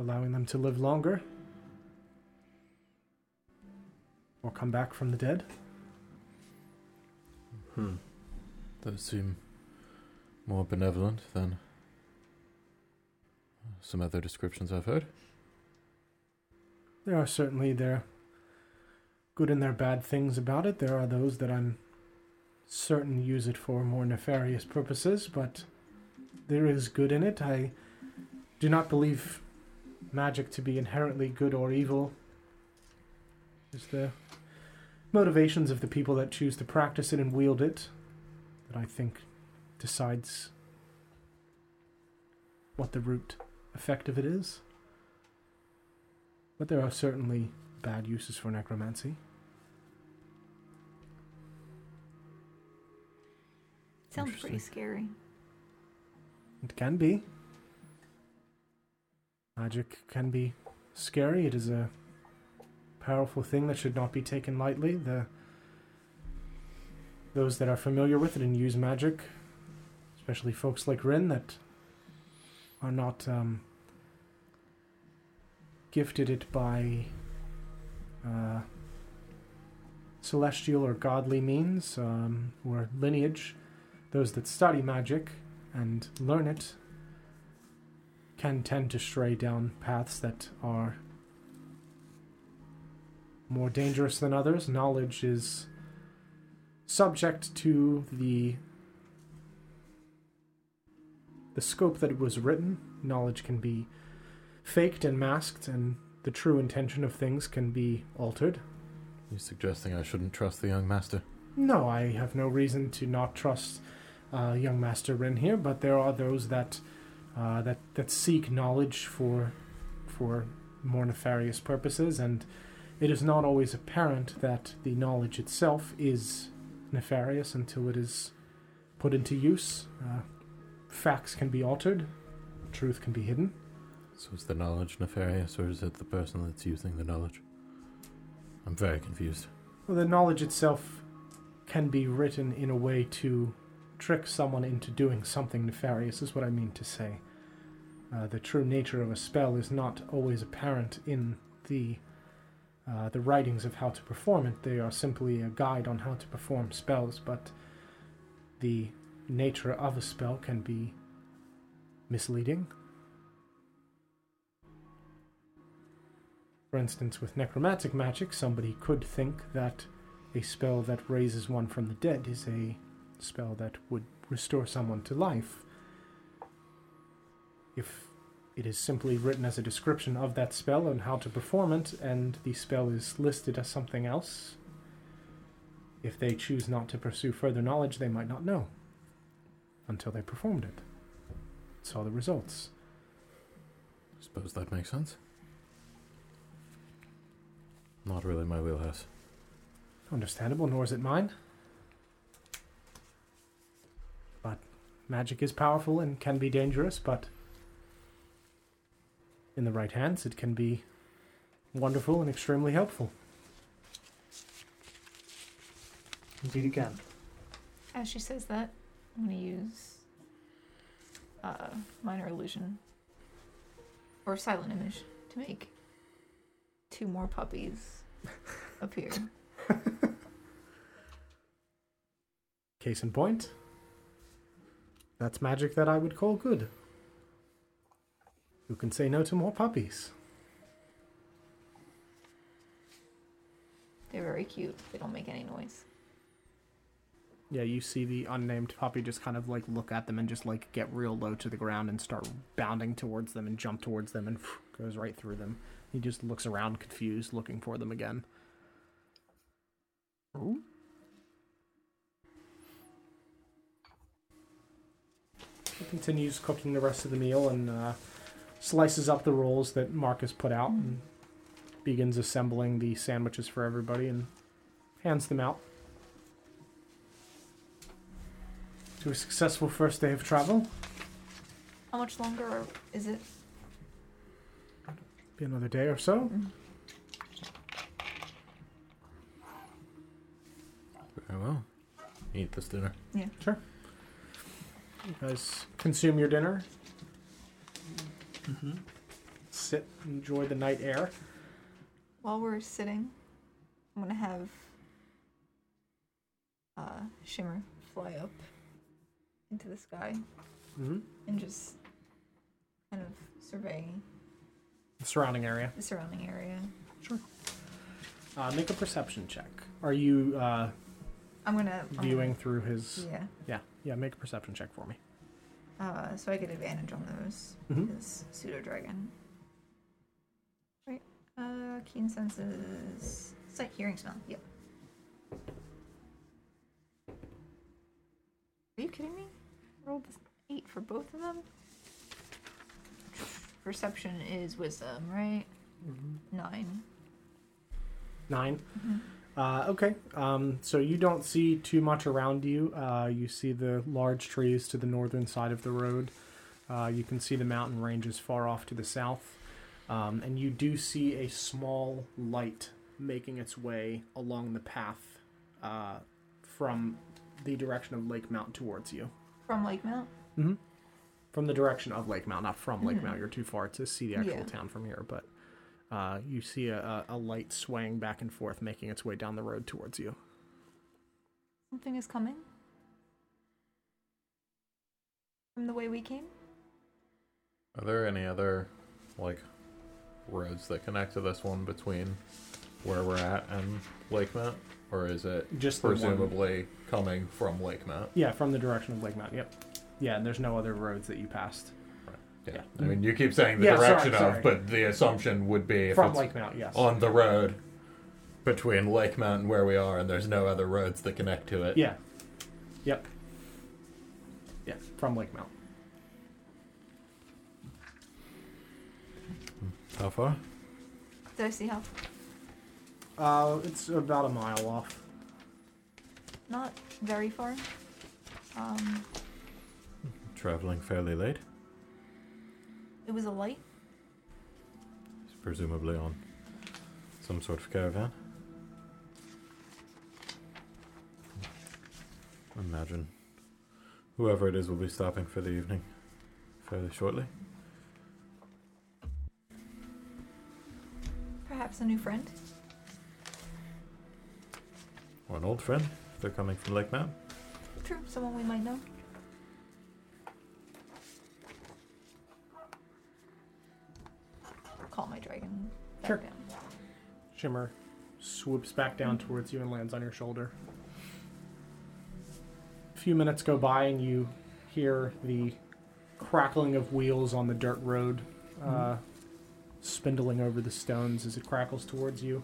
allowing them to live longer or come back from the dead.
Hmm.
Those seem more benevolent than some other descriptions I've heard.
There are certainly their good and their bad things about it. There are those that I'm certain use it for more nefarious purposes, but there is good in it. I do not believe magic to be inherently good or evil. It's the motivations of the people that choose to practice it and wield it that I think decides what the root effect of it is. But there are certainly bad uses for necromancy.
Sounds pretty scary.
It can be. Magic can be scary. It is a powerful thing that should not be taken lightly. The those that are familiar with it and use magic, especially folks like Rin that are not um, gifted it by uh, celestial or godly means um, or lineage. Those that study magic and learn it can tend to stray down paths that are more dangerous than others. Knowledge is subject to the the scope that it was written. Knowledge can be faked and masked and the true intention of things can be altered.
You're suggesting I shouldn't trust the young master.
No, I have no reason to not trust uh, young Master Rin here, but there are those that uh, that that seek knowledge for for more nefarious purposes, and it is not always apparent that the knowledge itself is nefarious until it is put into use. Uh, facts can be altered, truth can be hidden.
So is the knowledge nefarious, or is it the person that's using the knowledge? I'm very confused.
Well, the knowledge itself can be written in a way to trick someone into doing something nefarious, is what I mean to say. Uh, the true nature of a spell is not always apparent in the uh, the writings of how to perform it. They are simply a guide on how to perform spells, but the nature of a spell can be misleading. For instance, with necromantic magic, somebody could think that a spell that raises one from the dead is a spell that would restore someone to life. If it is simply written as a description of that spell and how to perform it, and the spell is listed as something else, if they choose not to pursue further knowledge, they might not know until they performed it, saw the results.
Suppose that makes sense. Not really my wheelhouse.
Understandable, nor is it mine. But magic is powerful and can be dangerous, but in the right hands, it can be wonderful and extremely helpful.
Indeed, it can.
As she says that, I'm gonna use uh, minor illusion or silent image to make two more puppies appear.
Case in point, that's magic that I would call good. Who can say no to more puppies?
They're very cute. They don't make any noise.
Yeah, you see the unnamed puppy just kind of like look at them and just like get real low to the ground and start bounding towards them and jump towards them and [laughs] goes right through them. He just looks around confused, looking for them again.
He continues cooking the rest of the meal and uh, slices up the rolls that Marcus put out and begins assembling the sandwiches for everybody and hands them out. To a successful first day of travel.
How much longer are- is it?
Be another day or so.
Very well. Eat this dinner.
You guys consume your dinner, Mm-hmm. sit, enjoy the night air.
While we're sitting, I'm gonna have uh, Shimmer fly up into the sky
Mm-hmm.
and just kind of survey
The surrounding area.
the surrounding area.
Uh, make a perception check. Are you uh,
I'm gonna um,
viewing through his?
yeah.
Yeah, yeah. Make a perception check for me.
Uh, so I get advantage on those.
Mhm.
This pseudo dragon. Right. Uh, keen senses, sight, hearing, smell. Yep. Are you kidding me? Rolled this eight for both of them. Perception is wisdom, right?
Mm-hmm.
Nine.
Nine. Uh, okay. Um, so you don't see too much around you. Uh, you see the large trees to the northern side of the road. Uh, you can see the mountain ranges far off to the south. Um, and you do see a small light making its way along the path uh, from the direction of Lake Mount towards you.
From Lake Mount.
from the direction of Lake Mount, not from Lake Mount. You're too far to see the actual
Yeah.
town from here, but uh, you see a, a, a light swaying back and forth, making its way down the road towards you.
Something is coming. From the way we came?
Are there any other, like, roads that connect to this one between where we're at and Lake Mount? Or is it
Just the one-
presumably coming from Lake Mount?
Yeah, from the direction of Lake Mount. Yep. Yeah, and there's no other roads that you passed
Yeah.
Yeah.
I mean, you keep saying the
Yeah, sorry,
direction
sorry.
of, but the assumption would be if
from
it's
Lake Mount. Yes.
on the road,
between Lake Mountain where we are and there's no other roads that connect to it.
Yeah. Yep. Yeah, from Lake Mount.
How far?
Did I see how?
Uh, it's about a mile off.
Not very far. Um,
Traveling fairly late,
it was a light.
presumably on some sort of caravan. Imagine whoever it is will be stopping for the evening fairly shortly.
Perhaps a new friend.
Or an old friend, if they're coming from Lake Mountain.
True, someone we might know. Call my dragon. back
Sure.
down.
Shimmer swoops back down towards you and lands on your shoulder. A few minutes go by, and you hear the crackling of wheels on the dirt road, uh, spindling over the stones as it crackles towards you.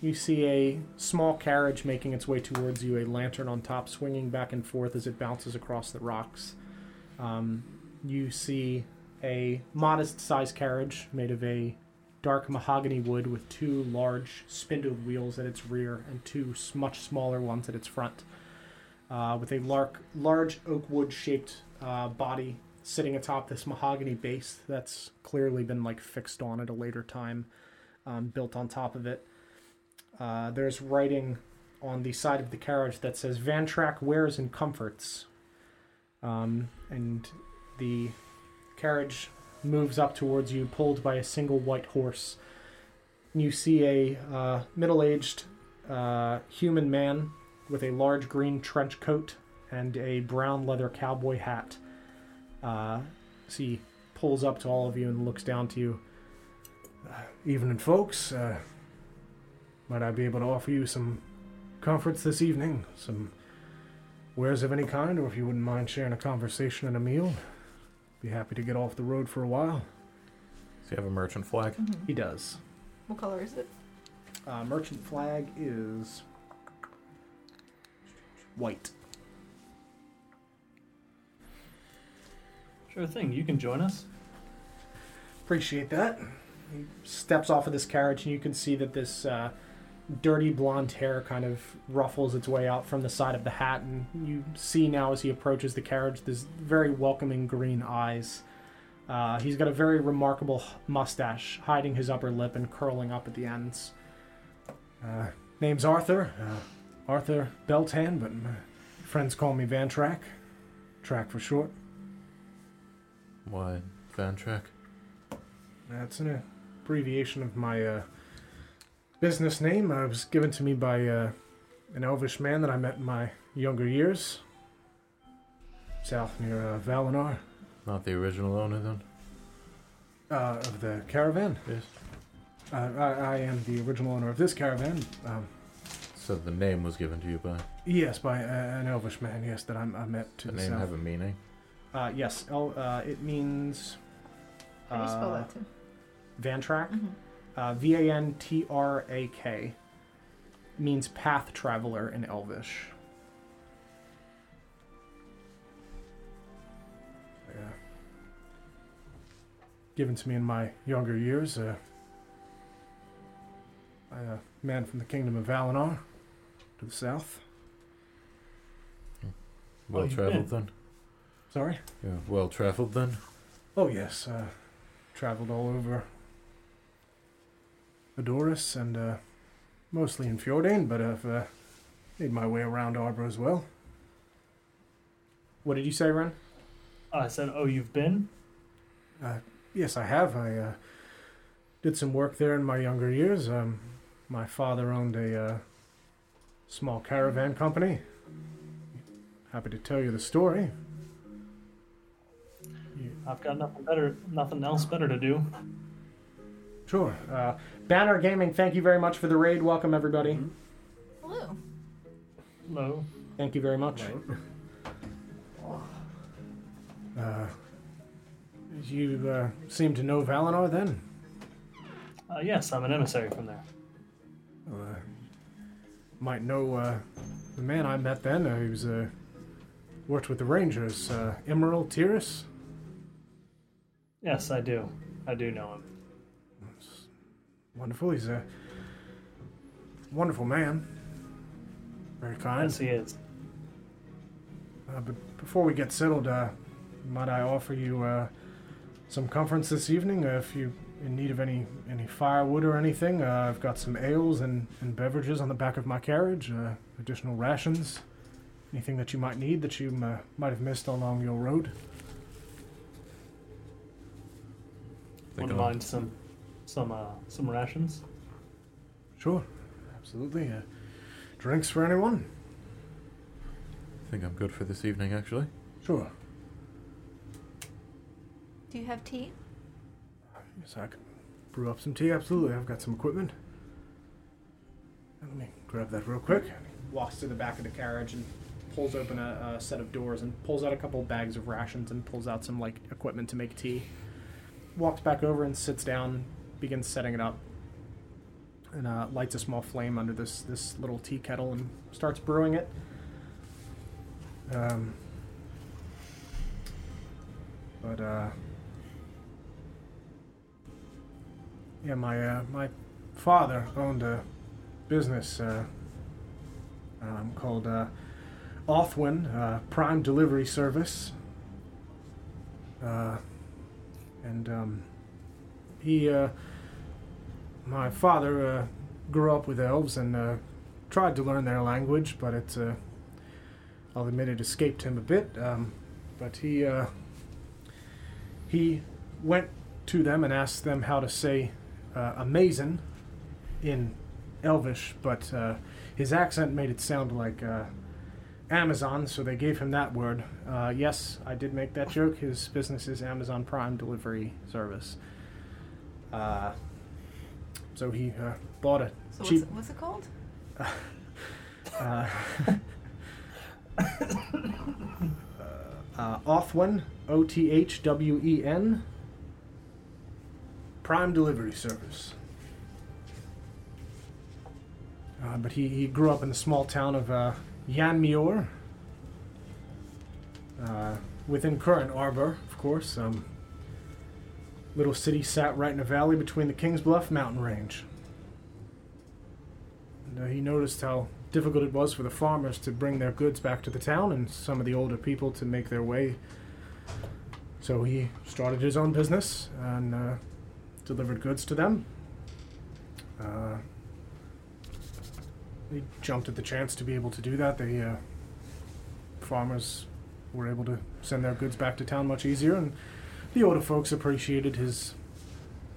You see a small carriage making its way towards you, a lantern on top swinging back and forth as it bounces across the rocks. Um, you see a modest sized carriage made of a dark mahogany wood with two large spindled wheels at its rear and two s- much smaller ones at its front, uh, with a lark, large oak wood shaped uh, body sitting atop this mahogany base that's clearly been like fixed on at a later time, um, built on top of it. Uh, there's writing on the side of the carriage that says Vantrack wears and comforts, um, and the carriage moves up towards you, pulled by a single white horse. You see a uh, middle aged uh, human man with a large green trench coat and a brown leather cowboy hat. Uh, so he pulls up to all of you and looks down to you. "Uh,
Evening, folks. Uh, might I be able to offer you some comforts this evening? Some wares of any kind, or if you wouldn't mind sharing a conversation and a meal? Be happy to get off the road for a while.
Does he have a merchant flag?
Mhm.
He does.
What color is it?
Uh, merchant flag is white.
Sure thing. You can join us.
Appreciate that. He steps off of this carriage, and you can see that this uh, dirty blonde hair kind of ruffles its way out from the side of the hat. And you see now as he approaches the carriage this very welcoming green eyes. Uh, he's got a very remarkable h- mustache, hiding his upper lip and curling up at the ends.
Uh, name's Arthur. Uh, Arthur Beltan, but my friends call me Van Track. Track for short.
Why, Van Track?
That's an abbreviation of my uh, business name. Uh, It was given to me by uh, an elvish man that I met in my younger years, south near uh, Valinor,
Not the original owner, then?
uh, of the caravan.
Yes.
Uh, I, I am the original owner of this caravan. Um,
So the name was given to you by.
yes, by uh, an elvish man. Yes, that I, I met to
The
the,
name
south.
have a meaning?
Oh,
Uh, yes, oh, uh, it means.
How do you spell
uh,
that too?
Vantrak.
Mhm.
Uh, V A N T R A K means path traveler in Elvish.
uh, given to me in my younger years uh, by a man from the kingdom of Valinor to the south.
Well,
Well
you've
traveled, then?
Sorry?
Yeah, well traveled, then?
Oh, yes. Uh, traveled all over Adorus and uh, mostly in Fjordane, but I've uh, made my way around Arbor as well.
What did you say, Ren?
Uh, I said, "Oh, you've been."
Yes, I have. I uh, did some work there in my younger years. Um, my father owned a uh, small caravan company. Happy to tell you the story.
I've got nothing better, nothing else better to do.
Sure.
Uh, Banner Gaming, thank you very much for the raid. Welcome, everybody.
Blue.
Hello.
Thank you very much. [laughs]
Uh, you uh, seem to know Valinor then?
Uh, yes, I'm an emissary from there.
Well, uh,
might know uh, the man I met then. Uh, he was uh, worked with the Rangers, uh, Emerald Tiris.
Yes, I do. I do know him.
Wonderful. He's a wonderful man. Very kind.
Yes, he is.
Uh, but before we get settled, uh, might I offer you uh, some comforts this evening? Uh, if you in need of any any firewood or anything, uh, I've got some ales and, and beverages on the back of my carriage. Uh, additional rations, anything that you might need that you uh, might have missed along your road.
Wouldn't
I'll-
mind some, some, uh, some rations.
Sure, absolutely. Uh, drinks for anyone?
I think I'm good for this evening, actually.
Sure.
Do you have tea?
Yes, I can brew up some tea. Absolutely, I've got some equipment. Let me grab that real quick.
Walks to the back of the carriage and pulls open a, a set of doors and pulls out a couple of bags of rations and pulls out some like equipment to make tea. Walks back over and sits down, begins setting it up, and uh, lights a small flame under this this little tea kettle and starts brewing it.
Um, but uh, yeah, my uh, my father owned a business uh, um, called uh, Othwin uh, Prime Delivery Service, uh, and um, he uh, my father uh, grew up with elves and uh, tried to learn their language, but it's uh, I'll admit it escaped him a bit, um, but he uh, he went to them and asked them how to say uh, "amazing" in Elvish, but uh, his accent made it sound like uh, Amazon, so they gave him that word. Uh, yes, I did make that joke. His business is Amazon Prime Delivery Service. Uh, so he uh, bought a
So what's,
cheap
it, what's it called?
uh, uh, Othwen, O T H W E N, Prime Delivery Service. Uh, but he, he grew up in the small town of uh, Yanmior, uh, within current Arbor, of course. Um, little city sat right in a valley between the Kings Bluff mountain range. And, uh, he noticed how difficult it was for the farmers to bring their goods back to the town and some of the older people to make their way. So he started his own business and uh, delivered goods to them. Uh, he jumped at the chance to be able to do that. The uh, farmers were able to send their goods back to town much easier, and the older folks appreciated his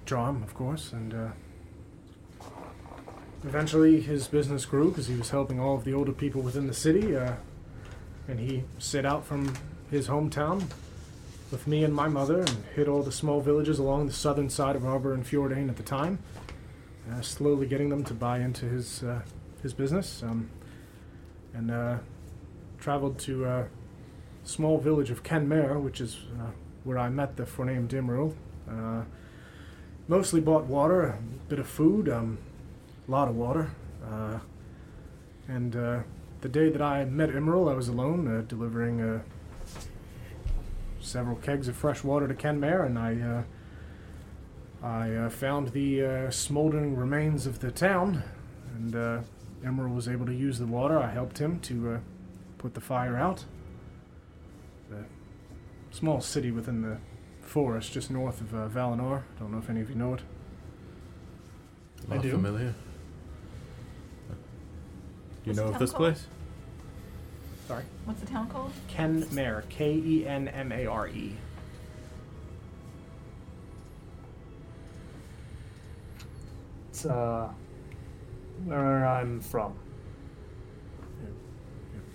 charm, of course, and. Uh, Eventually, his business grew because he was helping all of the older people within the city, uh, and he set out from his hometown with me and my mother and hit all the small villages along the southern side of Arbor and Fjordane at the time, uh, slowly getting them to buy into his uh, his business, um, and uh, traveled to a small village of Kenmare, which is uh, where I met the Forname Dimeril. Uh, mostly bought water, a bit of food. Um, a lot of water. Uh, and uh, the day that I met Emerald, I was alone uh, delivering uh, several kegs of fresh water to Kenmare, and I uh, I uh, found the uh, smoldering remains of the town, and uh, Emerald was able to use the water. I helped him to uh, put the fire out. The small city within the forest, just north of uh, Valinor. Don't know if any of you know it.
I
Not
do.
familiar.
You
What's
know
the
of this
town called?
place?
Sorry,
What's the town called?
Ken Mare, K E N M A R E.
It's uh, where I'm from.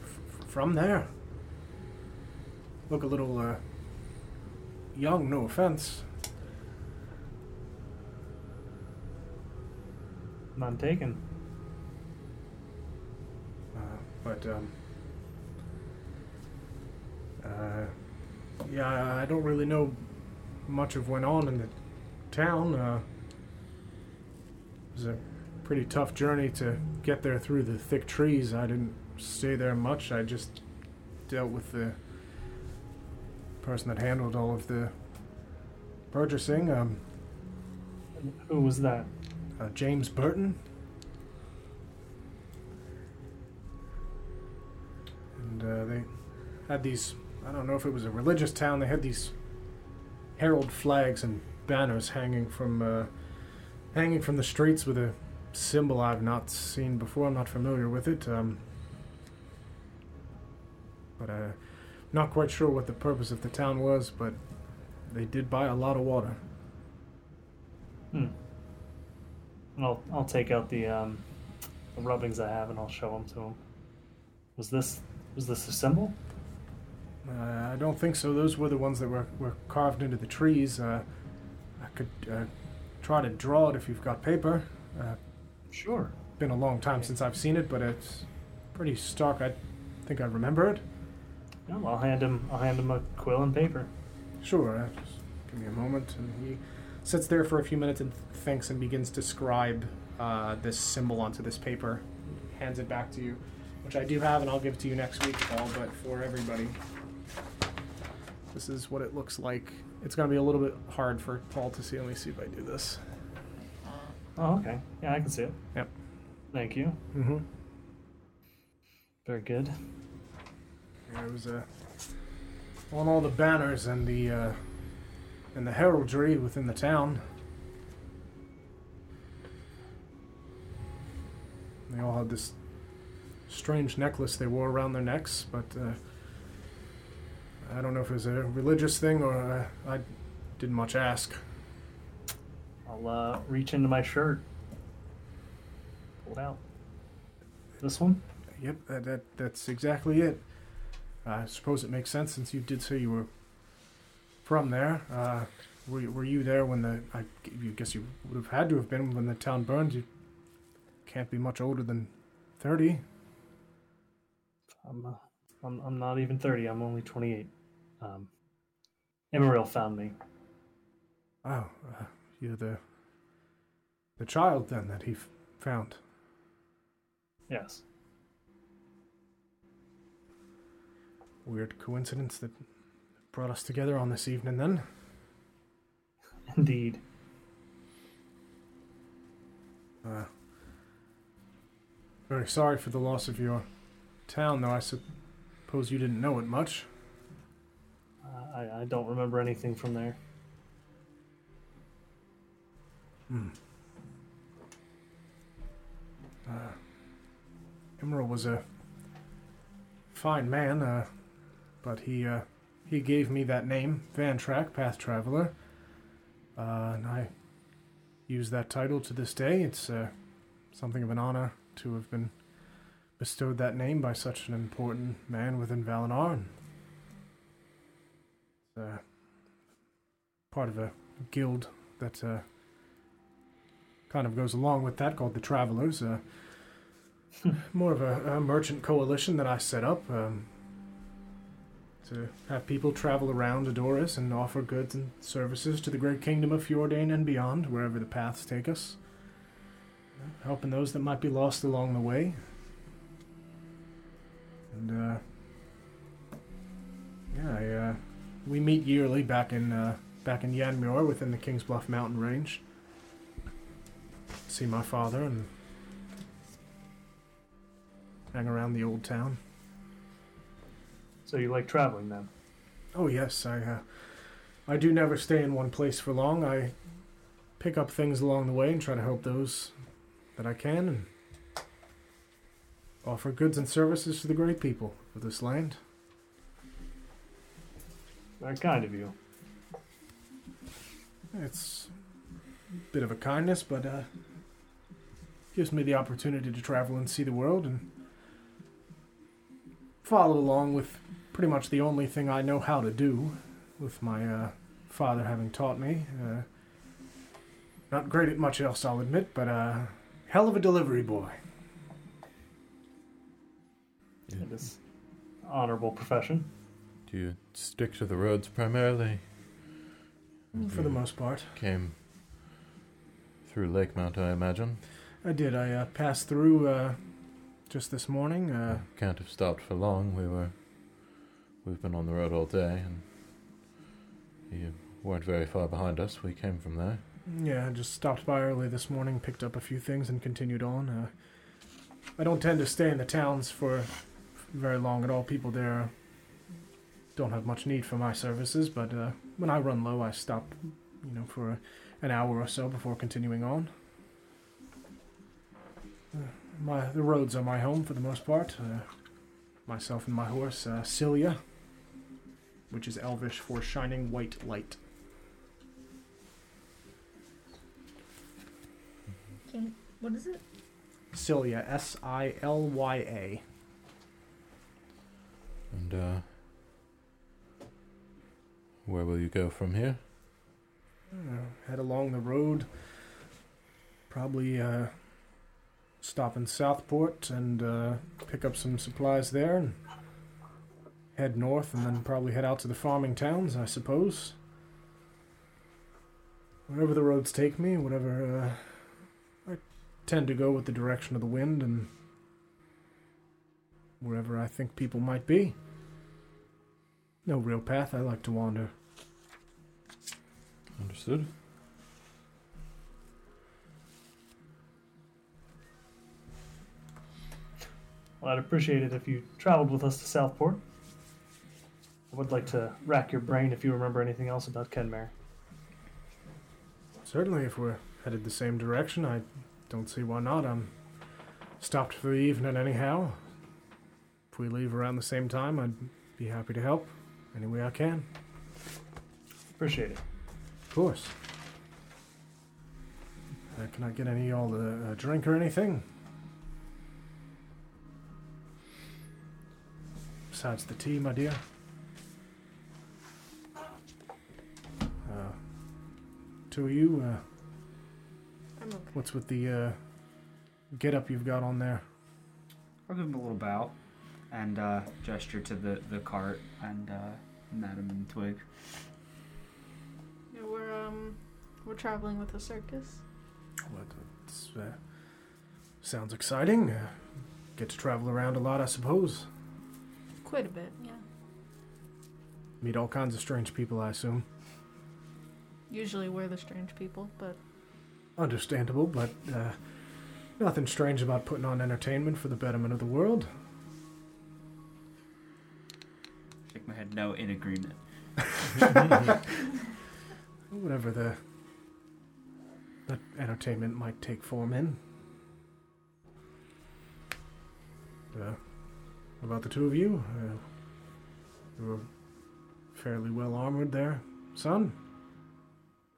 F- from there. Look a little uh, young, no offense.
None taken.
Uh, but, um. Uh, yeah, I- I don't really know much of what went on in the town. Uh, it was a pretty tough journey to get there through the thick trees. I didn't stay there much. I just dealt with the person that handled all of the purchasing. Um,
Who was that?
uh, James Burton. And uh, they had these, I don't know if it was a religious town, they had these herald flags and banners hanging from uh, hanging from the streets with a symbol I've not seen before. I'm not familiar with it. Um, but uh, not quite sure what the purpose of the town was, but they did buy a lot of water.
Hmm. And I'll, I'll take out the, um, the rubbings I have and I'll show them to him. Was this was this a symbol?
Uh, I don't think so. Those were the ones that were, were carved into the trees. Uh, I could uh, try to draw it if you've got paper. Uh,
Sure.
been a long time since I've seen it, but it's pretty stark. I think I remember it.
No, I'll hand him I'll hand him a quill and paper.
Sure, uh, just give me a moment. And he
sits there for a few minutes and thinks and begins to scribe uh, this symbol onto this paper. Hands it back to you, which I do have, and I'll give it to you next week, Paul. But for everybody, this is what it looks like. It's going to be a little bit hard for Paul to see. Let me see if I do this.
Oh, okay. Yeah, I can see it.
Yep.
Thank you.
Mm-hmm.
Very good.
There was a on all the banners and the uh, and the heraldry within the town. They all had this strange necklace they wore around their necks, but uh, I don't know if it was a religious thing or uh, I didn't much ask.
I'll uh, reach into my shirt. Pull it out. This one?
Yep, that, that that's exactly it. I suppose it makes sense since you did say you were from there. Uh, were you, were you there when the? I g- you guess you would have had to have been when the town burned. You can't be much older than thirty.
I'm, uh, I'm, I'm not even 30. I'm only 28. Um, Emeril found me.
Oh, uh, you're the the child then that he f- found.
Yes. [laughs]
Weird coincidence that brought us together on this evening. Then
Indeed.
Uh, very sorry for the loss of your town, though I suppose you didn't know it much.
Uh, I, I don't remember anything from there.
Hmm. Uh, Emerald was a fine man, uh, but he uh, he gave me that name, Van Track, Path Traveler, uh, and I use that title to this day. It's uh, something of an honor to have been bestowed that name by such an important man within Valinor. And it's, uh, part of a guild that. Uh, kind of goes along with that called the Travelers. Uh, [laughs] more of a, a merchant coalition that I set up um, to have people travel around Adoris and offer goods and services to the great kingdom of Fjordain and beyond, wherever the paths take us. Helping those that might be lost along the way. And, uh, yeah, I, uh, we meet yearly back in, uh, back in Yanmur within the King's Bluff mountain range see my father and hang around the old town.
So you like traveling then?
Oh yes, I uh, I do never stay in one place for long. I pick up things along the way and try to help those that I can and offer goods and services to the great people of this land.
Very kind of you.
It's a bit of a kindness, but uh, gives me the opportunity to travel and see the world and follow along with pretty much the only thing I know how to do, with my uh, father having taught me. Uh, not great at much else, I'll admit, but uh, hell of a delivery boy.
It is honorable profession.
Do you stick to the roads primarily?
For the
You Mm.
most part.
Came through Lake Mount, I imagine.
I did. I uh, passed through uh, just this morning. Uh,
Can't have stopped for long. We were, we've been on the road all day, and you weren't very far behind us. We came from there.
yeah, I just stopped by early this morning, picked up a few things, and continued on. Uh, I don't tend to stay in the towns for very long at all. People there don't have much need for my services, but uh, when I run low, I stop, you know, for an hour or so before continuing on. Uh, my the roads are my home for the most part. Uh, myself and my horse, uh, Cilia,
which is elvish for shining white light.
Can, what is it?
Cilia, S I L Y A.
And uh, where will you go from here?
uh, head along the road. Probably uh, stop in Southport and uh, pick up some supplies there and head north and then probably head out to the farming towns, I suppose. Wherever the roads take me, whatever. Uh, I tend to go with the direction of the wind and wherever I think people might be. No real path, I like to wander.
Understood.
Well, I'd appreciate it if you traveled with us to Southport. I would like to rack your brain if you remember anything else about Kenmare.
Certainly, if we're headed the same direction, I don't see why not. I'm stopped for the evening anyhow. If we leave around the same time, I'd be happy to help any way I can.
Appreciate it.
Of course. Uh, can I get any of y'all a, a drink or anything? Besides the tea, my dear. Uh, two of you, uh,
I'm okay.
What's with the uh, get up you've got on there?
I'll give him a little bow and uh, gesture to the, the cart and uh, Madam and Twig.
Yeah, we're um, we're traveling with a circus.
Well, it's, uh, sounds exciting. Uh, get to travel around a lot, I suppose.
Quite a bit, yeah.
Meet all kinds of strange people, I assume.
Usually we're the strange people, but
Understandable, but uh, nothing strange about putting on entertainment for the betterment of the world.
Shake my head no in agreement.
Whatever the, the entertainment might take form in. Uh, what about the two of you? Uh, you were fairly well armored there, son.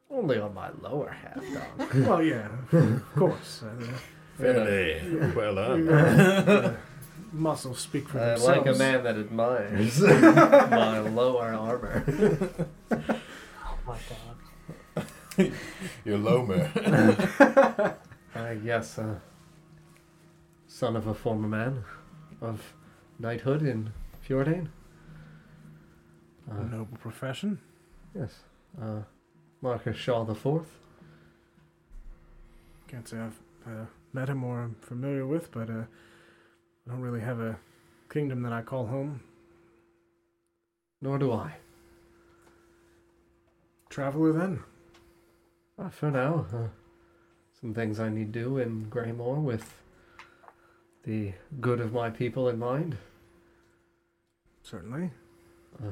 Only on my lower half, [laughs] dog.
well, yeah, of course. Uh,
[laughs]
[laughs]
[laughs]
Fairly well
the,
done.
uh, [laughs] muscles speak for
I
themselves.
Uh, like a man that [laughs] admires my lower armor. [laughs]
Oh my god.
[laughs]
Your Lomer.
[laughs] Uh, yes, uh, son of a former man of knighthood in Fjordane.
A
Uh,
noble profession.
yes, uh, Marcus Shaw the Fourth.
Can't say I've uh, met him or I'm familiar with, but uh, I don't really have a kingdom that I call home.
Nor do I.
Traveler, then.
Uh, for now, uh, some things I need do in Greymore with the good of my people in mind.
Certainly.
Uh.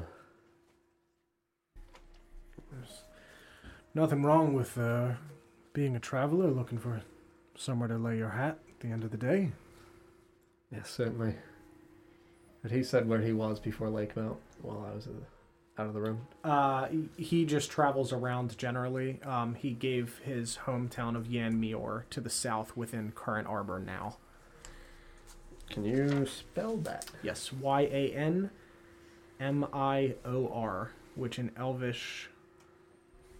There's nothing wrong with uh, being a traveler looking for somewhere to lay your hat at the end of the day.
Yes, certainly. But he said where he was before Lake Mount while I was uh, out of the room.
Uh, he just travels around generally. Um, he gave his hometown of Yan Mior to the south within Current Arbor now.
Can you spell that?
Yes, Y A N M I O R, which in Elvish,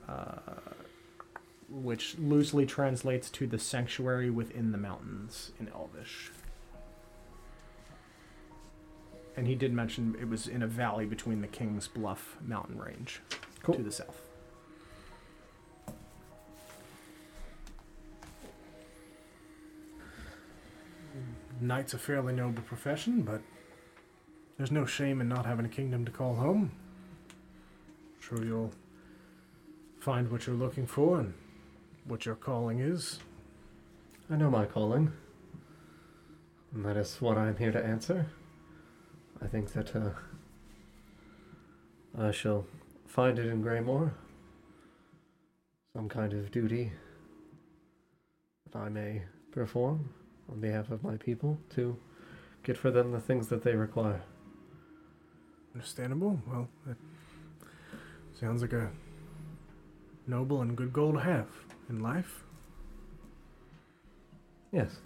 uh, which loosely translates to the sanctuary within the mountains in Elvish. And he did mention it was in a valley between the King's Bluff mountain range
Cool.
to the south.
knight's a fairly noble profession, but there's no shame in not having a kingdom to call home. sure you'll find what you're looking for and what your calling is.
I know my calling. And that is what I'm here to answer. I think that uh, I shall find it in Greymore. Some kind of duty that I may perform on behalf of my people to get for them the things that they require.
Understandable. Well, that sounds like a noble and good goal to have in life.
Yes.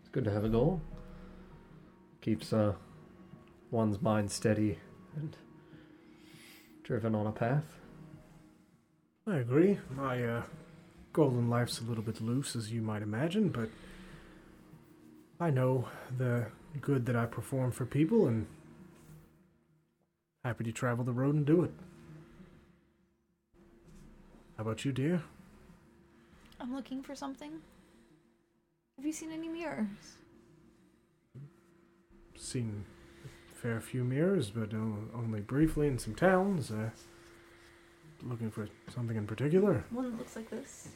It's good to have a goal. Keeps uh, one's mind steady and driven on a path.
I agree. My uh, goal in life's a little bit loose, as you might imagine, but I know the good that I perform for people and happy to travel the road and do it. How about you, dear?
I'm looking for something. Have you seen any mirrors?
Seen a fair few mirrors, but o- only briefly in some towns. Uh, looking for something in particular.
One that looks like this.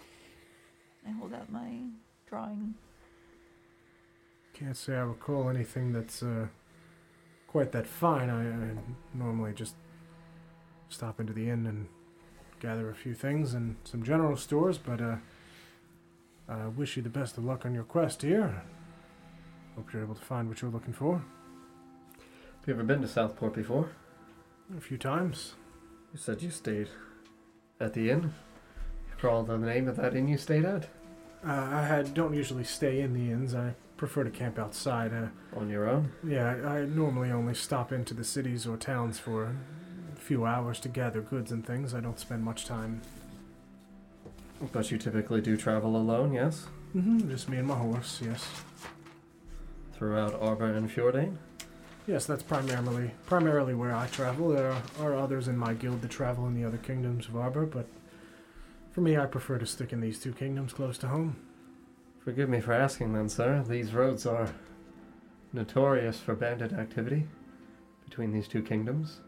I hold out my drawing.
Can't say I recall anything that's uh, quite that fine. I, I normally just stop into the inn and gather a few things and some general stores, but uh, I wish you the best of luck on your quest here. Hope you're able to find what you're looking for.
Have you ever been to Southport before?
A few times.
You said you stayed at the inn. Crawl the name of that inn you stayed at
Uh, I had, don't usually stay in the inns. I prefer to camp outside. Uh,
on your own.
Yeah, I I normally only stop into the cities or towns for a few hours to gather goods and things. I don't spend much time.
But you typically do travel alone, yes?
hmm Just me and my horse, yes.
Throughout Arbor and Fjordane?
Yes, that's primarily primarily where I travel. There are, are others in my guild that travel in the other kingdoms of Arbor, but for me, I prefer to stick in these two kingdoms close to home.
Forgive me for asking then, sir. These roads are notorious for bandit activity between these two kingdoms.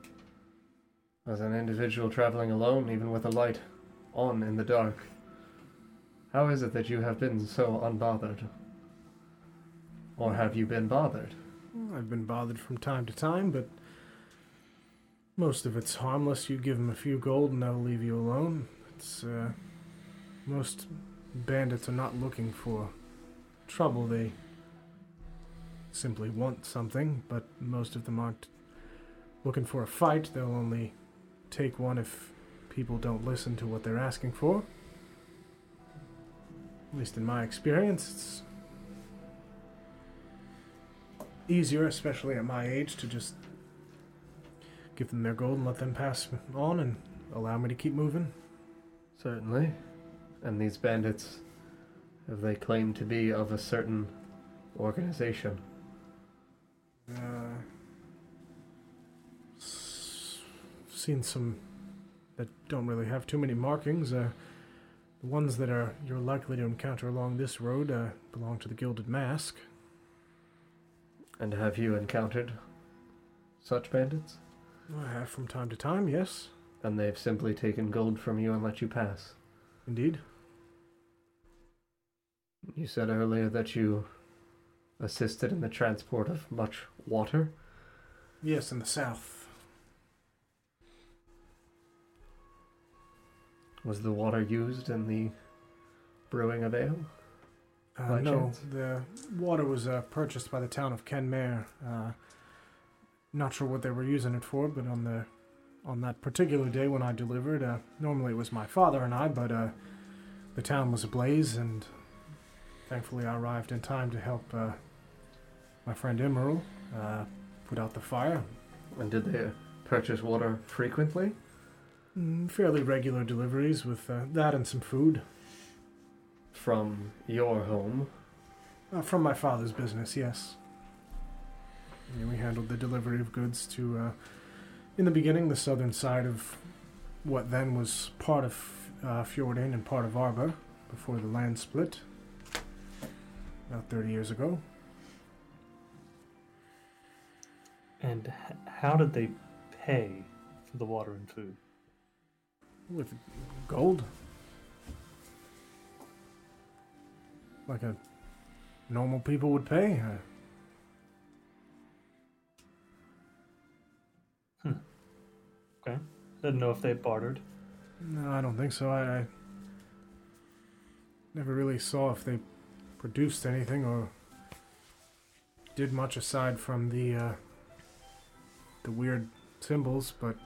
As an individual traveling alone, even with a light on in the dark, how is it that you have been so unbothered? Or have you been bothered?
Well, I've been bothered from time to time, but most of it's harmless. You give them a few gold and they'll leave you alone. It's, uh, most bandits are not looking for trouble. They simply want something, but most of them aren't looking for a fight. They'll only take one if people don't listen to what they're asking for. At least in my experience, it's easier, especially at my age, to just give them their gold and let them pass on and allow me to keep moving.
Certainly. And these bandits, if they claim to be of a certain organization,
Uh, s- seen some that don't really have too many markings. Uh, the ones that are you're likely to encounter along this road uh, belong to the Gilded Mask.
and have you encountered such bandits?
I have Uh, from time to time, yes,
And they've simply taken gold from you and let you pass.
indeed.
You said earlier that you assisted in the transport of much water.
Yes, in the south.
Was the water used in the brewing of ale?
Uh,
By
no,
chance?
the water was uh, purchased by the town of Kenmare. Uh, not sure what they were using it for, but on the on that particular day when I delivered, uh, normally it was my father and I, but uh, the town was ablaze, and thankfully I arrived in time to help uh, my friend Emerald uh, put out the fire.
And did they purchase water frequently?
Mm, fairly regular deliveries with uh, that and some food
From your home?
uh, from my father's business. Yes. Yeah, we handled the delivery of goods to, uh, in the beginning, the southern side of what then was part of uh, Fjordane and part of Arbor before the land split about 30 years ago.
And h- how did they pay for the water and food?
With gold. Like a normal people would pay. Uh,
Okay. Didn't know if they bartered.
No, I don't think so. I, I never really saw if they produced anything or did much aside from the uh, the weird symbols. But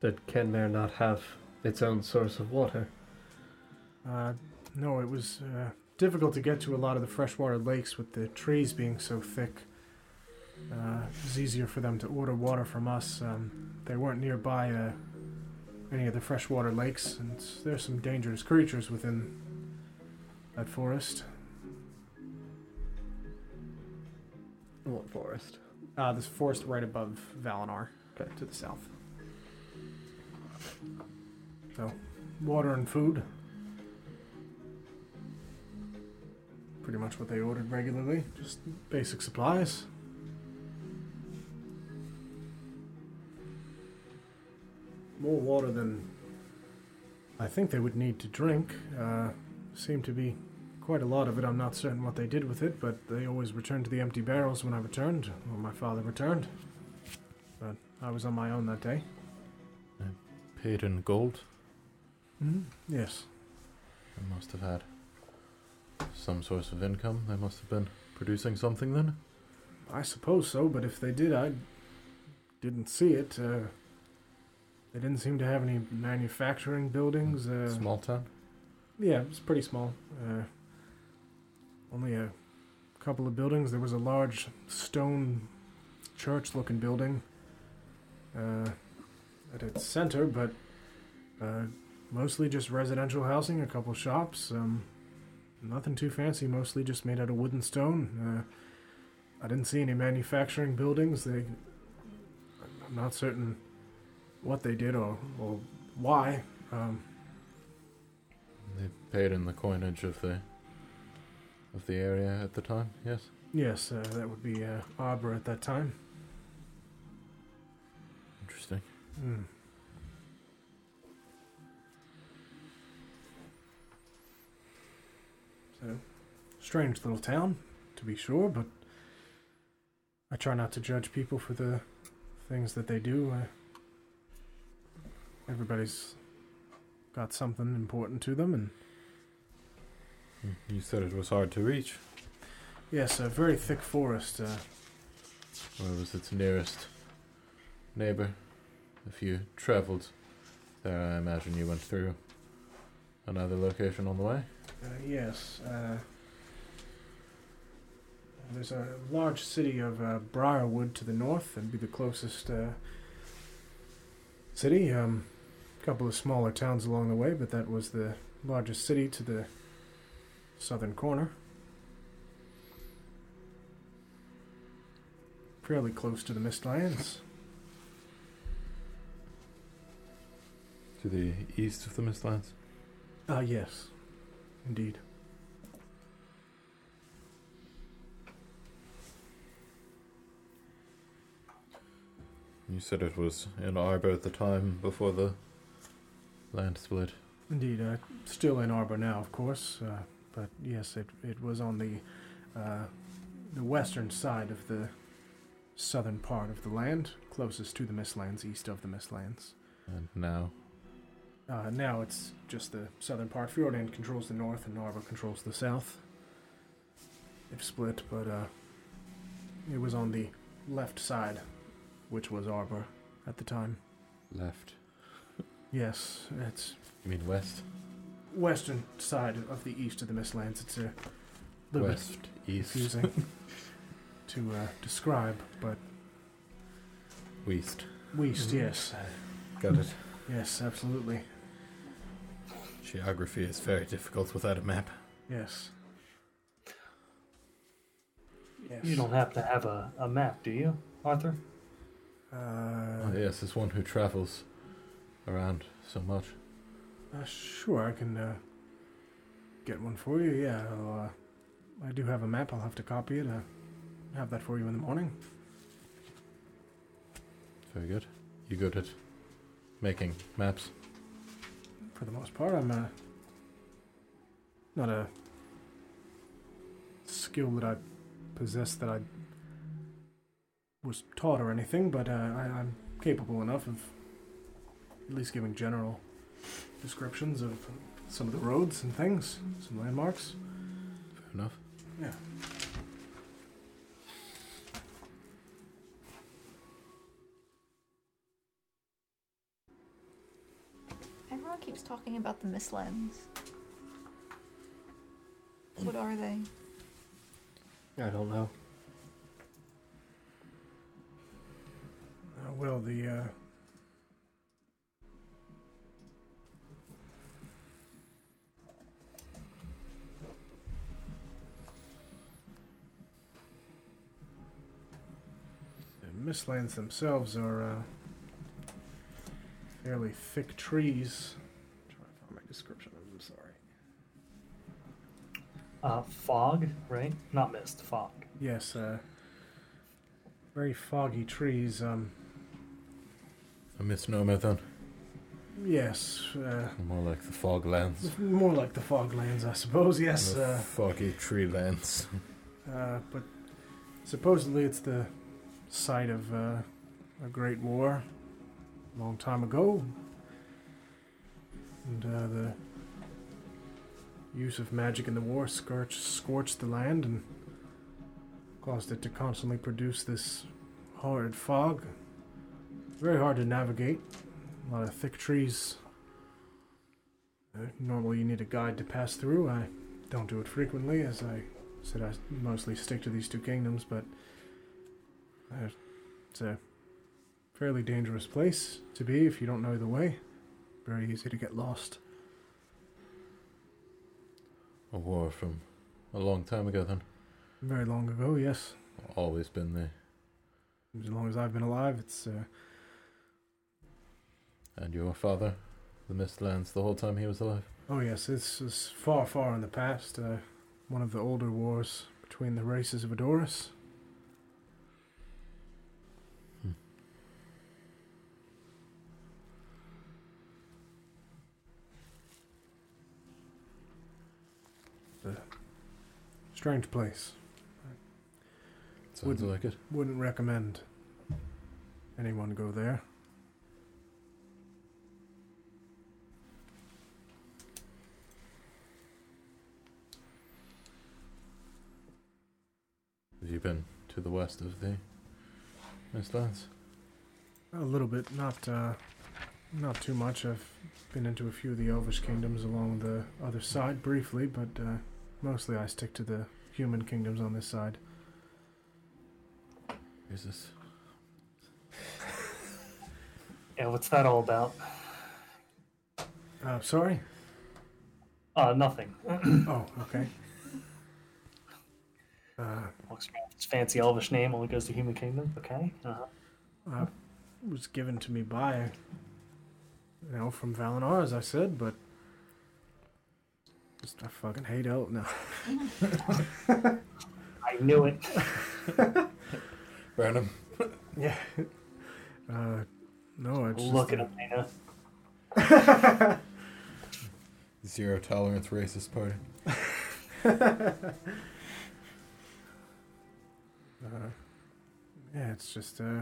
Did Kenmare not have its own source of water?
uh, no, it was uh, difficult to get to a lot of the freshwater lakes with the trees being so thick. Uh, it was easier for them to order water from us. Um, they weren't nearby uh, any of the freshwater lakes, and s- there's some dangerous creatures within that forest.
What forest?
Uh, this forest right above Valinor,
Okay.
to the south.
water and food. Pretty much what they ordered regularly, just basic supplies. More water than I think they would need to drink. Uh, seemed to be quite a lot of it. I'm not certain what they did with it, but they always returned to the empty barrels when I returned, when my father returned. But I was on my own that day.
Paid in gold.
Mm-hmm. Yes.
They must have had some source of income. They must have been producing something then.
I suppose so, but if they did, I didn't see it. Uh, they didn't seem to have any manufacturing buildings. Uh,
Small town.
Yeah, it was pretty small. Uh, only a couple of buildings. There was a large stone church looking building uh, at its center, but uh, mostly just residential housing, a couple shops. Um, nothing too fancy, mostly just made out of wood and stone. Uh, I didn't see any manufacturing buildings. They, I'm not certain what they did or, or why. Um,
They paid in the coinage of the of the area at the time. Yes.
Yes, uh, that would be uh, Arbor at that time.
Interesting.
Hmm. So, strange little town, to be sure, but I try not to judge people for the things that they do. Uh, everybody's got something important to them, and
Hmm. You said it was hard to reach.
yes, a very thick forest. Uh,
Where was its nearest neighbor? If you traveled there, I imagine you went through another location on the way.
Uh, yes. Uh, there's a large city of uh, Briarwood to the north. That'd be the closest uh, city. A um, couple of smaller towns along the way, but that was the largest city to the southern corner. Fairly close to the Mistlands.
To the east of the Mistlands.
Ah, yes. Indeed.
You said it was in Arbor at the time before the land split.
Indeed, uh, still in Arbor now, of course, uh, but yes, it, it was on the uh, the western side of the southern part of the land, closest to the Mistlands, east of the Mistlands.
And now
Uh, now it's just the southern part. Fjordan controls the north, and Arbor controls the south. They've split, but uh, it was on the left side, which was Arbor at the time.
left.
Yes, it's
You mean west?
western side of the east of the Mistlands. It's a little bit
West, east,
confusing to uh, describe, but
west.
Weast, yes,
Got it.
yes, absolutely,
Geography is very difficult without a map.
yes. Yes.
You don't have to have a, a map, do you, Arthur?
Ah,
Uh,
yes, as one who travels around so much.
uh, sure, I can uh, get one for you. Yeah, I'll, uh, I do have a map. I'll have to copy it. Uh, have that for you in the morning.
Very good. You good at making maps?
For the most part, I'm uh, not a skill that I possess that I was taught or anything, but uh, I, I'm capable enough of at least giving general descriptions of some of the roads and things, some landmarks.
Fair enough.
Yeah.
Everyone keeps talking about the mislens. What are they?
I don't know.
Uh, well, the uh, the mistlands themselves are uh, fairly thick trees. I'm trying to find my description. I'm sorry.
Uh, fog, right? Not mist, fog.
Yes, uh, very foggy trees. Um,
A misnomer then.
yes, uh,
More like the fog lands.
more like the foglands, I suppose. Yes.
The
Uh,
foggy tree lands.
Uh, but supposedly it's the site of uh, a great war a long time ago. And uh, the use of magic in the war scorched, scorched the land and caused it to constantly produce this horrid fog. Very hard to navigate. A lot of thick trees. Uh, normally, you need a guide to pass through. I don't do it frequently, as I said I mostly stick to these two kingdoms, but uh, it's a fairly dangerous place to be if you don't know the way. Very easy to get lost.
A war from a long time ago then.
Very long ago, yes.
Always been there.
As long as I've been alive, it's uh,
And your father? The Mistlands the whole time he was alive?
oh yes, this is far, far in the past. Uh, one of the older wars between the races of Adorus. Hmm. The Uh, strange place.
Sounds
Wouldn't.
like it.
Wouldn't recommend anyone go there.
Have you been to the west of the Mistlands?
A little bit, not uh, not too much. I've been into a few of the Elvish kingdoms along the other side briefly, but uh, mostly I stick to the human kingdoms on this side.
Is this
Yeah, what's that all about?
Uh, sorry.
Uh, nothing.
oh, okay. Uh,
Walks around with its fancy elvish name, only goes to human kingdom. Okay. Uh-huh.
uh, it was given to me by an elf from Valinor, as I said, but just I fucking hate elf. No,
I knew it.
Burnham?
[laughs] yeah. Uh, no, it's
Look
just,
at him, Dana.
Zero tolerance racist party.
[laughs] Uh, yeah, it's just uh,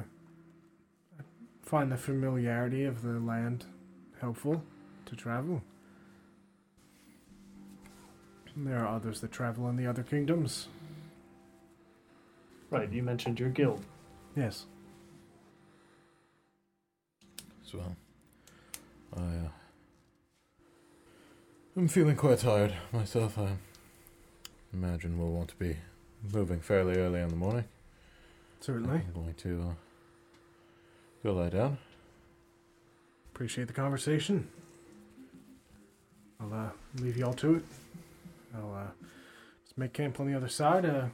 I find the familiarity of the land helpful to travel. And there are others that travel in the other kingdoms.
Right, you mentioned your guild.
Yes.
as well. I uh, I'm feeling quite tired myself. I imagine we'll want to be moving fairly early in the morning.
Certainly.
I'm going to uh, go lie down.
Appreciate the conversation. I'll uh, leave y'all to it. I'll uh, just make camp on the other side. Uh,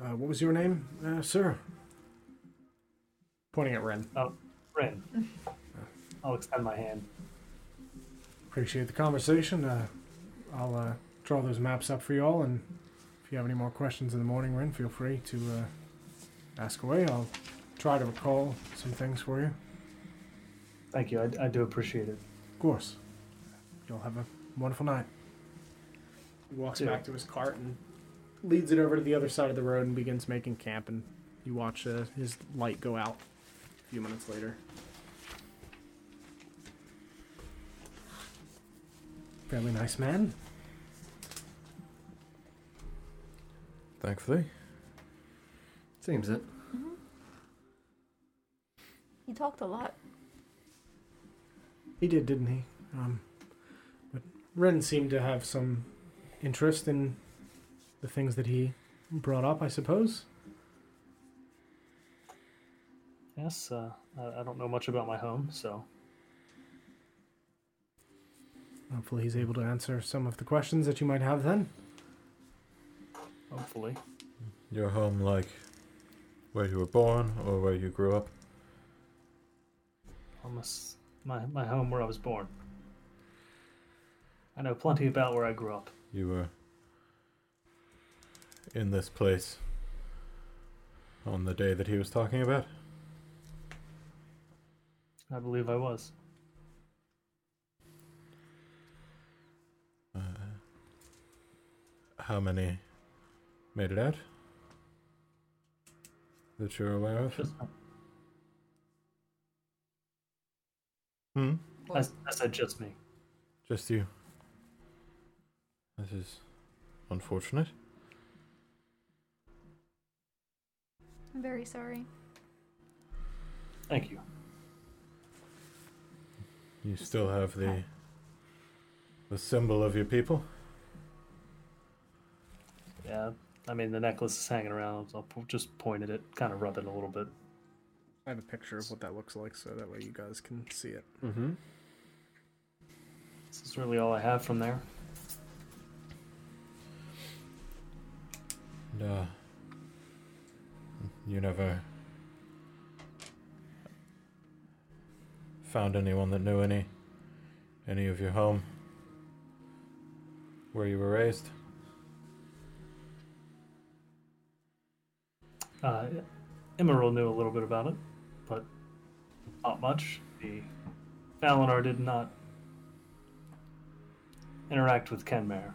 uh, what was your name, uh, sir?
Pointing at Ren.
Rin. I'll extend my hand.
Appreciate the conversation. Uh, I'll uh, draw those maps up for y'all, and if you have any more questions in the morning, Ren, feel free to uh, ask away. I'll
try to recall some things for you.
Thank you. I, I do appreciate it.
Of course. You'll have a wonderful night.
He walks
Yeah.
back to his cart and
leads it over to the other side of the road and begins making camp. And you watch uh, his light go out a few minutes later.
Fairly nice man.
Thankfully.
Seems it.
He talked a lot.
He did, didn't he? Um, but Ren seemed to have some interest in the things that he brought up, I suppose.
Yes, uh, I, I don't know much about my home, so
Hopefully, he's able to answer some of the questions that you might have then.
hopefully.
Your home, like where you were born or where you grew up?
Almost my, my home where I was born. I know plenty about where I grew up.
You were in this place on the day that he was talking about?
I believe I was.
Uh, how many made it out? That you're aware of?
Just-
Hmm?
I, I said just me.
Just you. This is unfortunate.
I'm very sorry.
Thank you.
You still have the the symbol of your people.
Yeah, I mean the necklace is hanging around. I'll po- just point at it, kind of rub it a little bit.
I have a picture of what that looks like, so that way you guys can see it.
Mm-hmm.
This is really all I have from there.
And, uh, you never found anyone that knew any any of your home where you were raised.
Uh, Emerald knew a little bit about it, but not much. The Valinor did not interact with Kenmare.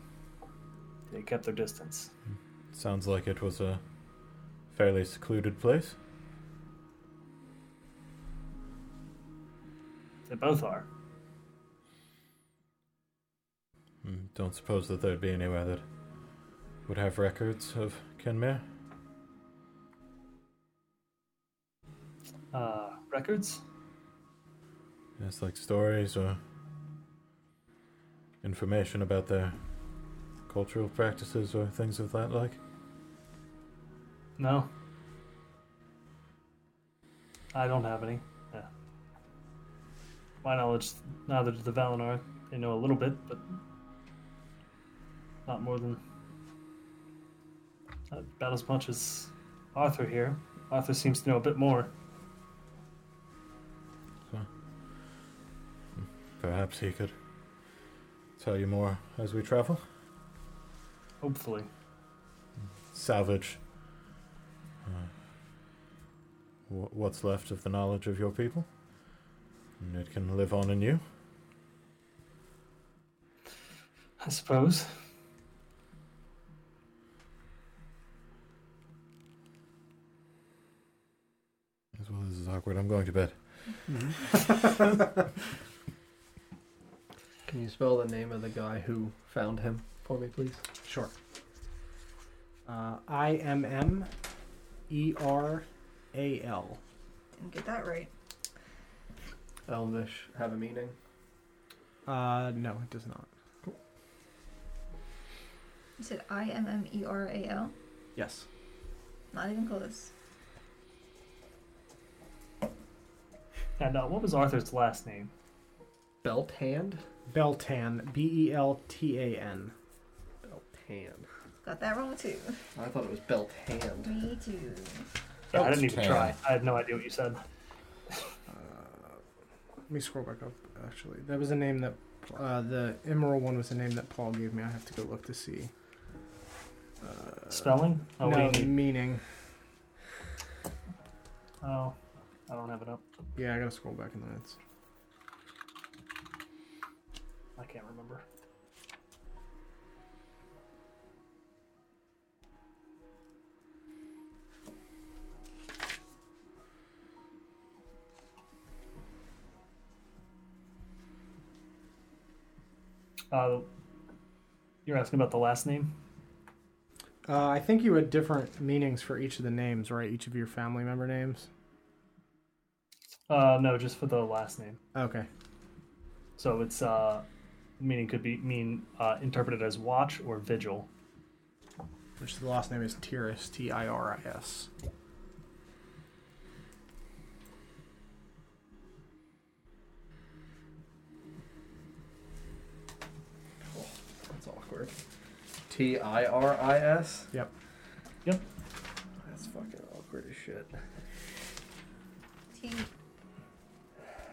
They kept their distance.
Sounds like it was a fairly secluded place.
They both are.
Mm, Don't suppose that there'd be anywhere that would have records of Kenmare.
Uh, records?
It's like stories or information about their cultural practices or things of that like.
No. I don't have any. Yeah. My knowledge, neither do the Valinor. They know a little bit, but not more than not about as much as Arthur here. Arthur seems to know a bit more.
Perhaps he could tell you more as we travel.
Hopefully,
Salvage uh, wh- what's left of the knowledge of your people. And it can live on in you.
I suppose.
As well, this is awkward. I'm going to bed.
Can you spell the name of the guy who found him for me, please?
sure.
Uh, I M M E R A L.
Didn't get that right.
Elvish have a meaning.
Uh, no, it does not.
You said I M M E R A L.
Yes.
Not even close.
And uh, what was Arthur's last name?
Belt hand.
Beltan. B E L T A N.
Belt hand.
Got that wrong too.
I thought it was belt hand.
Me too.
Yeah, I didn't even
Eltan.
try. I had no idea what you said.
Uh, Let me scroll back up. Actually, that was a name that uh, the Emerald one was a name that Paul gave me. I have to go look to see. Uh,
Spelling? Oh,
no
what do you need?
meaning.
Uh, Oh, I don't have it up.
Yeah, I gotta scroll back in the minutes.
I can't remember. Uh, you're asking about the last name?
Uh, I think you had different meanings for each of the names, right? Each of your family member names.
Uh, no, just for the last name.
Okay.
So it's uh, meaning could be mean uh, interpreted as watch or vigil.
Which the last name is Tiris, T I R I S.
That's awkward. T I R I S?
Yep.
Yep.
That's fucking awkward as shit.
T.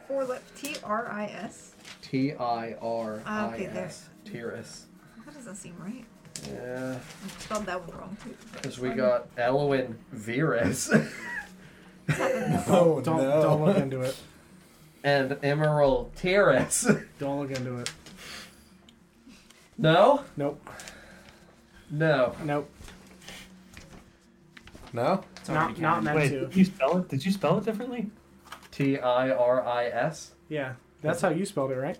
Four le- T R I S.
T I R
Ah,
I
okay, there.
S. Tiris.
That doesn't seem right.
Yeah.
I spelled that one wrong too.
Because we got Elwin Vires
Oh
Don't don't look
[laughs]
into it.
[laughs] and Emerald Tiris. [laughs]
Don't look into it.
No?
Nope.
No.
Nope.
No?
It's
Not
already
not
counted.
meant
Wait,
to.
did you spell it? Did you spell it differently?
T I R I S?
Yeah, that's how you spelled it, right?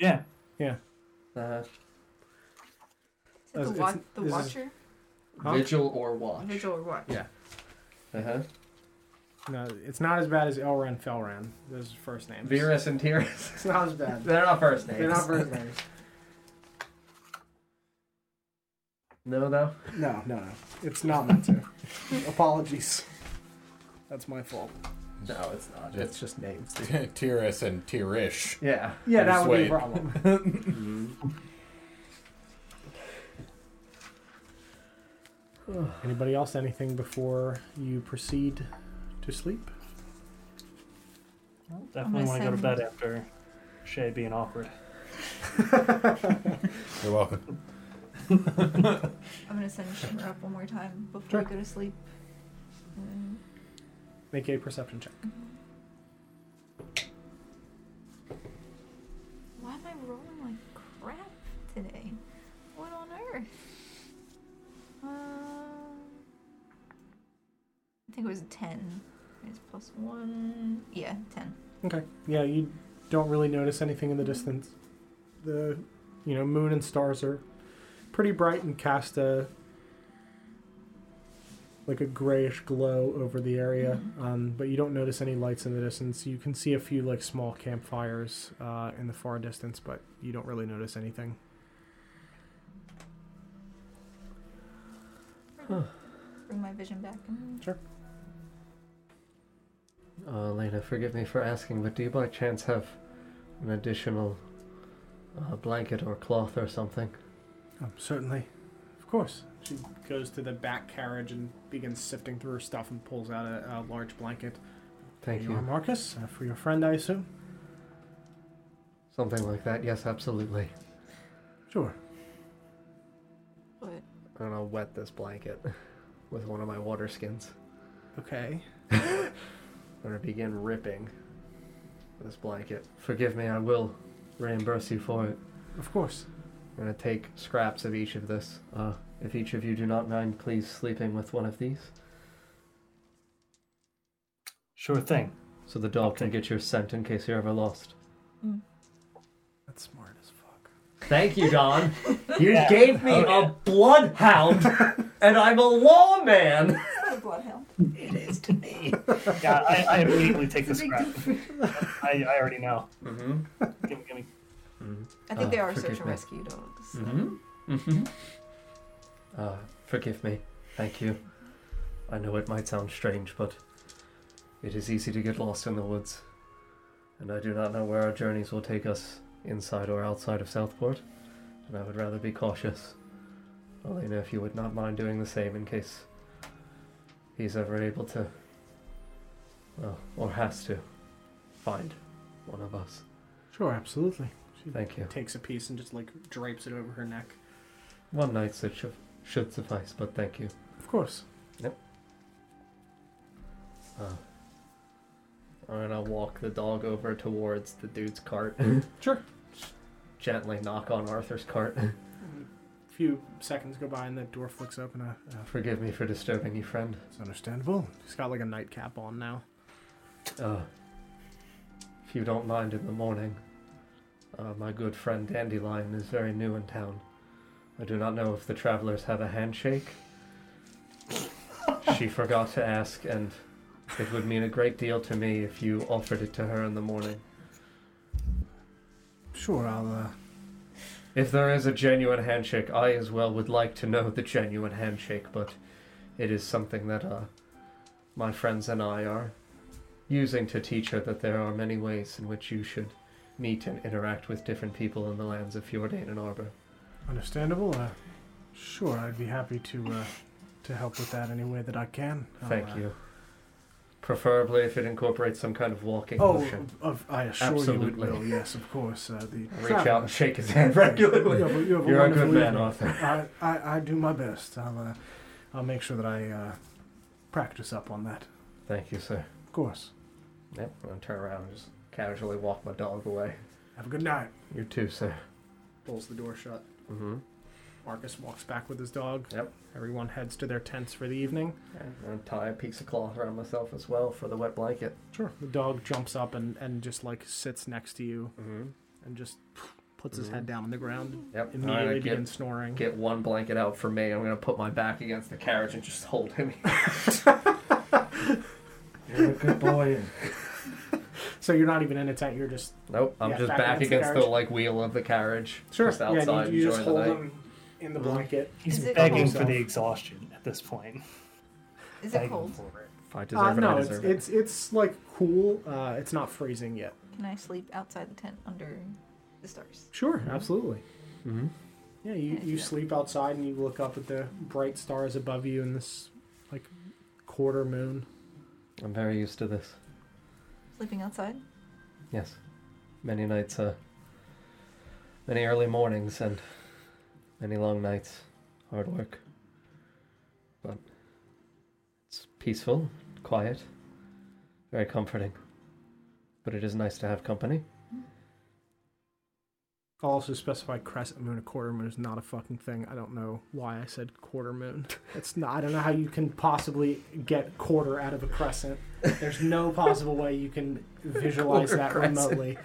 Yeah.
Uh,
Is it
It's-
the, wa-
it's-
the
this is-
Watcher?
Huh?
Vigil or watch.
Vigil or what?
Yeah.
Uh huh.
No, it's not as bad as Elran Felran. Those are first names.
Virus and Tiris. [laughs]
It's not as bad.
They're not first names.
They're not first names.
[laughs] No, no.
[laughs] No, no, no. It's not meant [laughs] to. Apologies. That's my fault.
No, it's not. It's just names.
[laughs]
dude.
Tiris and Tirish.
Yeah. [laughs]
Yeah, that
Just
would be a
wait.
problem.
Mm-hmm.
Anybody else anything before you proceed to sleep?
Definitely
gonna
want to go to
send-
bed after Shay being awkward.
You're welcome.
I'm gonna send Shimmer up one more time before
Sure.
we go to sleep. Mm,
Make a perception check.
Why am I rolling like crap today? What on earth? Um, I think it was ten. It's plus one. Yeah, ten.
Okay. Yeah, you don't really notice anything in the distance. The you know, moon and stars are pretty bright and cast a like a grayish glow over the area. Um, but you don't notice any lights in the distance. You can see a few like small campfires uh, in the far distance, but you don't really notice anything.
Bring my vision back. and-
Uh, Lena, forgive me for asking, but do you by chance have an additional uh, blanket or cloth or something?
Oh, certainly. Of course. She goes to the back carriage and begins sifting through her stuff and pulls out a, a large blanket.
Thank
Here you are,
you.
Marcus, uh, for your friend, I assume.
Something like that. Yes, absolutely.
Sure.
But
And I'll wet this blanket [laughs] with one of my water skins.
Okay.
And I begin ripping this blanket. Forgive me, I will reimburse you for it.
Of course.
I'm going to take scraps of each of this. Uh, if each of you do not mind, please sleeping with one of these.
[laughs]
Sure thing.
So the dog can get your scent in case you're ever lost.
That's smart as fuck.
Thank you,
[laughs]
Don. You
Yeah.
gave me
Oh, yeah.
a
[laughs]
bloodhound, and I'm a lawman.
it's not a bloodhound.
It is to me.
Yeah, I, I immediately take the
It's a big
scrap. I, I already know.
Mm-hmm.
Give me, give me. Mm-hmm.
I think
Oh,
they are
forgive
search and
me.
rescue dogs. so-
Mm-hmm. Mm-hmm. Uh, forgive me. Thank you. I know it might sound strange, but it is easy to get lost in the woods, and I do not know where our journeys will take us, inside or outside of Southport, and I would rather be cautious. Elena, if you would not mind doing the same in case he's ever able to, well, or has to, find one of us.
Sure, absolutely. She
Thank you.
takes a piece and just like drapes it over her neck.
One night should, should suffice, but thank you.
Of course.
Uh, I'm gonna walk the dog over towards the dude's cart.
Sure.
Gently knock on Arthur's cart. [laughs]
A few seconds go by and the door flicks open. Uh, uh,
Forgive me for disturbing you, friend.
It's understandable.
he's got like a nightcap on now.
Uh, if you don't mind, in the morning, uh, my good friend Dandelion is very new in town. I do not know if the travelers have a handshake. she forgot to ask, and it would mean a great deal to me if you offered it to her in the morning.
Sure, I'll. Uh,
If there is a genuine handshake, I as well would like to know the genuine handshake, but it is something that uh, my friends and I are using to teach her that there are many ways in which you should meet and interact with different people in the lands of Fjordane and Arbor.
understandable. Uh, sure, I'd be happy to uh, to help with that any way that I can. I'll,
Thank
uh,
you. Preferably if it incorporates some kind of walking
Oh,
motion.
of, I assure
Absolutely.
you it will. Yes, of course. Uh, the
Reach out and shake his hand [laughs]
[laughs]
regularly.
Yeah, but you have a
You're a
wonderful
good man,
evening.
Arthur.
I, I, I do my best. I'll, uh, I'll make sure that I uh, practice up on that.
Thank you, sir.
Of course.
Yep, I'm gonna turn around and just casually walk my dog away.
Have a good night.
You too, sir.
Pulls the door shut.
Mm-hmm.
Marcus walks back with his dog.
Yep.
Everyone heads to their tents for the evening.
And I'm gonna tie a piece of cloth around myself as well for the wet blanket.
Sure. The dog jumps up and, and just like sits next to you
Mm-hmm.
and just puts his
Mhm.
head down on the ground.
Yep.
Immediately
Alright, get,
begins snoring.
get one blanket out for me. I'm gonna put my back against the carriage and just hold him. You're a good boy.
So you're not even in a tent. You're just
[laughs] Nope, I'm
Yeah,
just
back
back,
against the
against the,
carriage.
like wheel of the carriage. Just
Yeah,
outside,
you, you just
enjoying
hold
the night.
him in the
Mhm.
blanket.
He's
Is it
begging
cold?
for the exhaustion at this point.
Is it
begging
cold?
for it.
If I deserve
Uh,
it, I
no, it's,
deserve
it's it's like cool. Uh, it's not freezing yet.
Can I sleep outside the tent under the stars?
Sure, absolutely.
it. Mm-hmm.
Yeah, you, you sleep outside and you look up at the bright stars above you and this like quarter moon.
I'm very used to this.
Sleeping outside?
Yes. Many nights, uh, many early mornings and many long nights. Hard work. But it's peaceful, quiet, very comforting. But it is nice to have company.
I'll also specify crescent moon. A quarter moon is not a fucking thing. I don't know why I said quarter moon. It's not. I don't know how you can possibly get quarter out of a crescent.
[laughs]
There's no possible way you can visualize
Quarter
that
crescent.
remotely.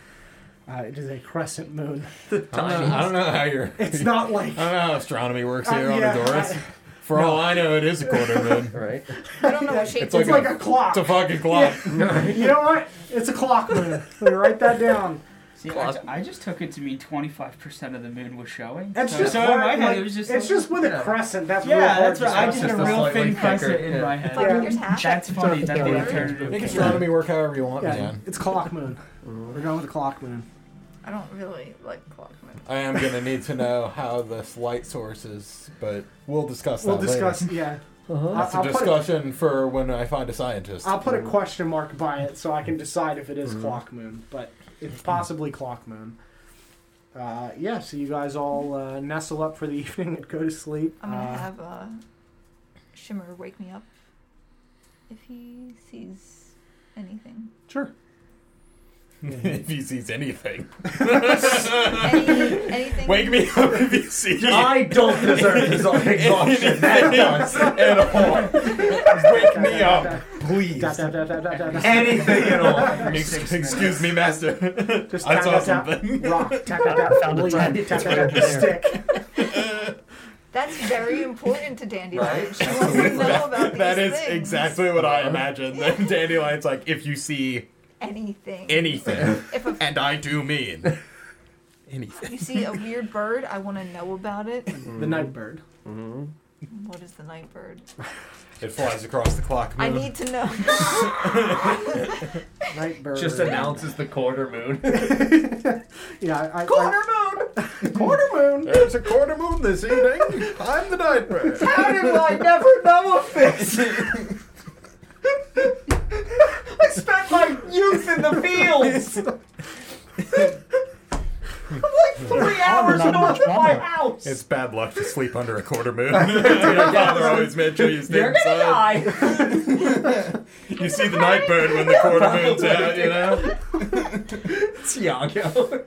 Uh, it is a crescent moon.
I don't, know, I don't know how you're.
[laughs] It's not
[laughs]
like.
I don't know how astronomy works here
Uh,
on
yeah,
Adoris. For all I know, it is a
[laughs]
quarter moon.
Right?
I don't know [laughs] what shape
It's
it's
like
It's like a clock.
It's a fucking clock.
you know what? It's a clock moon. Let me write that down.
See, I, I just took it to mean 25% of the moon was showing.
It's
so,
just
so in my
hard,
head,
like,
it was just.
It's
like-
just with a crescent. That's real
Yeah,
hard
that's
to
right. I
spell.
did a
the
real
slightly
thin
thicker,
crescent in
yeah.
my
like
head.
Yeah.
here's half.
That's funny. That's the
Yeah.
alternative.
Make
thing.
astronomy work however you want,
Yeah,
man.
it's clock moon. We're going with the clock moon.
I don't really like clock moon.
I am gonna need to know how this light source is, but we'll discuss that
We'll
later.
discuss. Yeah,
Uh-huh.
That's a
I'll put it-
discussion for when I find a scientist.
I'll put a question mark by it so I can decide if it is clock moon, but it's possibly clock moon. Uh, yeah, so you guys all uh, nestle up for the [laughs] evening and go to sleep.
I'm gonna
Uh,
have uh, Shimmer wake me up if he sees anything.
sure.
if he sees anything,
Any, anything?
wake me up if you see
I don't deserve
[laughs]
his exhaustion. That does.
at
[laughs]
all. Wake me up, please.
Dap, dap, dap, dap, dap, dap, dap.
Anything at all.
[laughs] Ex- excuse me, master.
Just
I
tap,
saw
tap, tap,
something.
Rock, tap, tap, tap,
Found a
lean,
tent.
tap,
It's
tap,
right
tap,
over there.
stick.
That's very important to Dandelion.
[laughs]
Right?
She wants to know about these
That is
things.
exactly what I imagined. Then Dandelion's like, if you see
anything.
anything,
If a,
and I do mean anything.
you see a weird bird, I want to know about it.
Mm-hmm.
The night bird.
What is the night bird?
It flies across the clock.
I
Moon.
need to
[laughs]
know.
Night bird.
Just announces the quarter
[laughs]
moon.
Yeah, I, I,
Quarter
[laughs] moon. Quarter moon.
There's a quarter moon this evening. I'm the night bird.
How did I never know of this?
[laughs]
I spent my youth in the fields. I'm like three hours north of my house.
house.
It's bad luck to sleep under a quarter [laughs] moon. Your father always made sure you stayed
You're gonna
inside.
die.
[laughs] You see the night bird when the quarter moon's out, you know? [laughs]
It's Yago.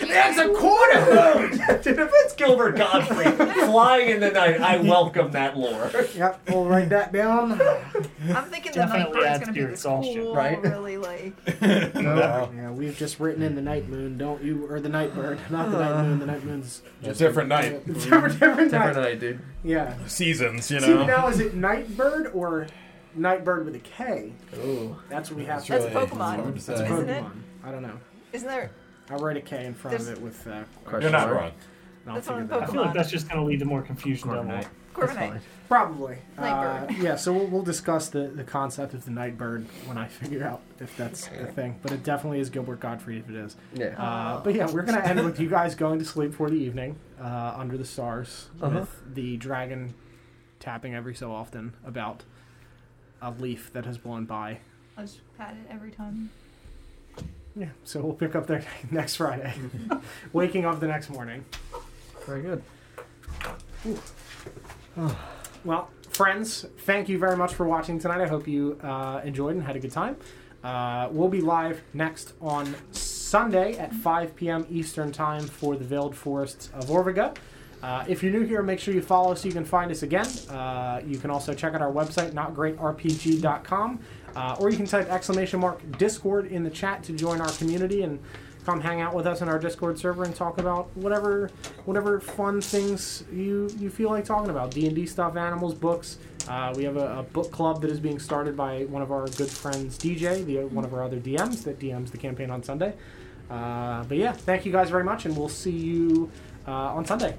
There's a quarter.
Dude, if it's Gilbert Godfrey flying in the night, I welcome that lore.
Yep, we'll write
[laughs]
that down.
I'm thinking the
Definitely
night bird's
adds
gonna
to
be
your
this
exhaustion.
cool,
Right?
really like
Yeah, we've just written in the night moon, don't you? Or the night bird, not
Uh.
the night moon. The night moon's
Just different night.
[laughs]
different, different night.
night, dude.
Yeah.
Seasons, you
See,
know?
now is it night bird or night bird with a K?
Ooh.
That's what we have.
That's
really
Pokemon.
hard to say.
That's
Isn't it?
Pokemon. I don't know.
Isn't there?
I write a K in front
There's-
of it with. Uh,
Question
You're not
mark.
wrong.
and I'll
That's on
figure that
I
out.
feel like that's just going to lead to more confusion down the line.
Corviknight.
Corviknight.
Probably.
Night
Uh, [laughs] yeah, so we'll, we'll discuss the, the concept of the night bird when I [laughs] figure out if that's a thing. But it definitely is Gilbert Godfrey if it is.
Yeah.
Uh, but yeah, we're going to end with you guys going to sleep for the evening uh, under the stars
Uh-huh.
with the dragon tapping every so often about a leaf that has blown by.
I just pat it every time.
Yeah, so we'll pick up there [laughs] next Friday. Waking up the next morning.
Mm-hmm. Very good.
Well, friends, thank you very much for watching tonight. I hope you uh, enjoyed and had a good time. Uh, we'll be live next on Sunday at 5 p.m. Eastern Time for the Veiled Forests of Orviga. Uh, if you're new here, make sure you follow so you can find us again. Uh, you can also check out our website, notgreatrpg.com, uh, or you can type exclamation mark Discord in the chat to join our community and come hang out with us in our Discord server and talk about whatever whatever fun things you you feel like talking about D and D stuff, animals, books. Uh, we have a, a book club that is being started by one of our good friends DJ, the one of our other DMs that DMs the campaign on Sunday. Uh, but yeah, thank you guys very much, and we'll see you uh, on Sunday.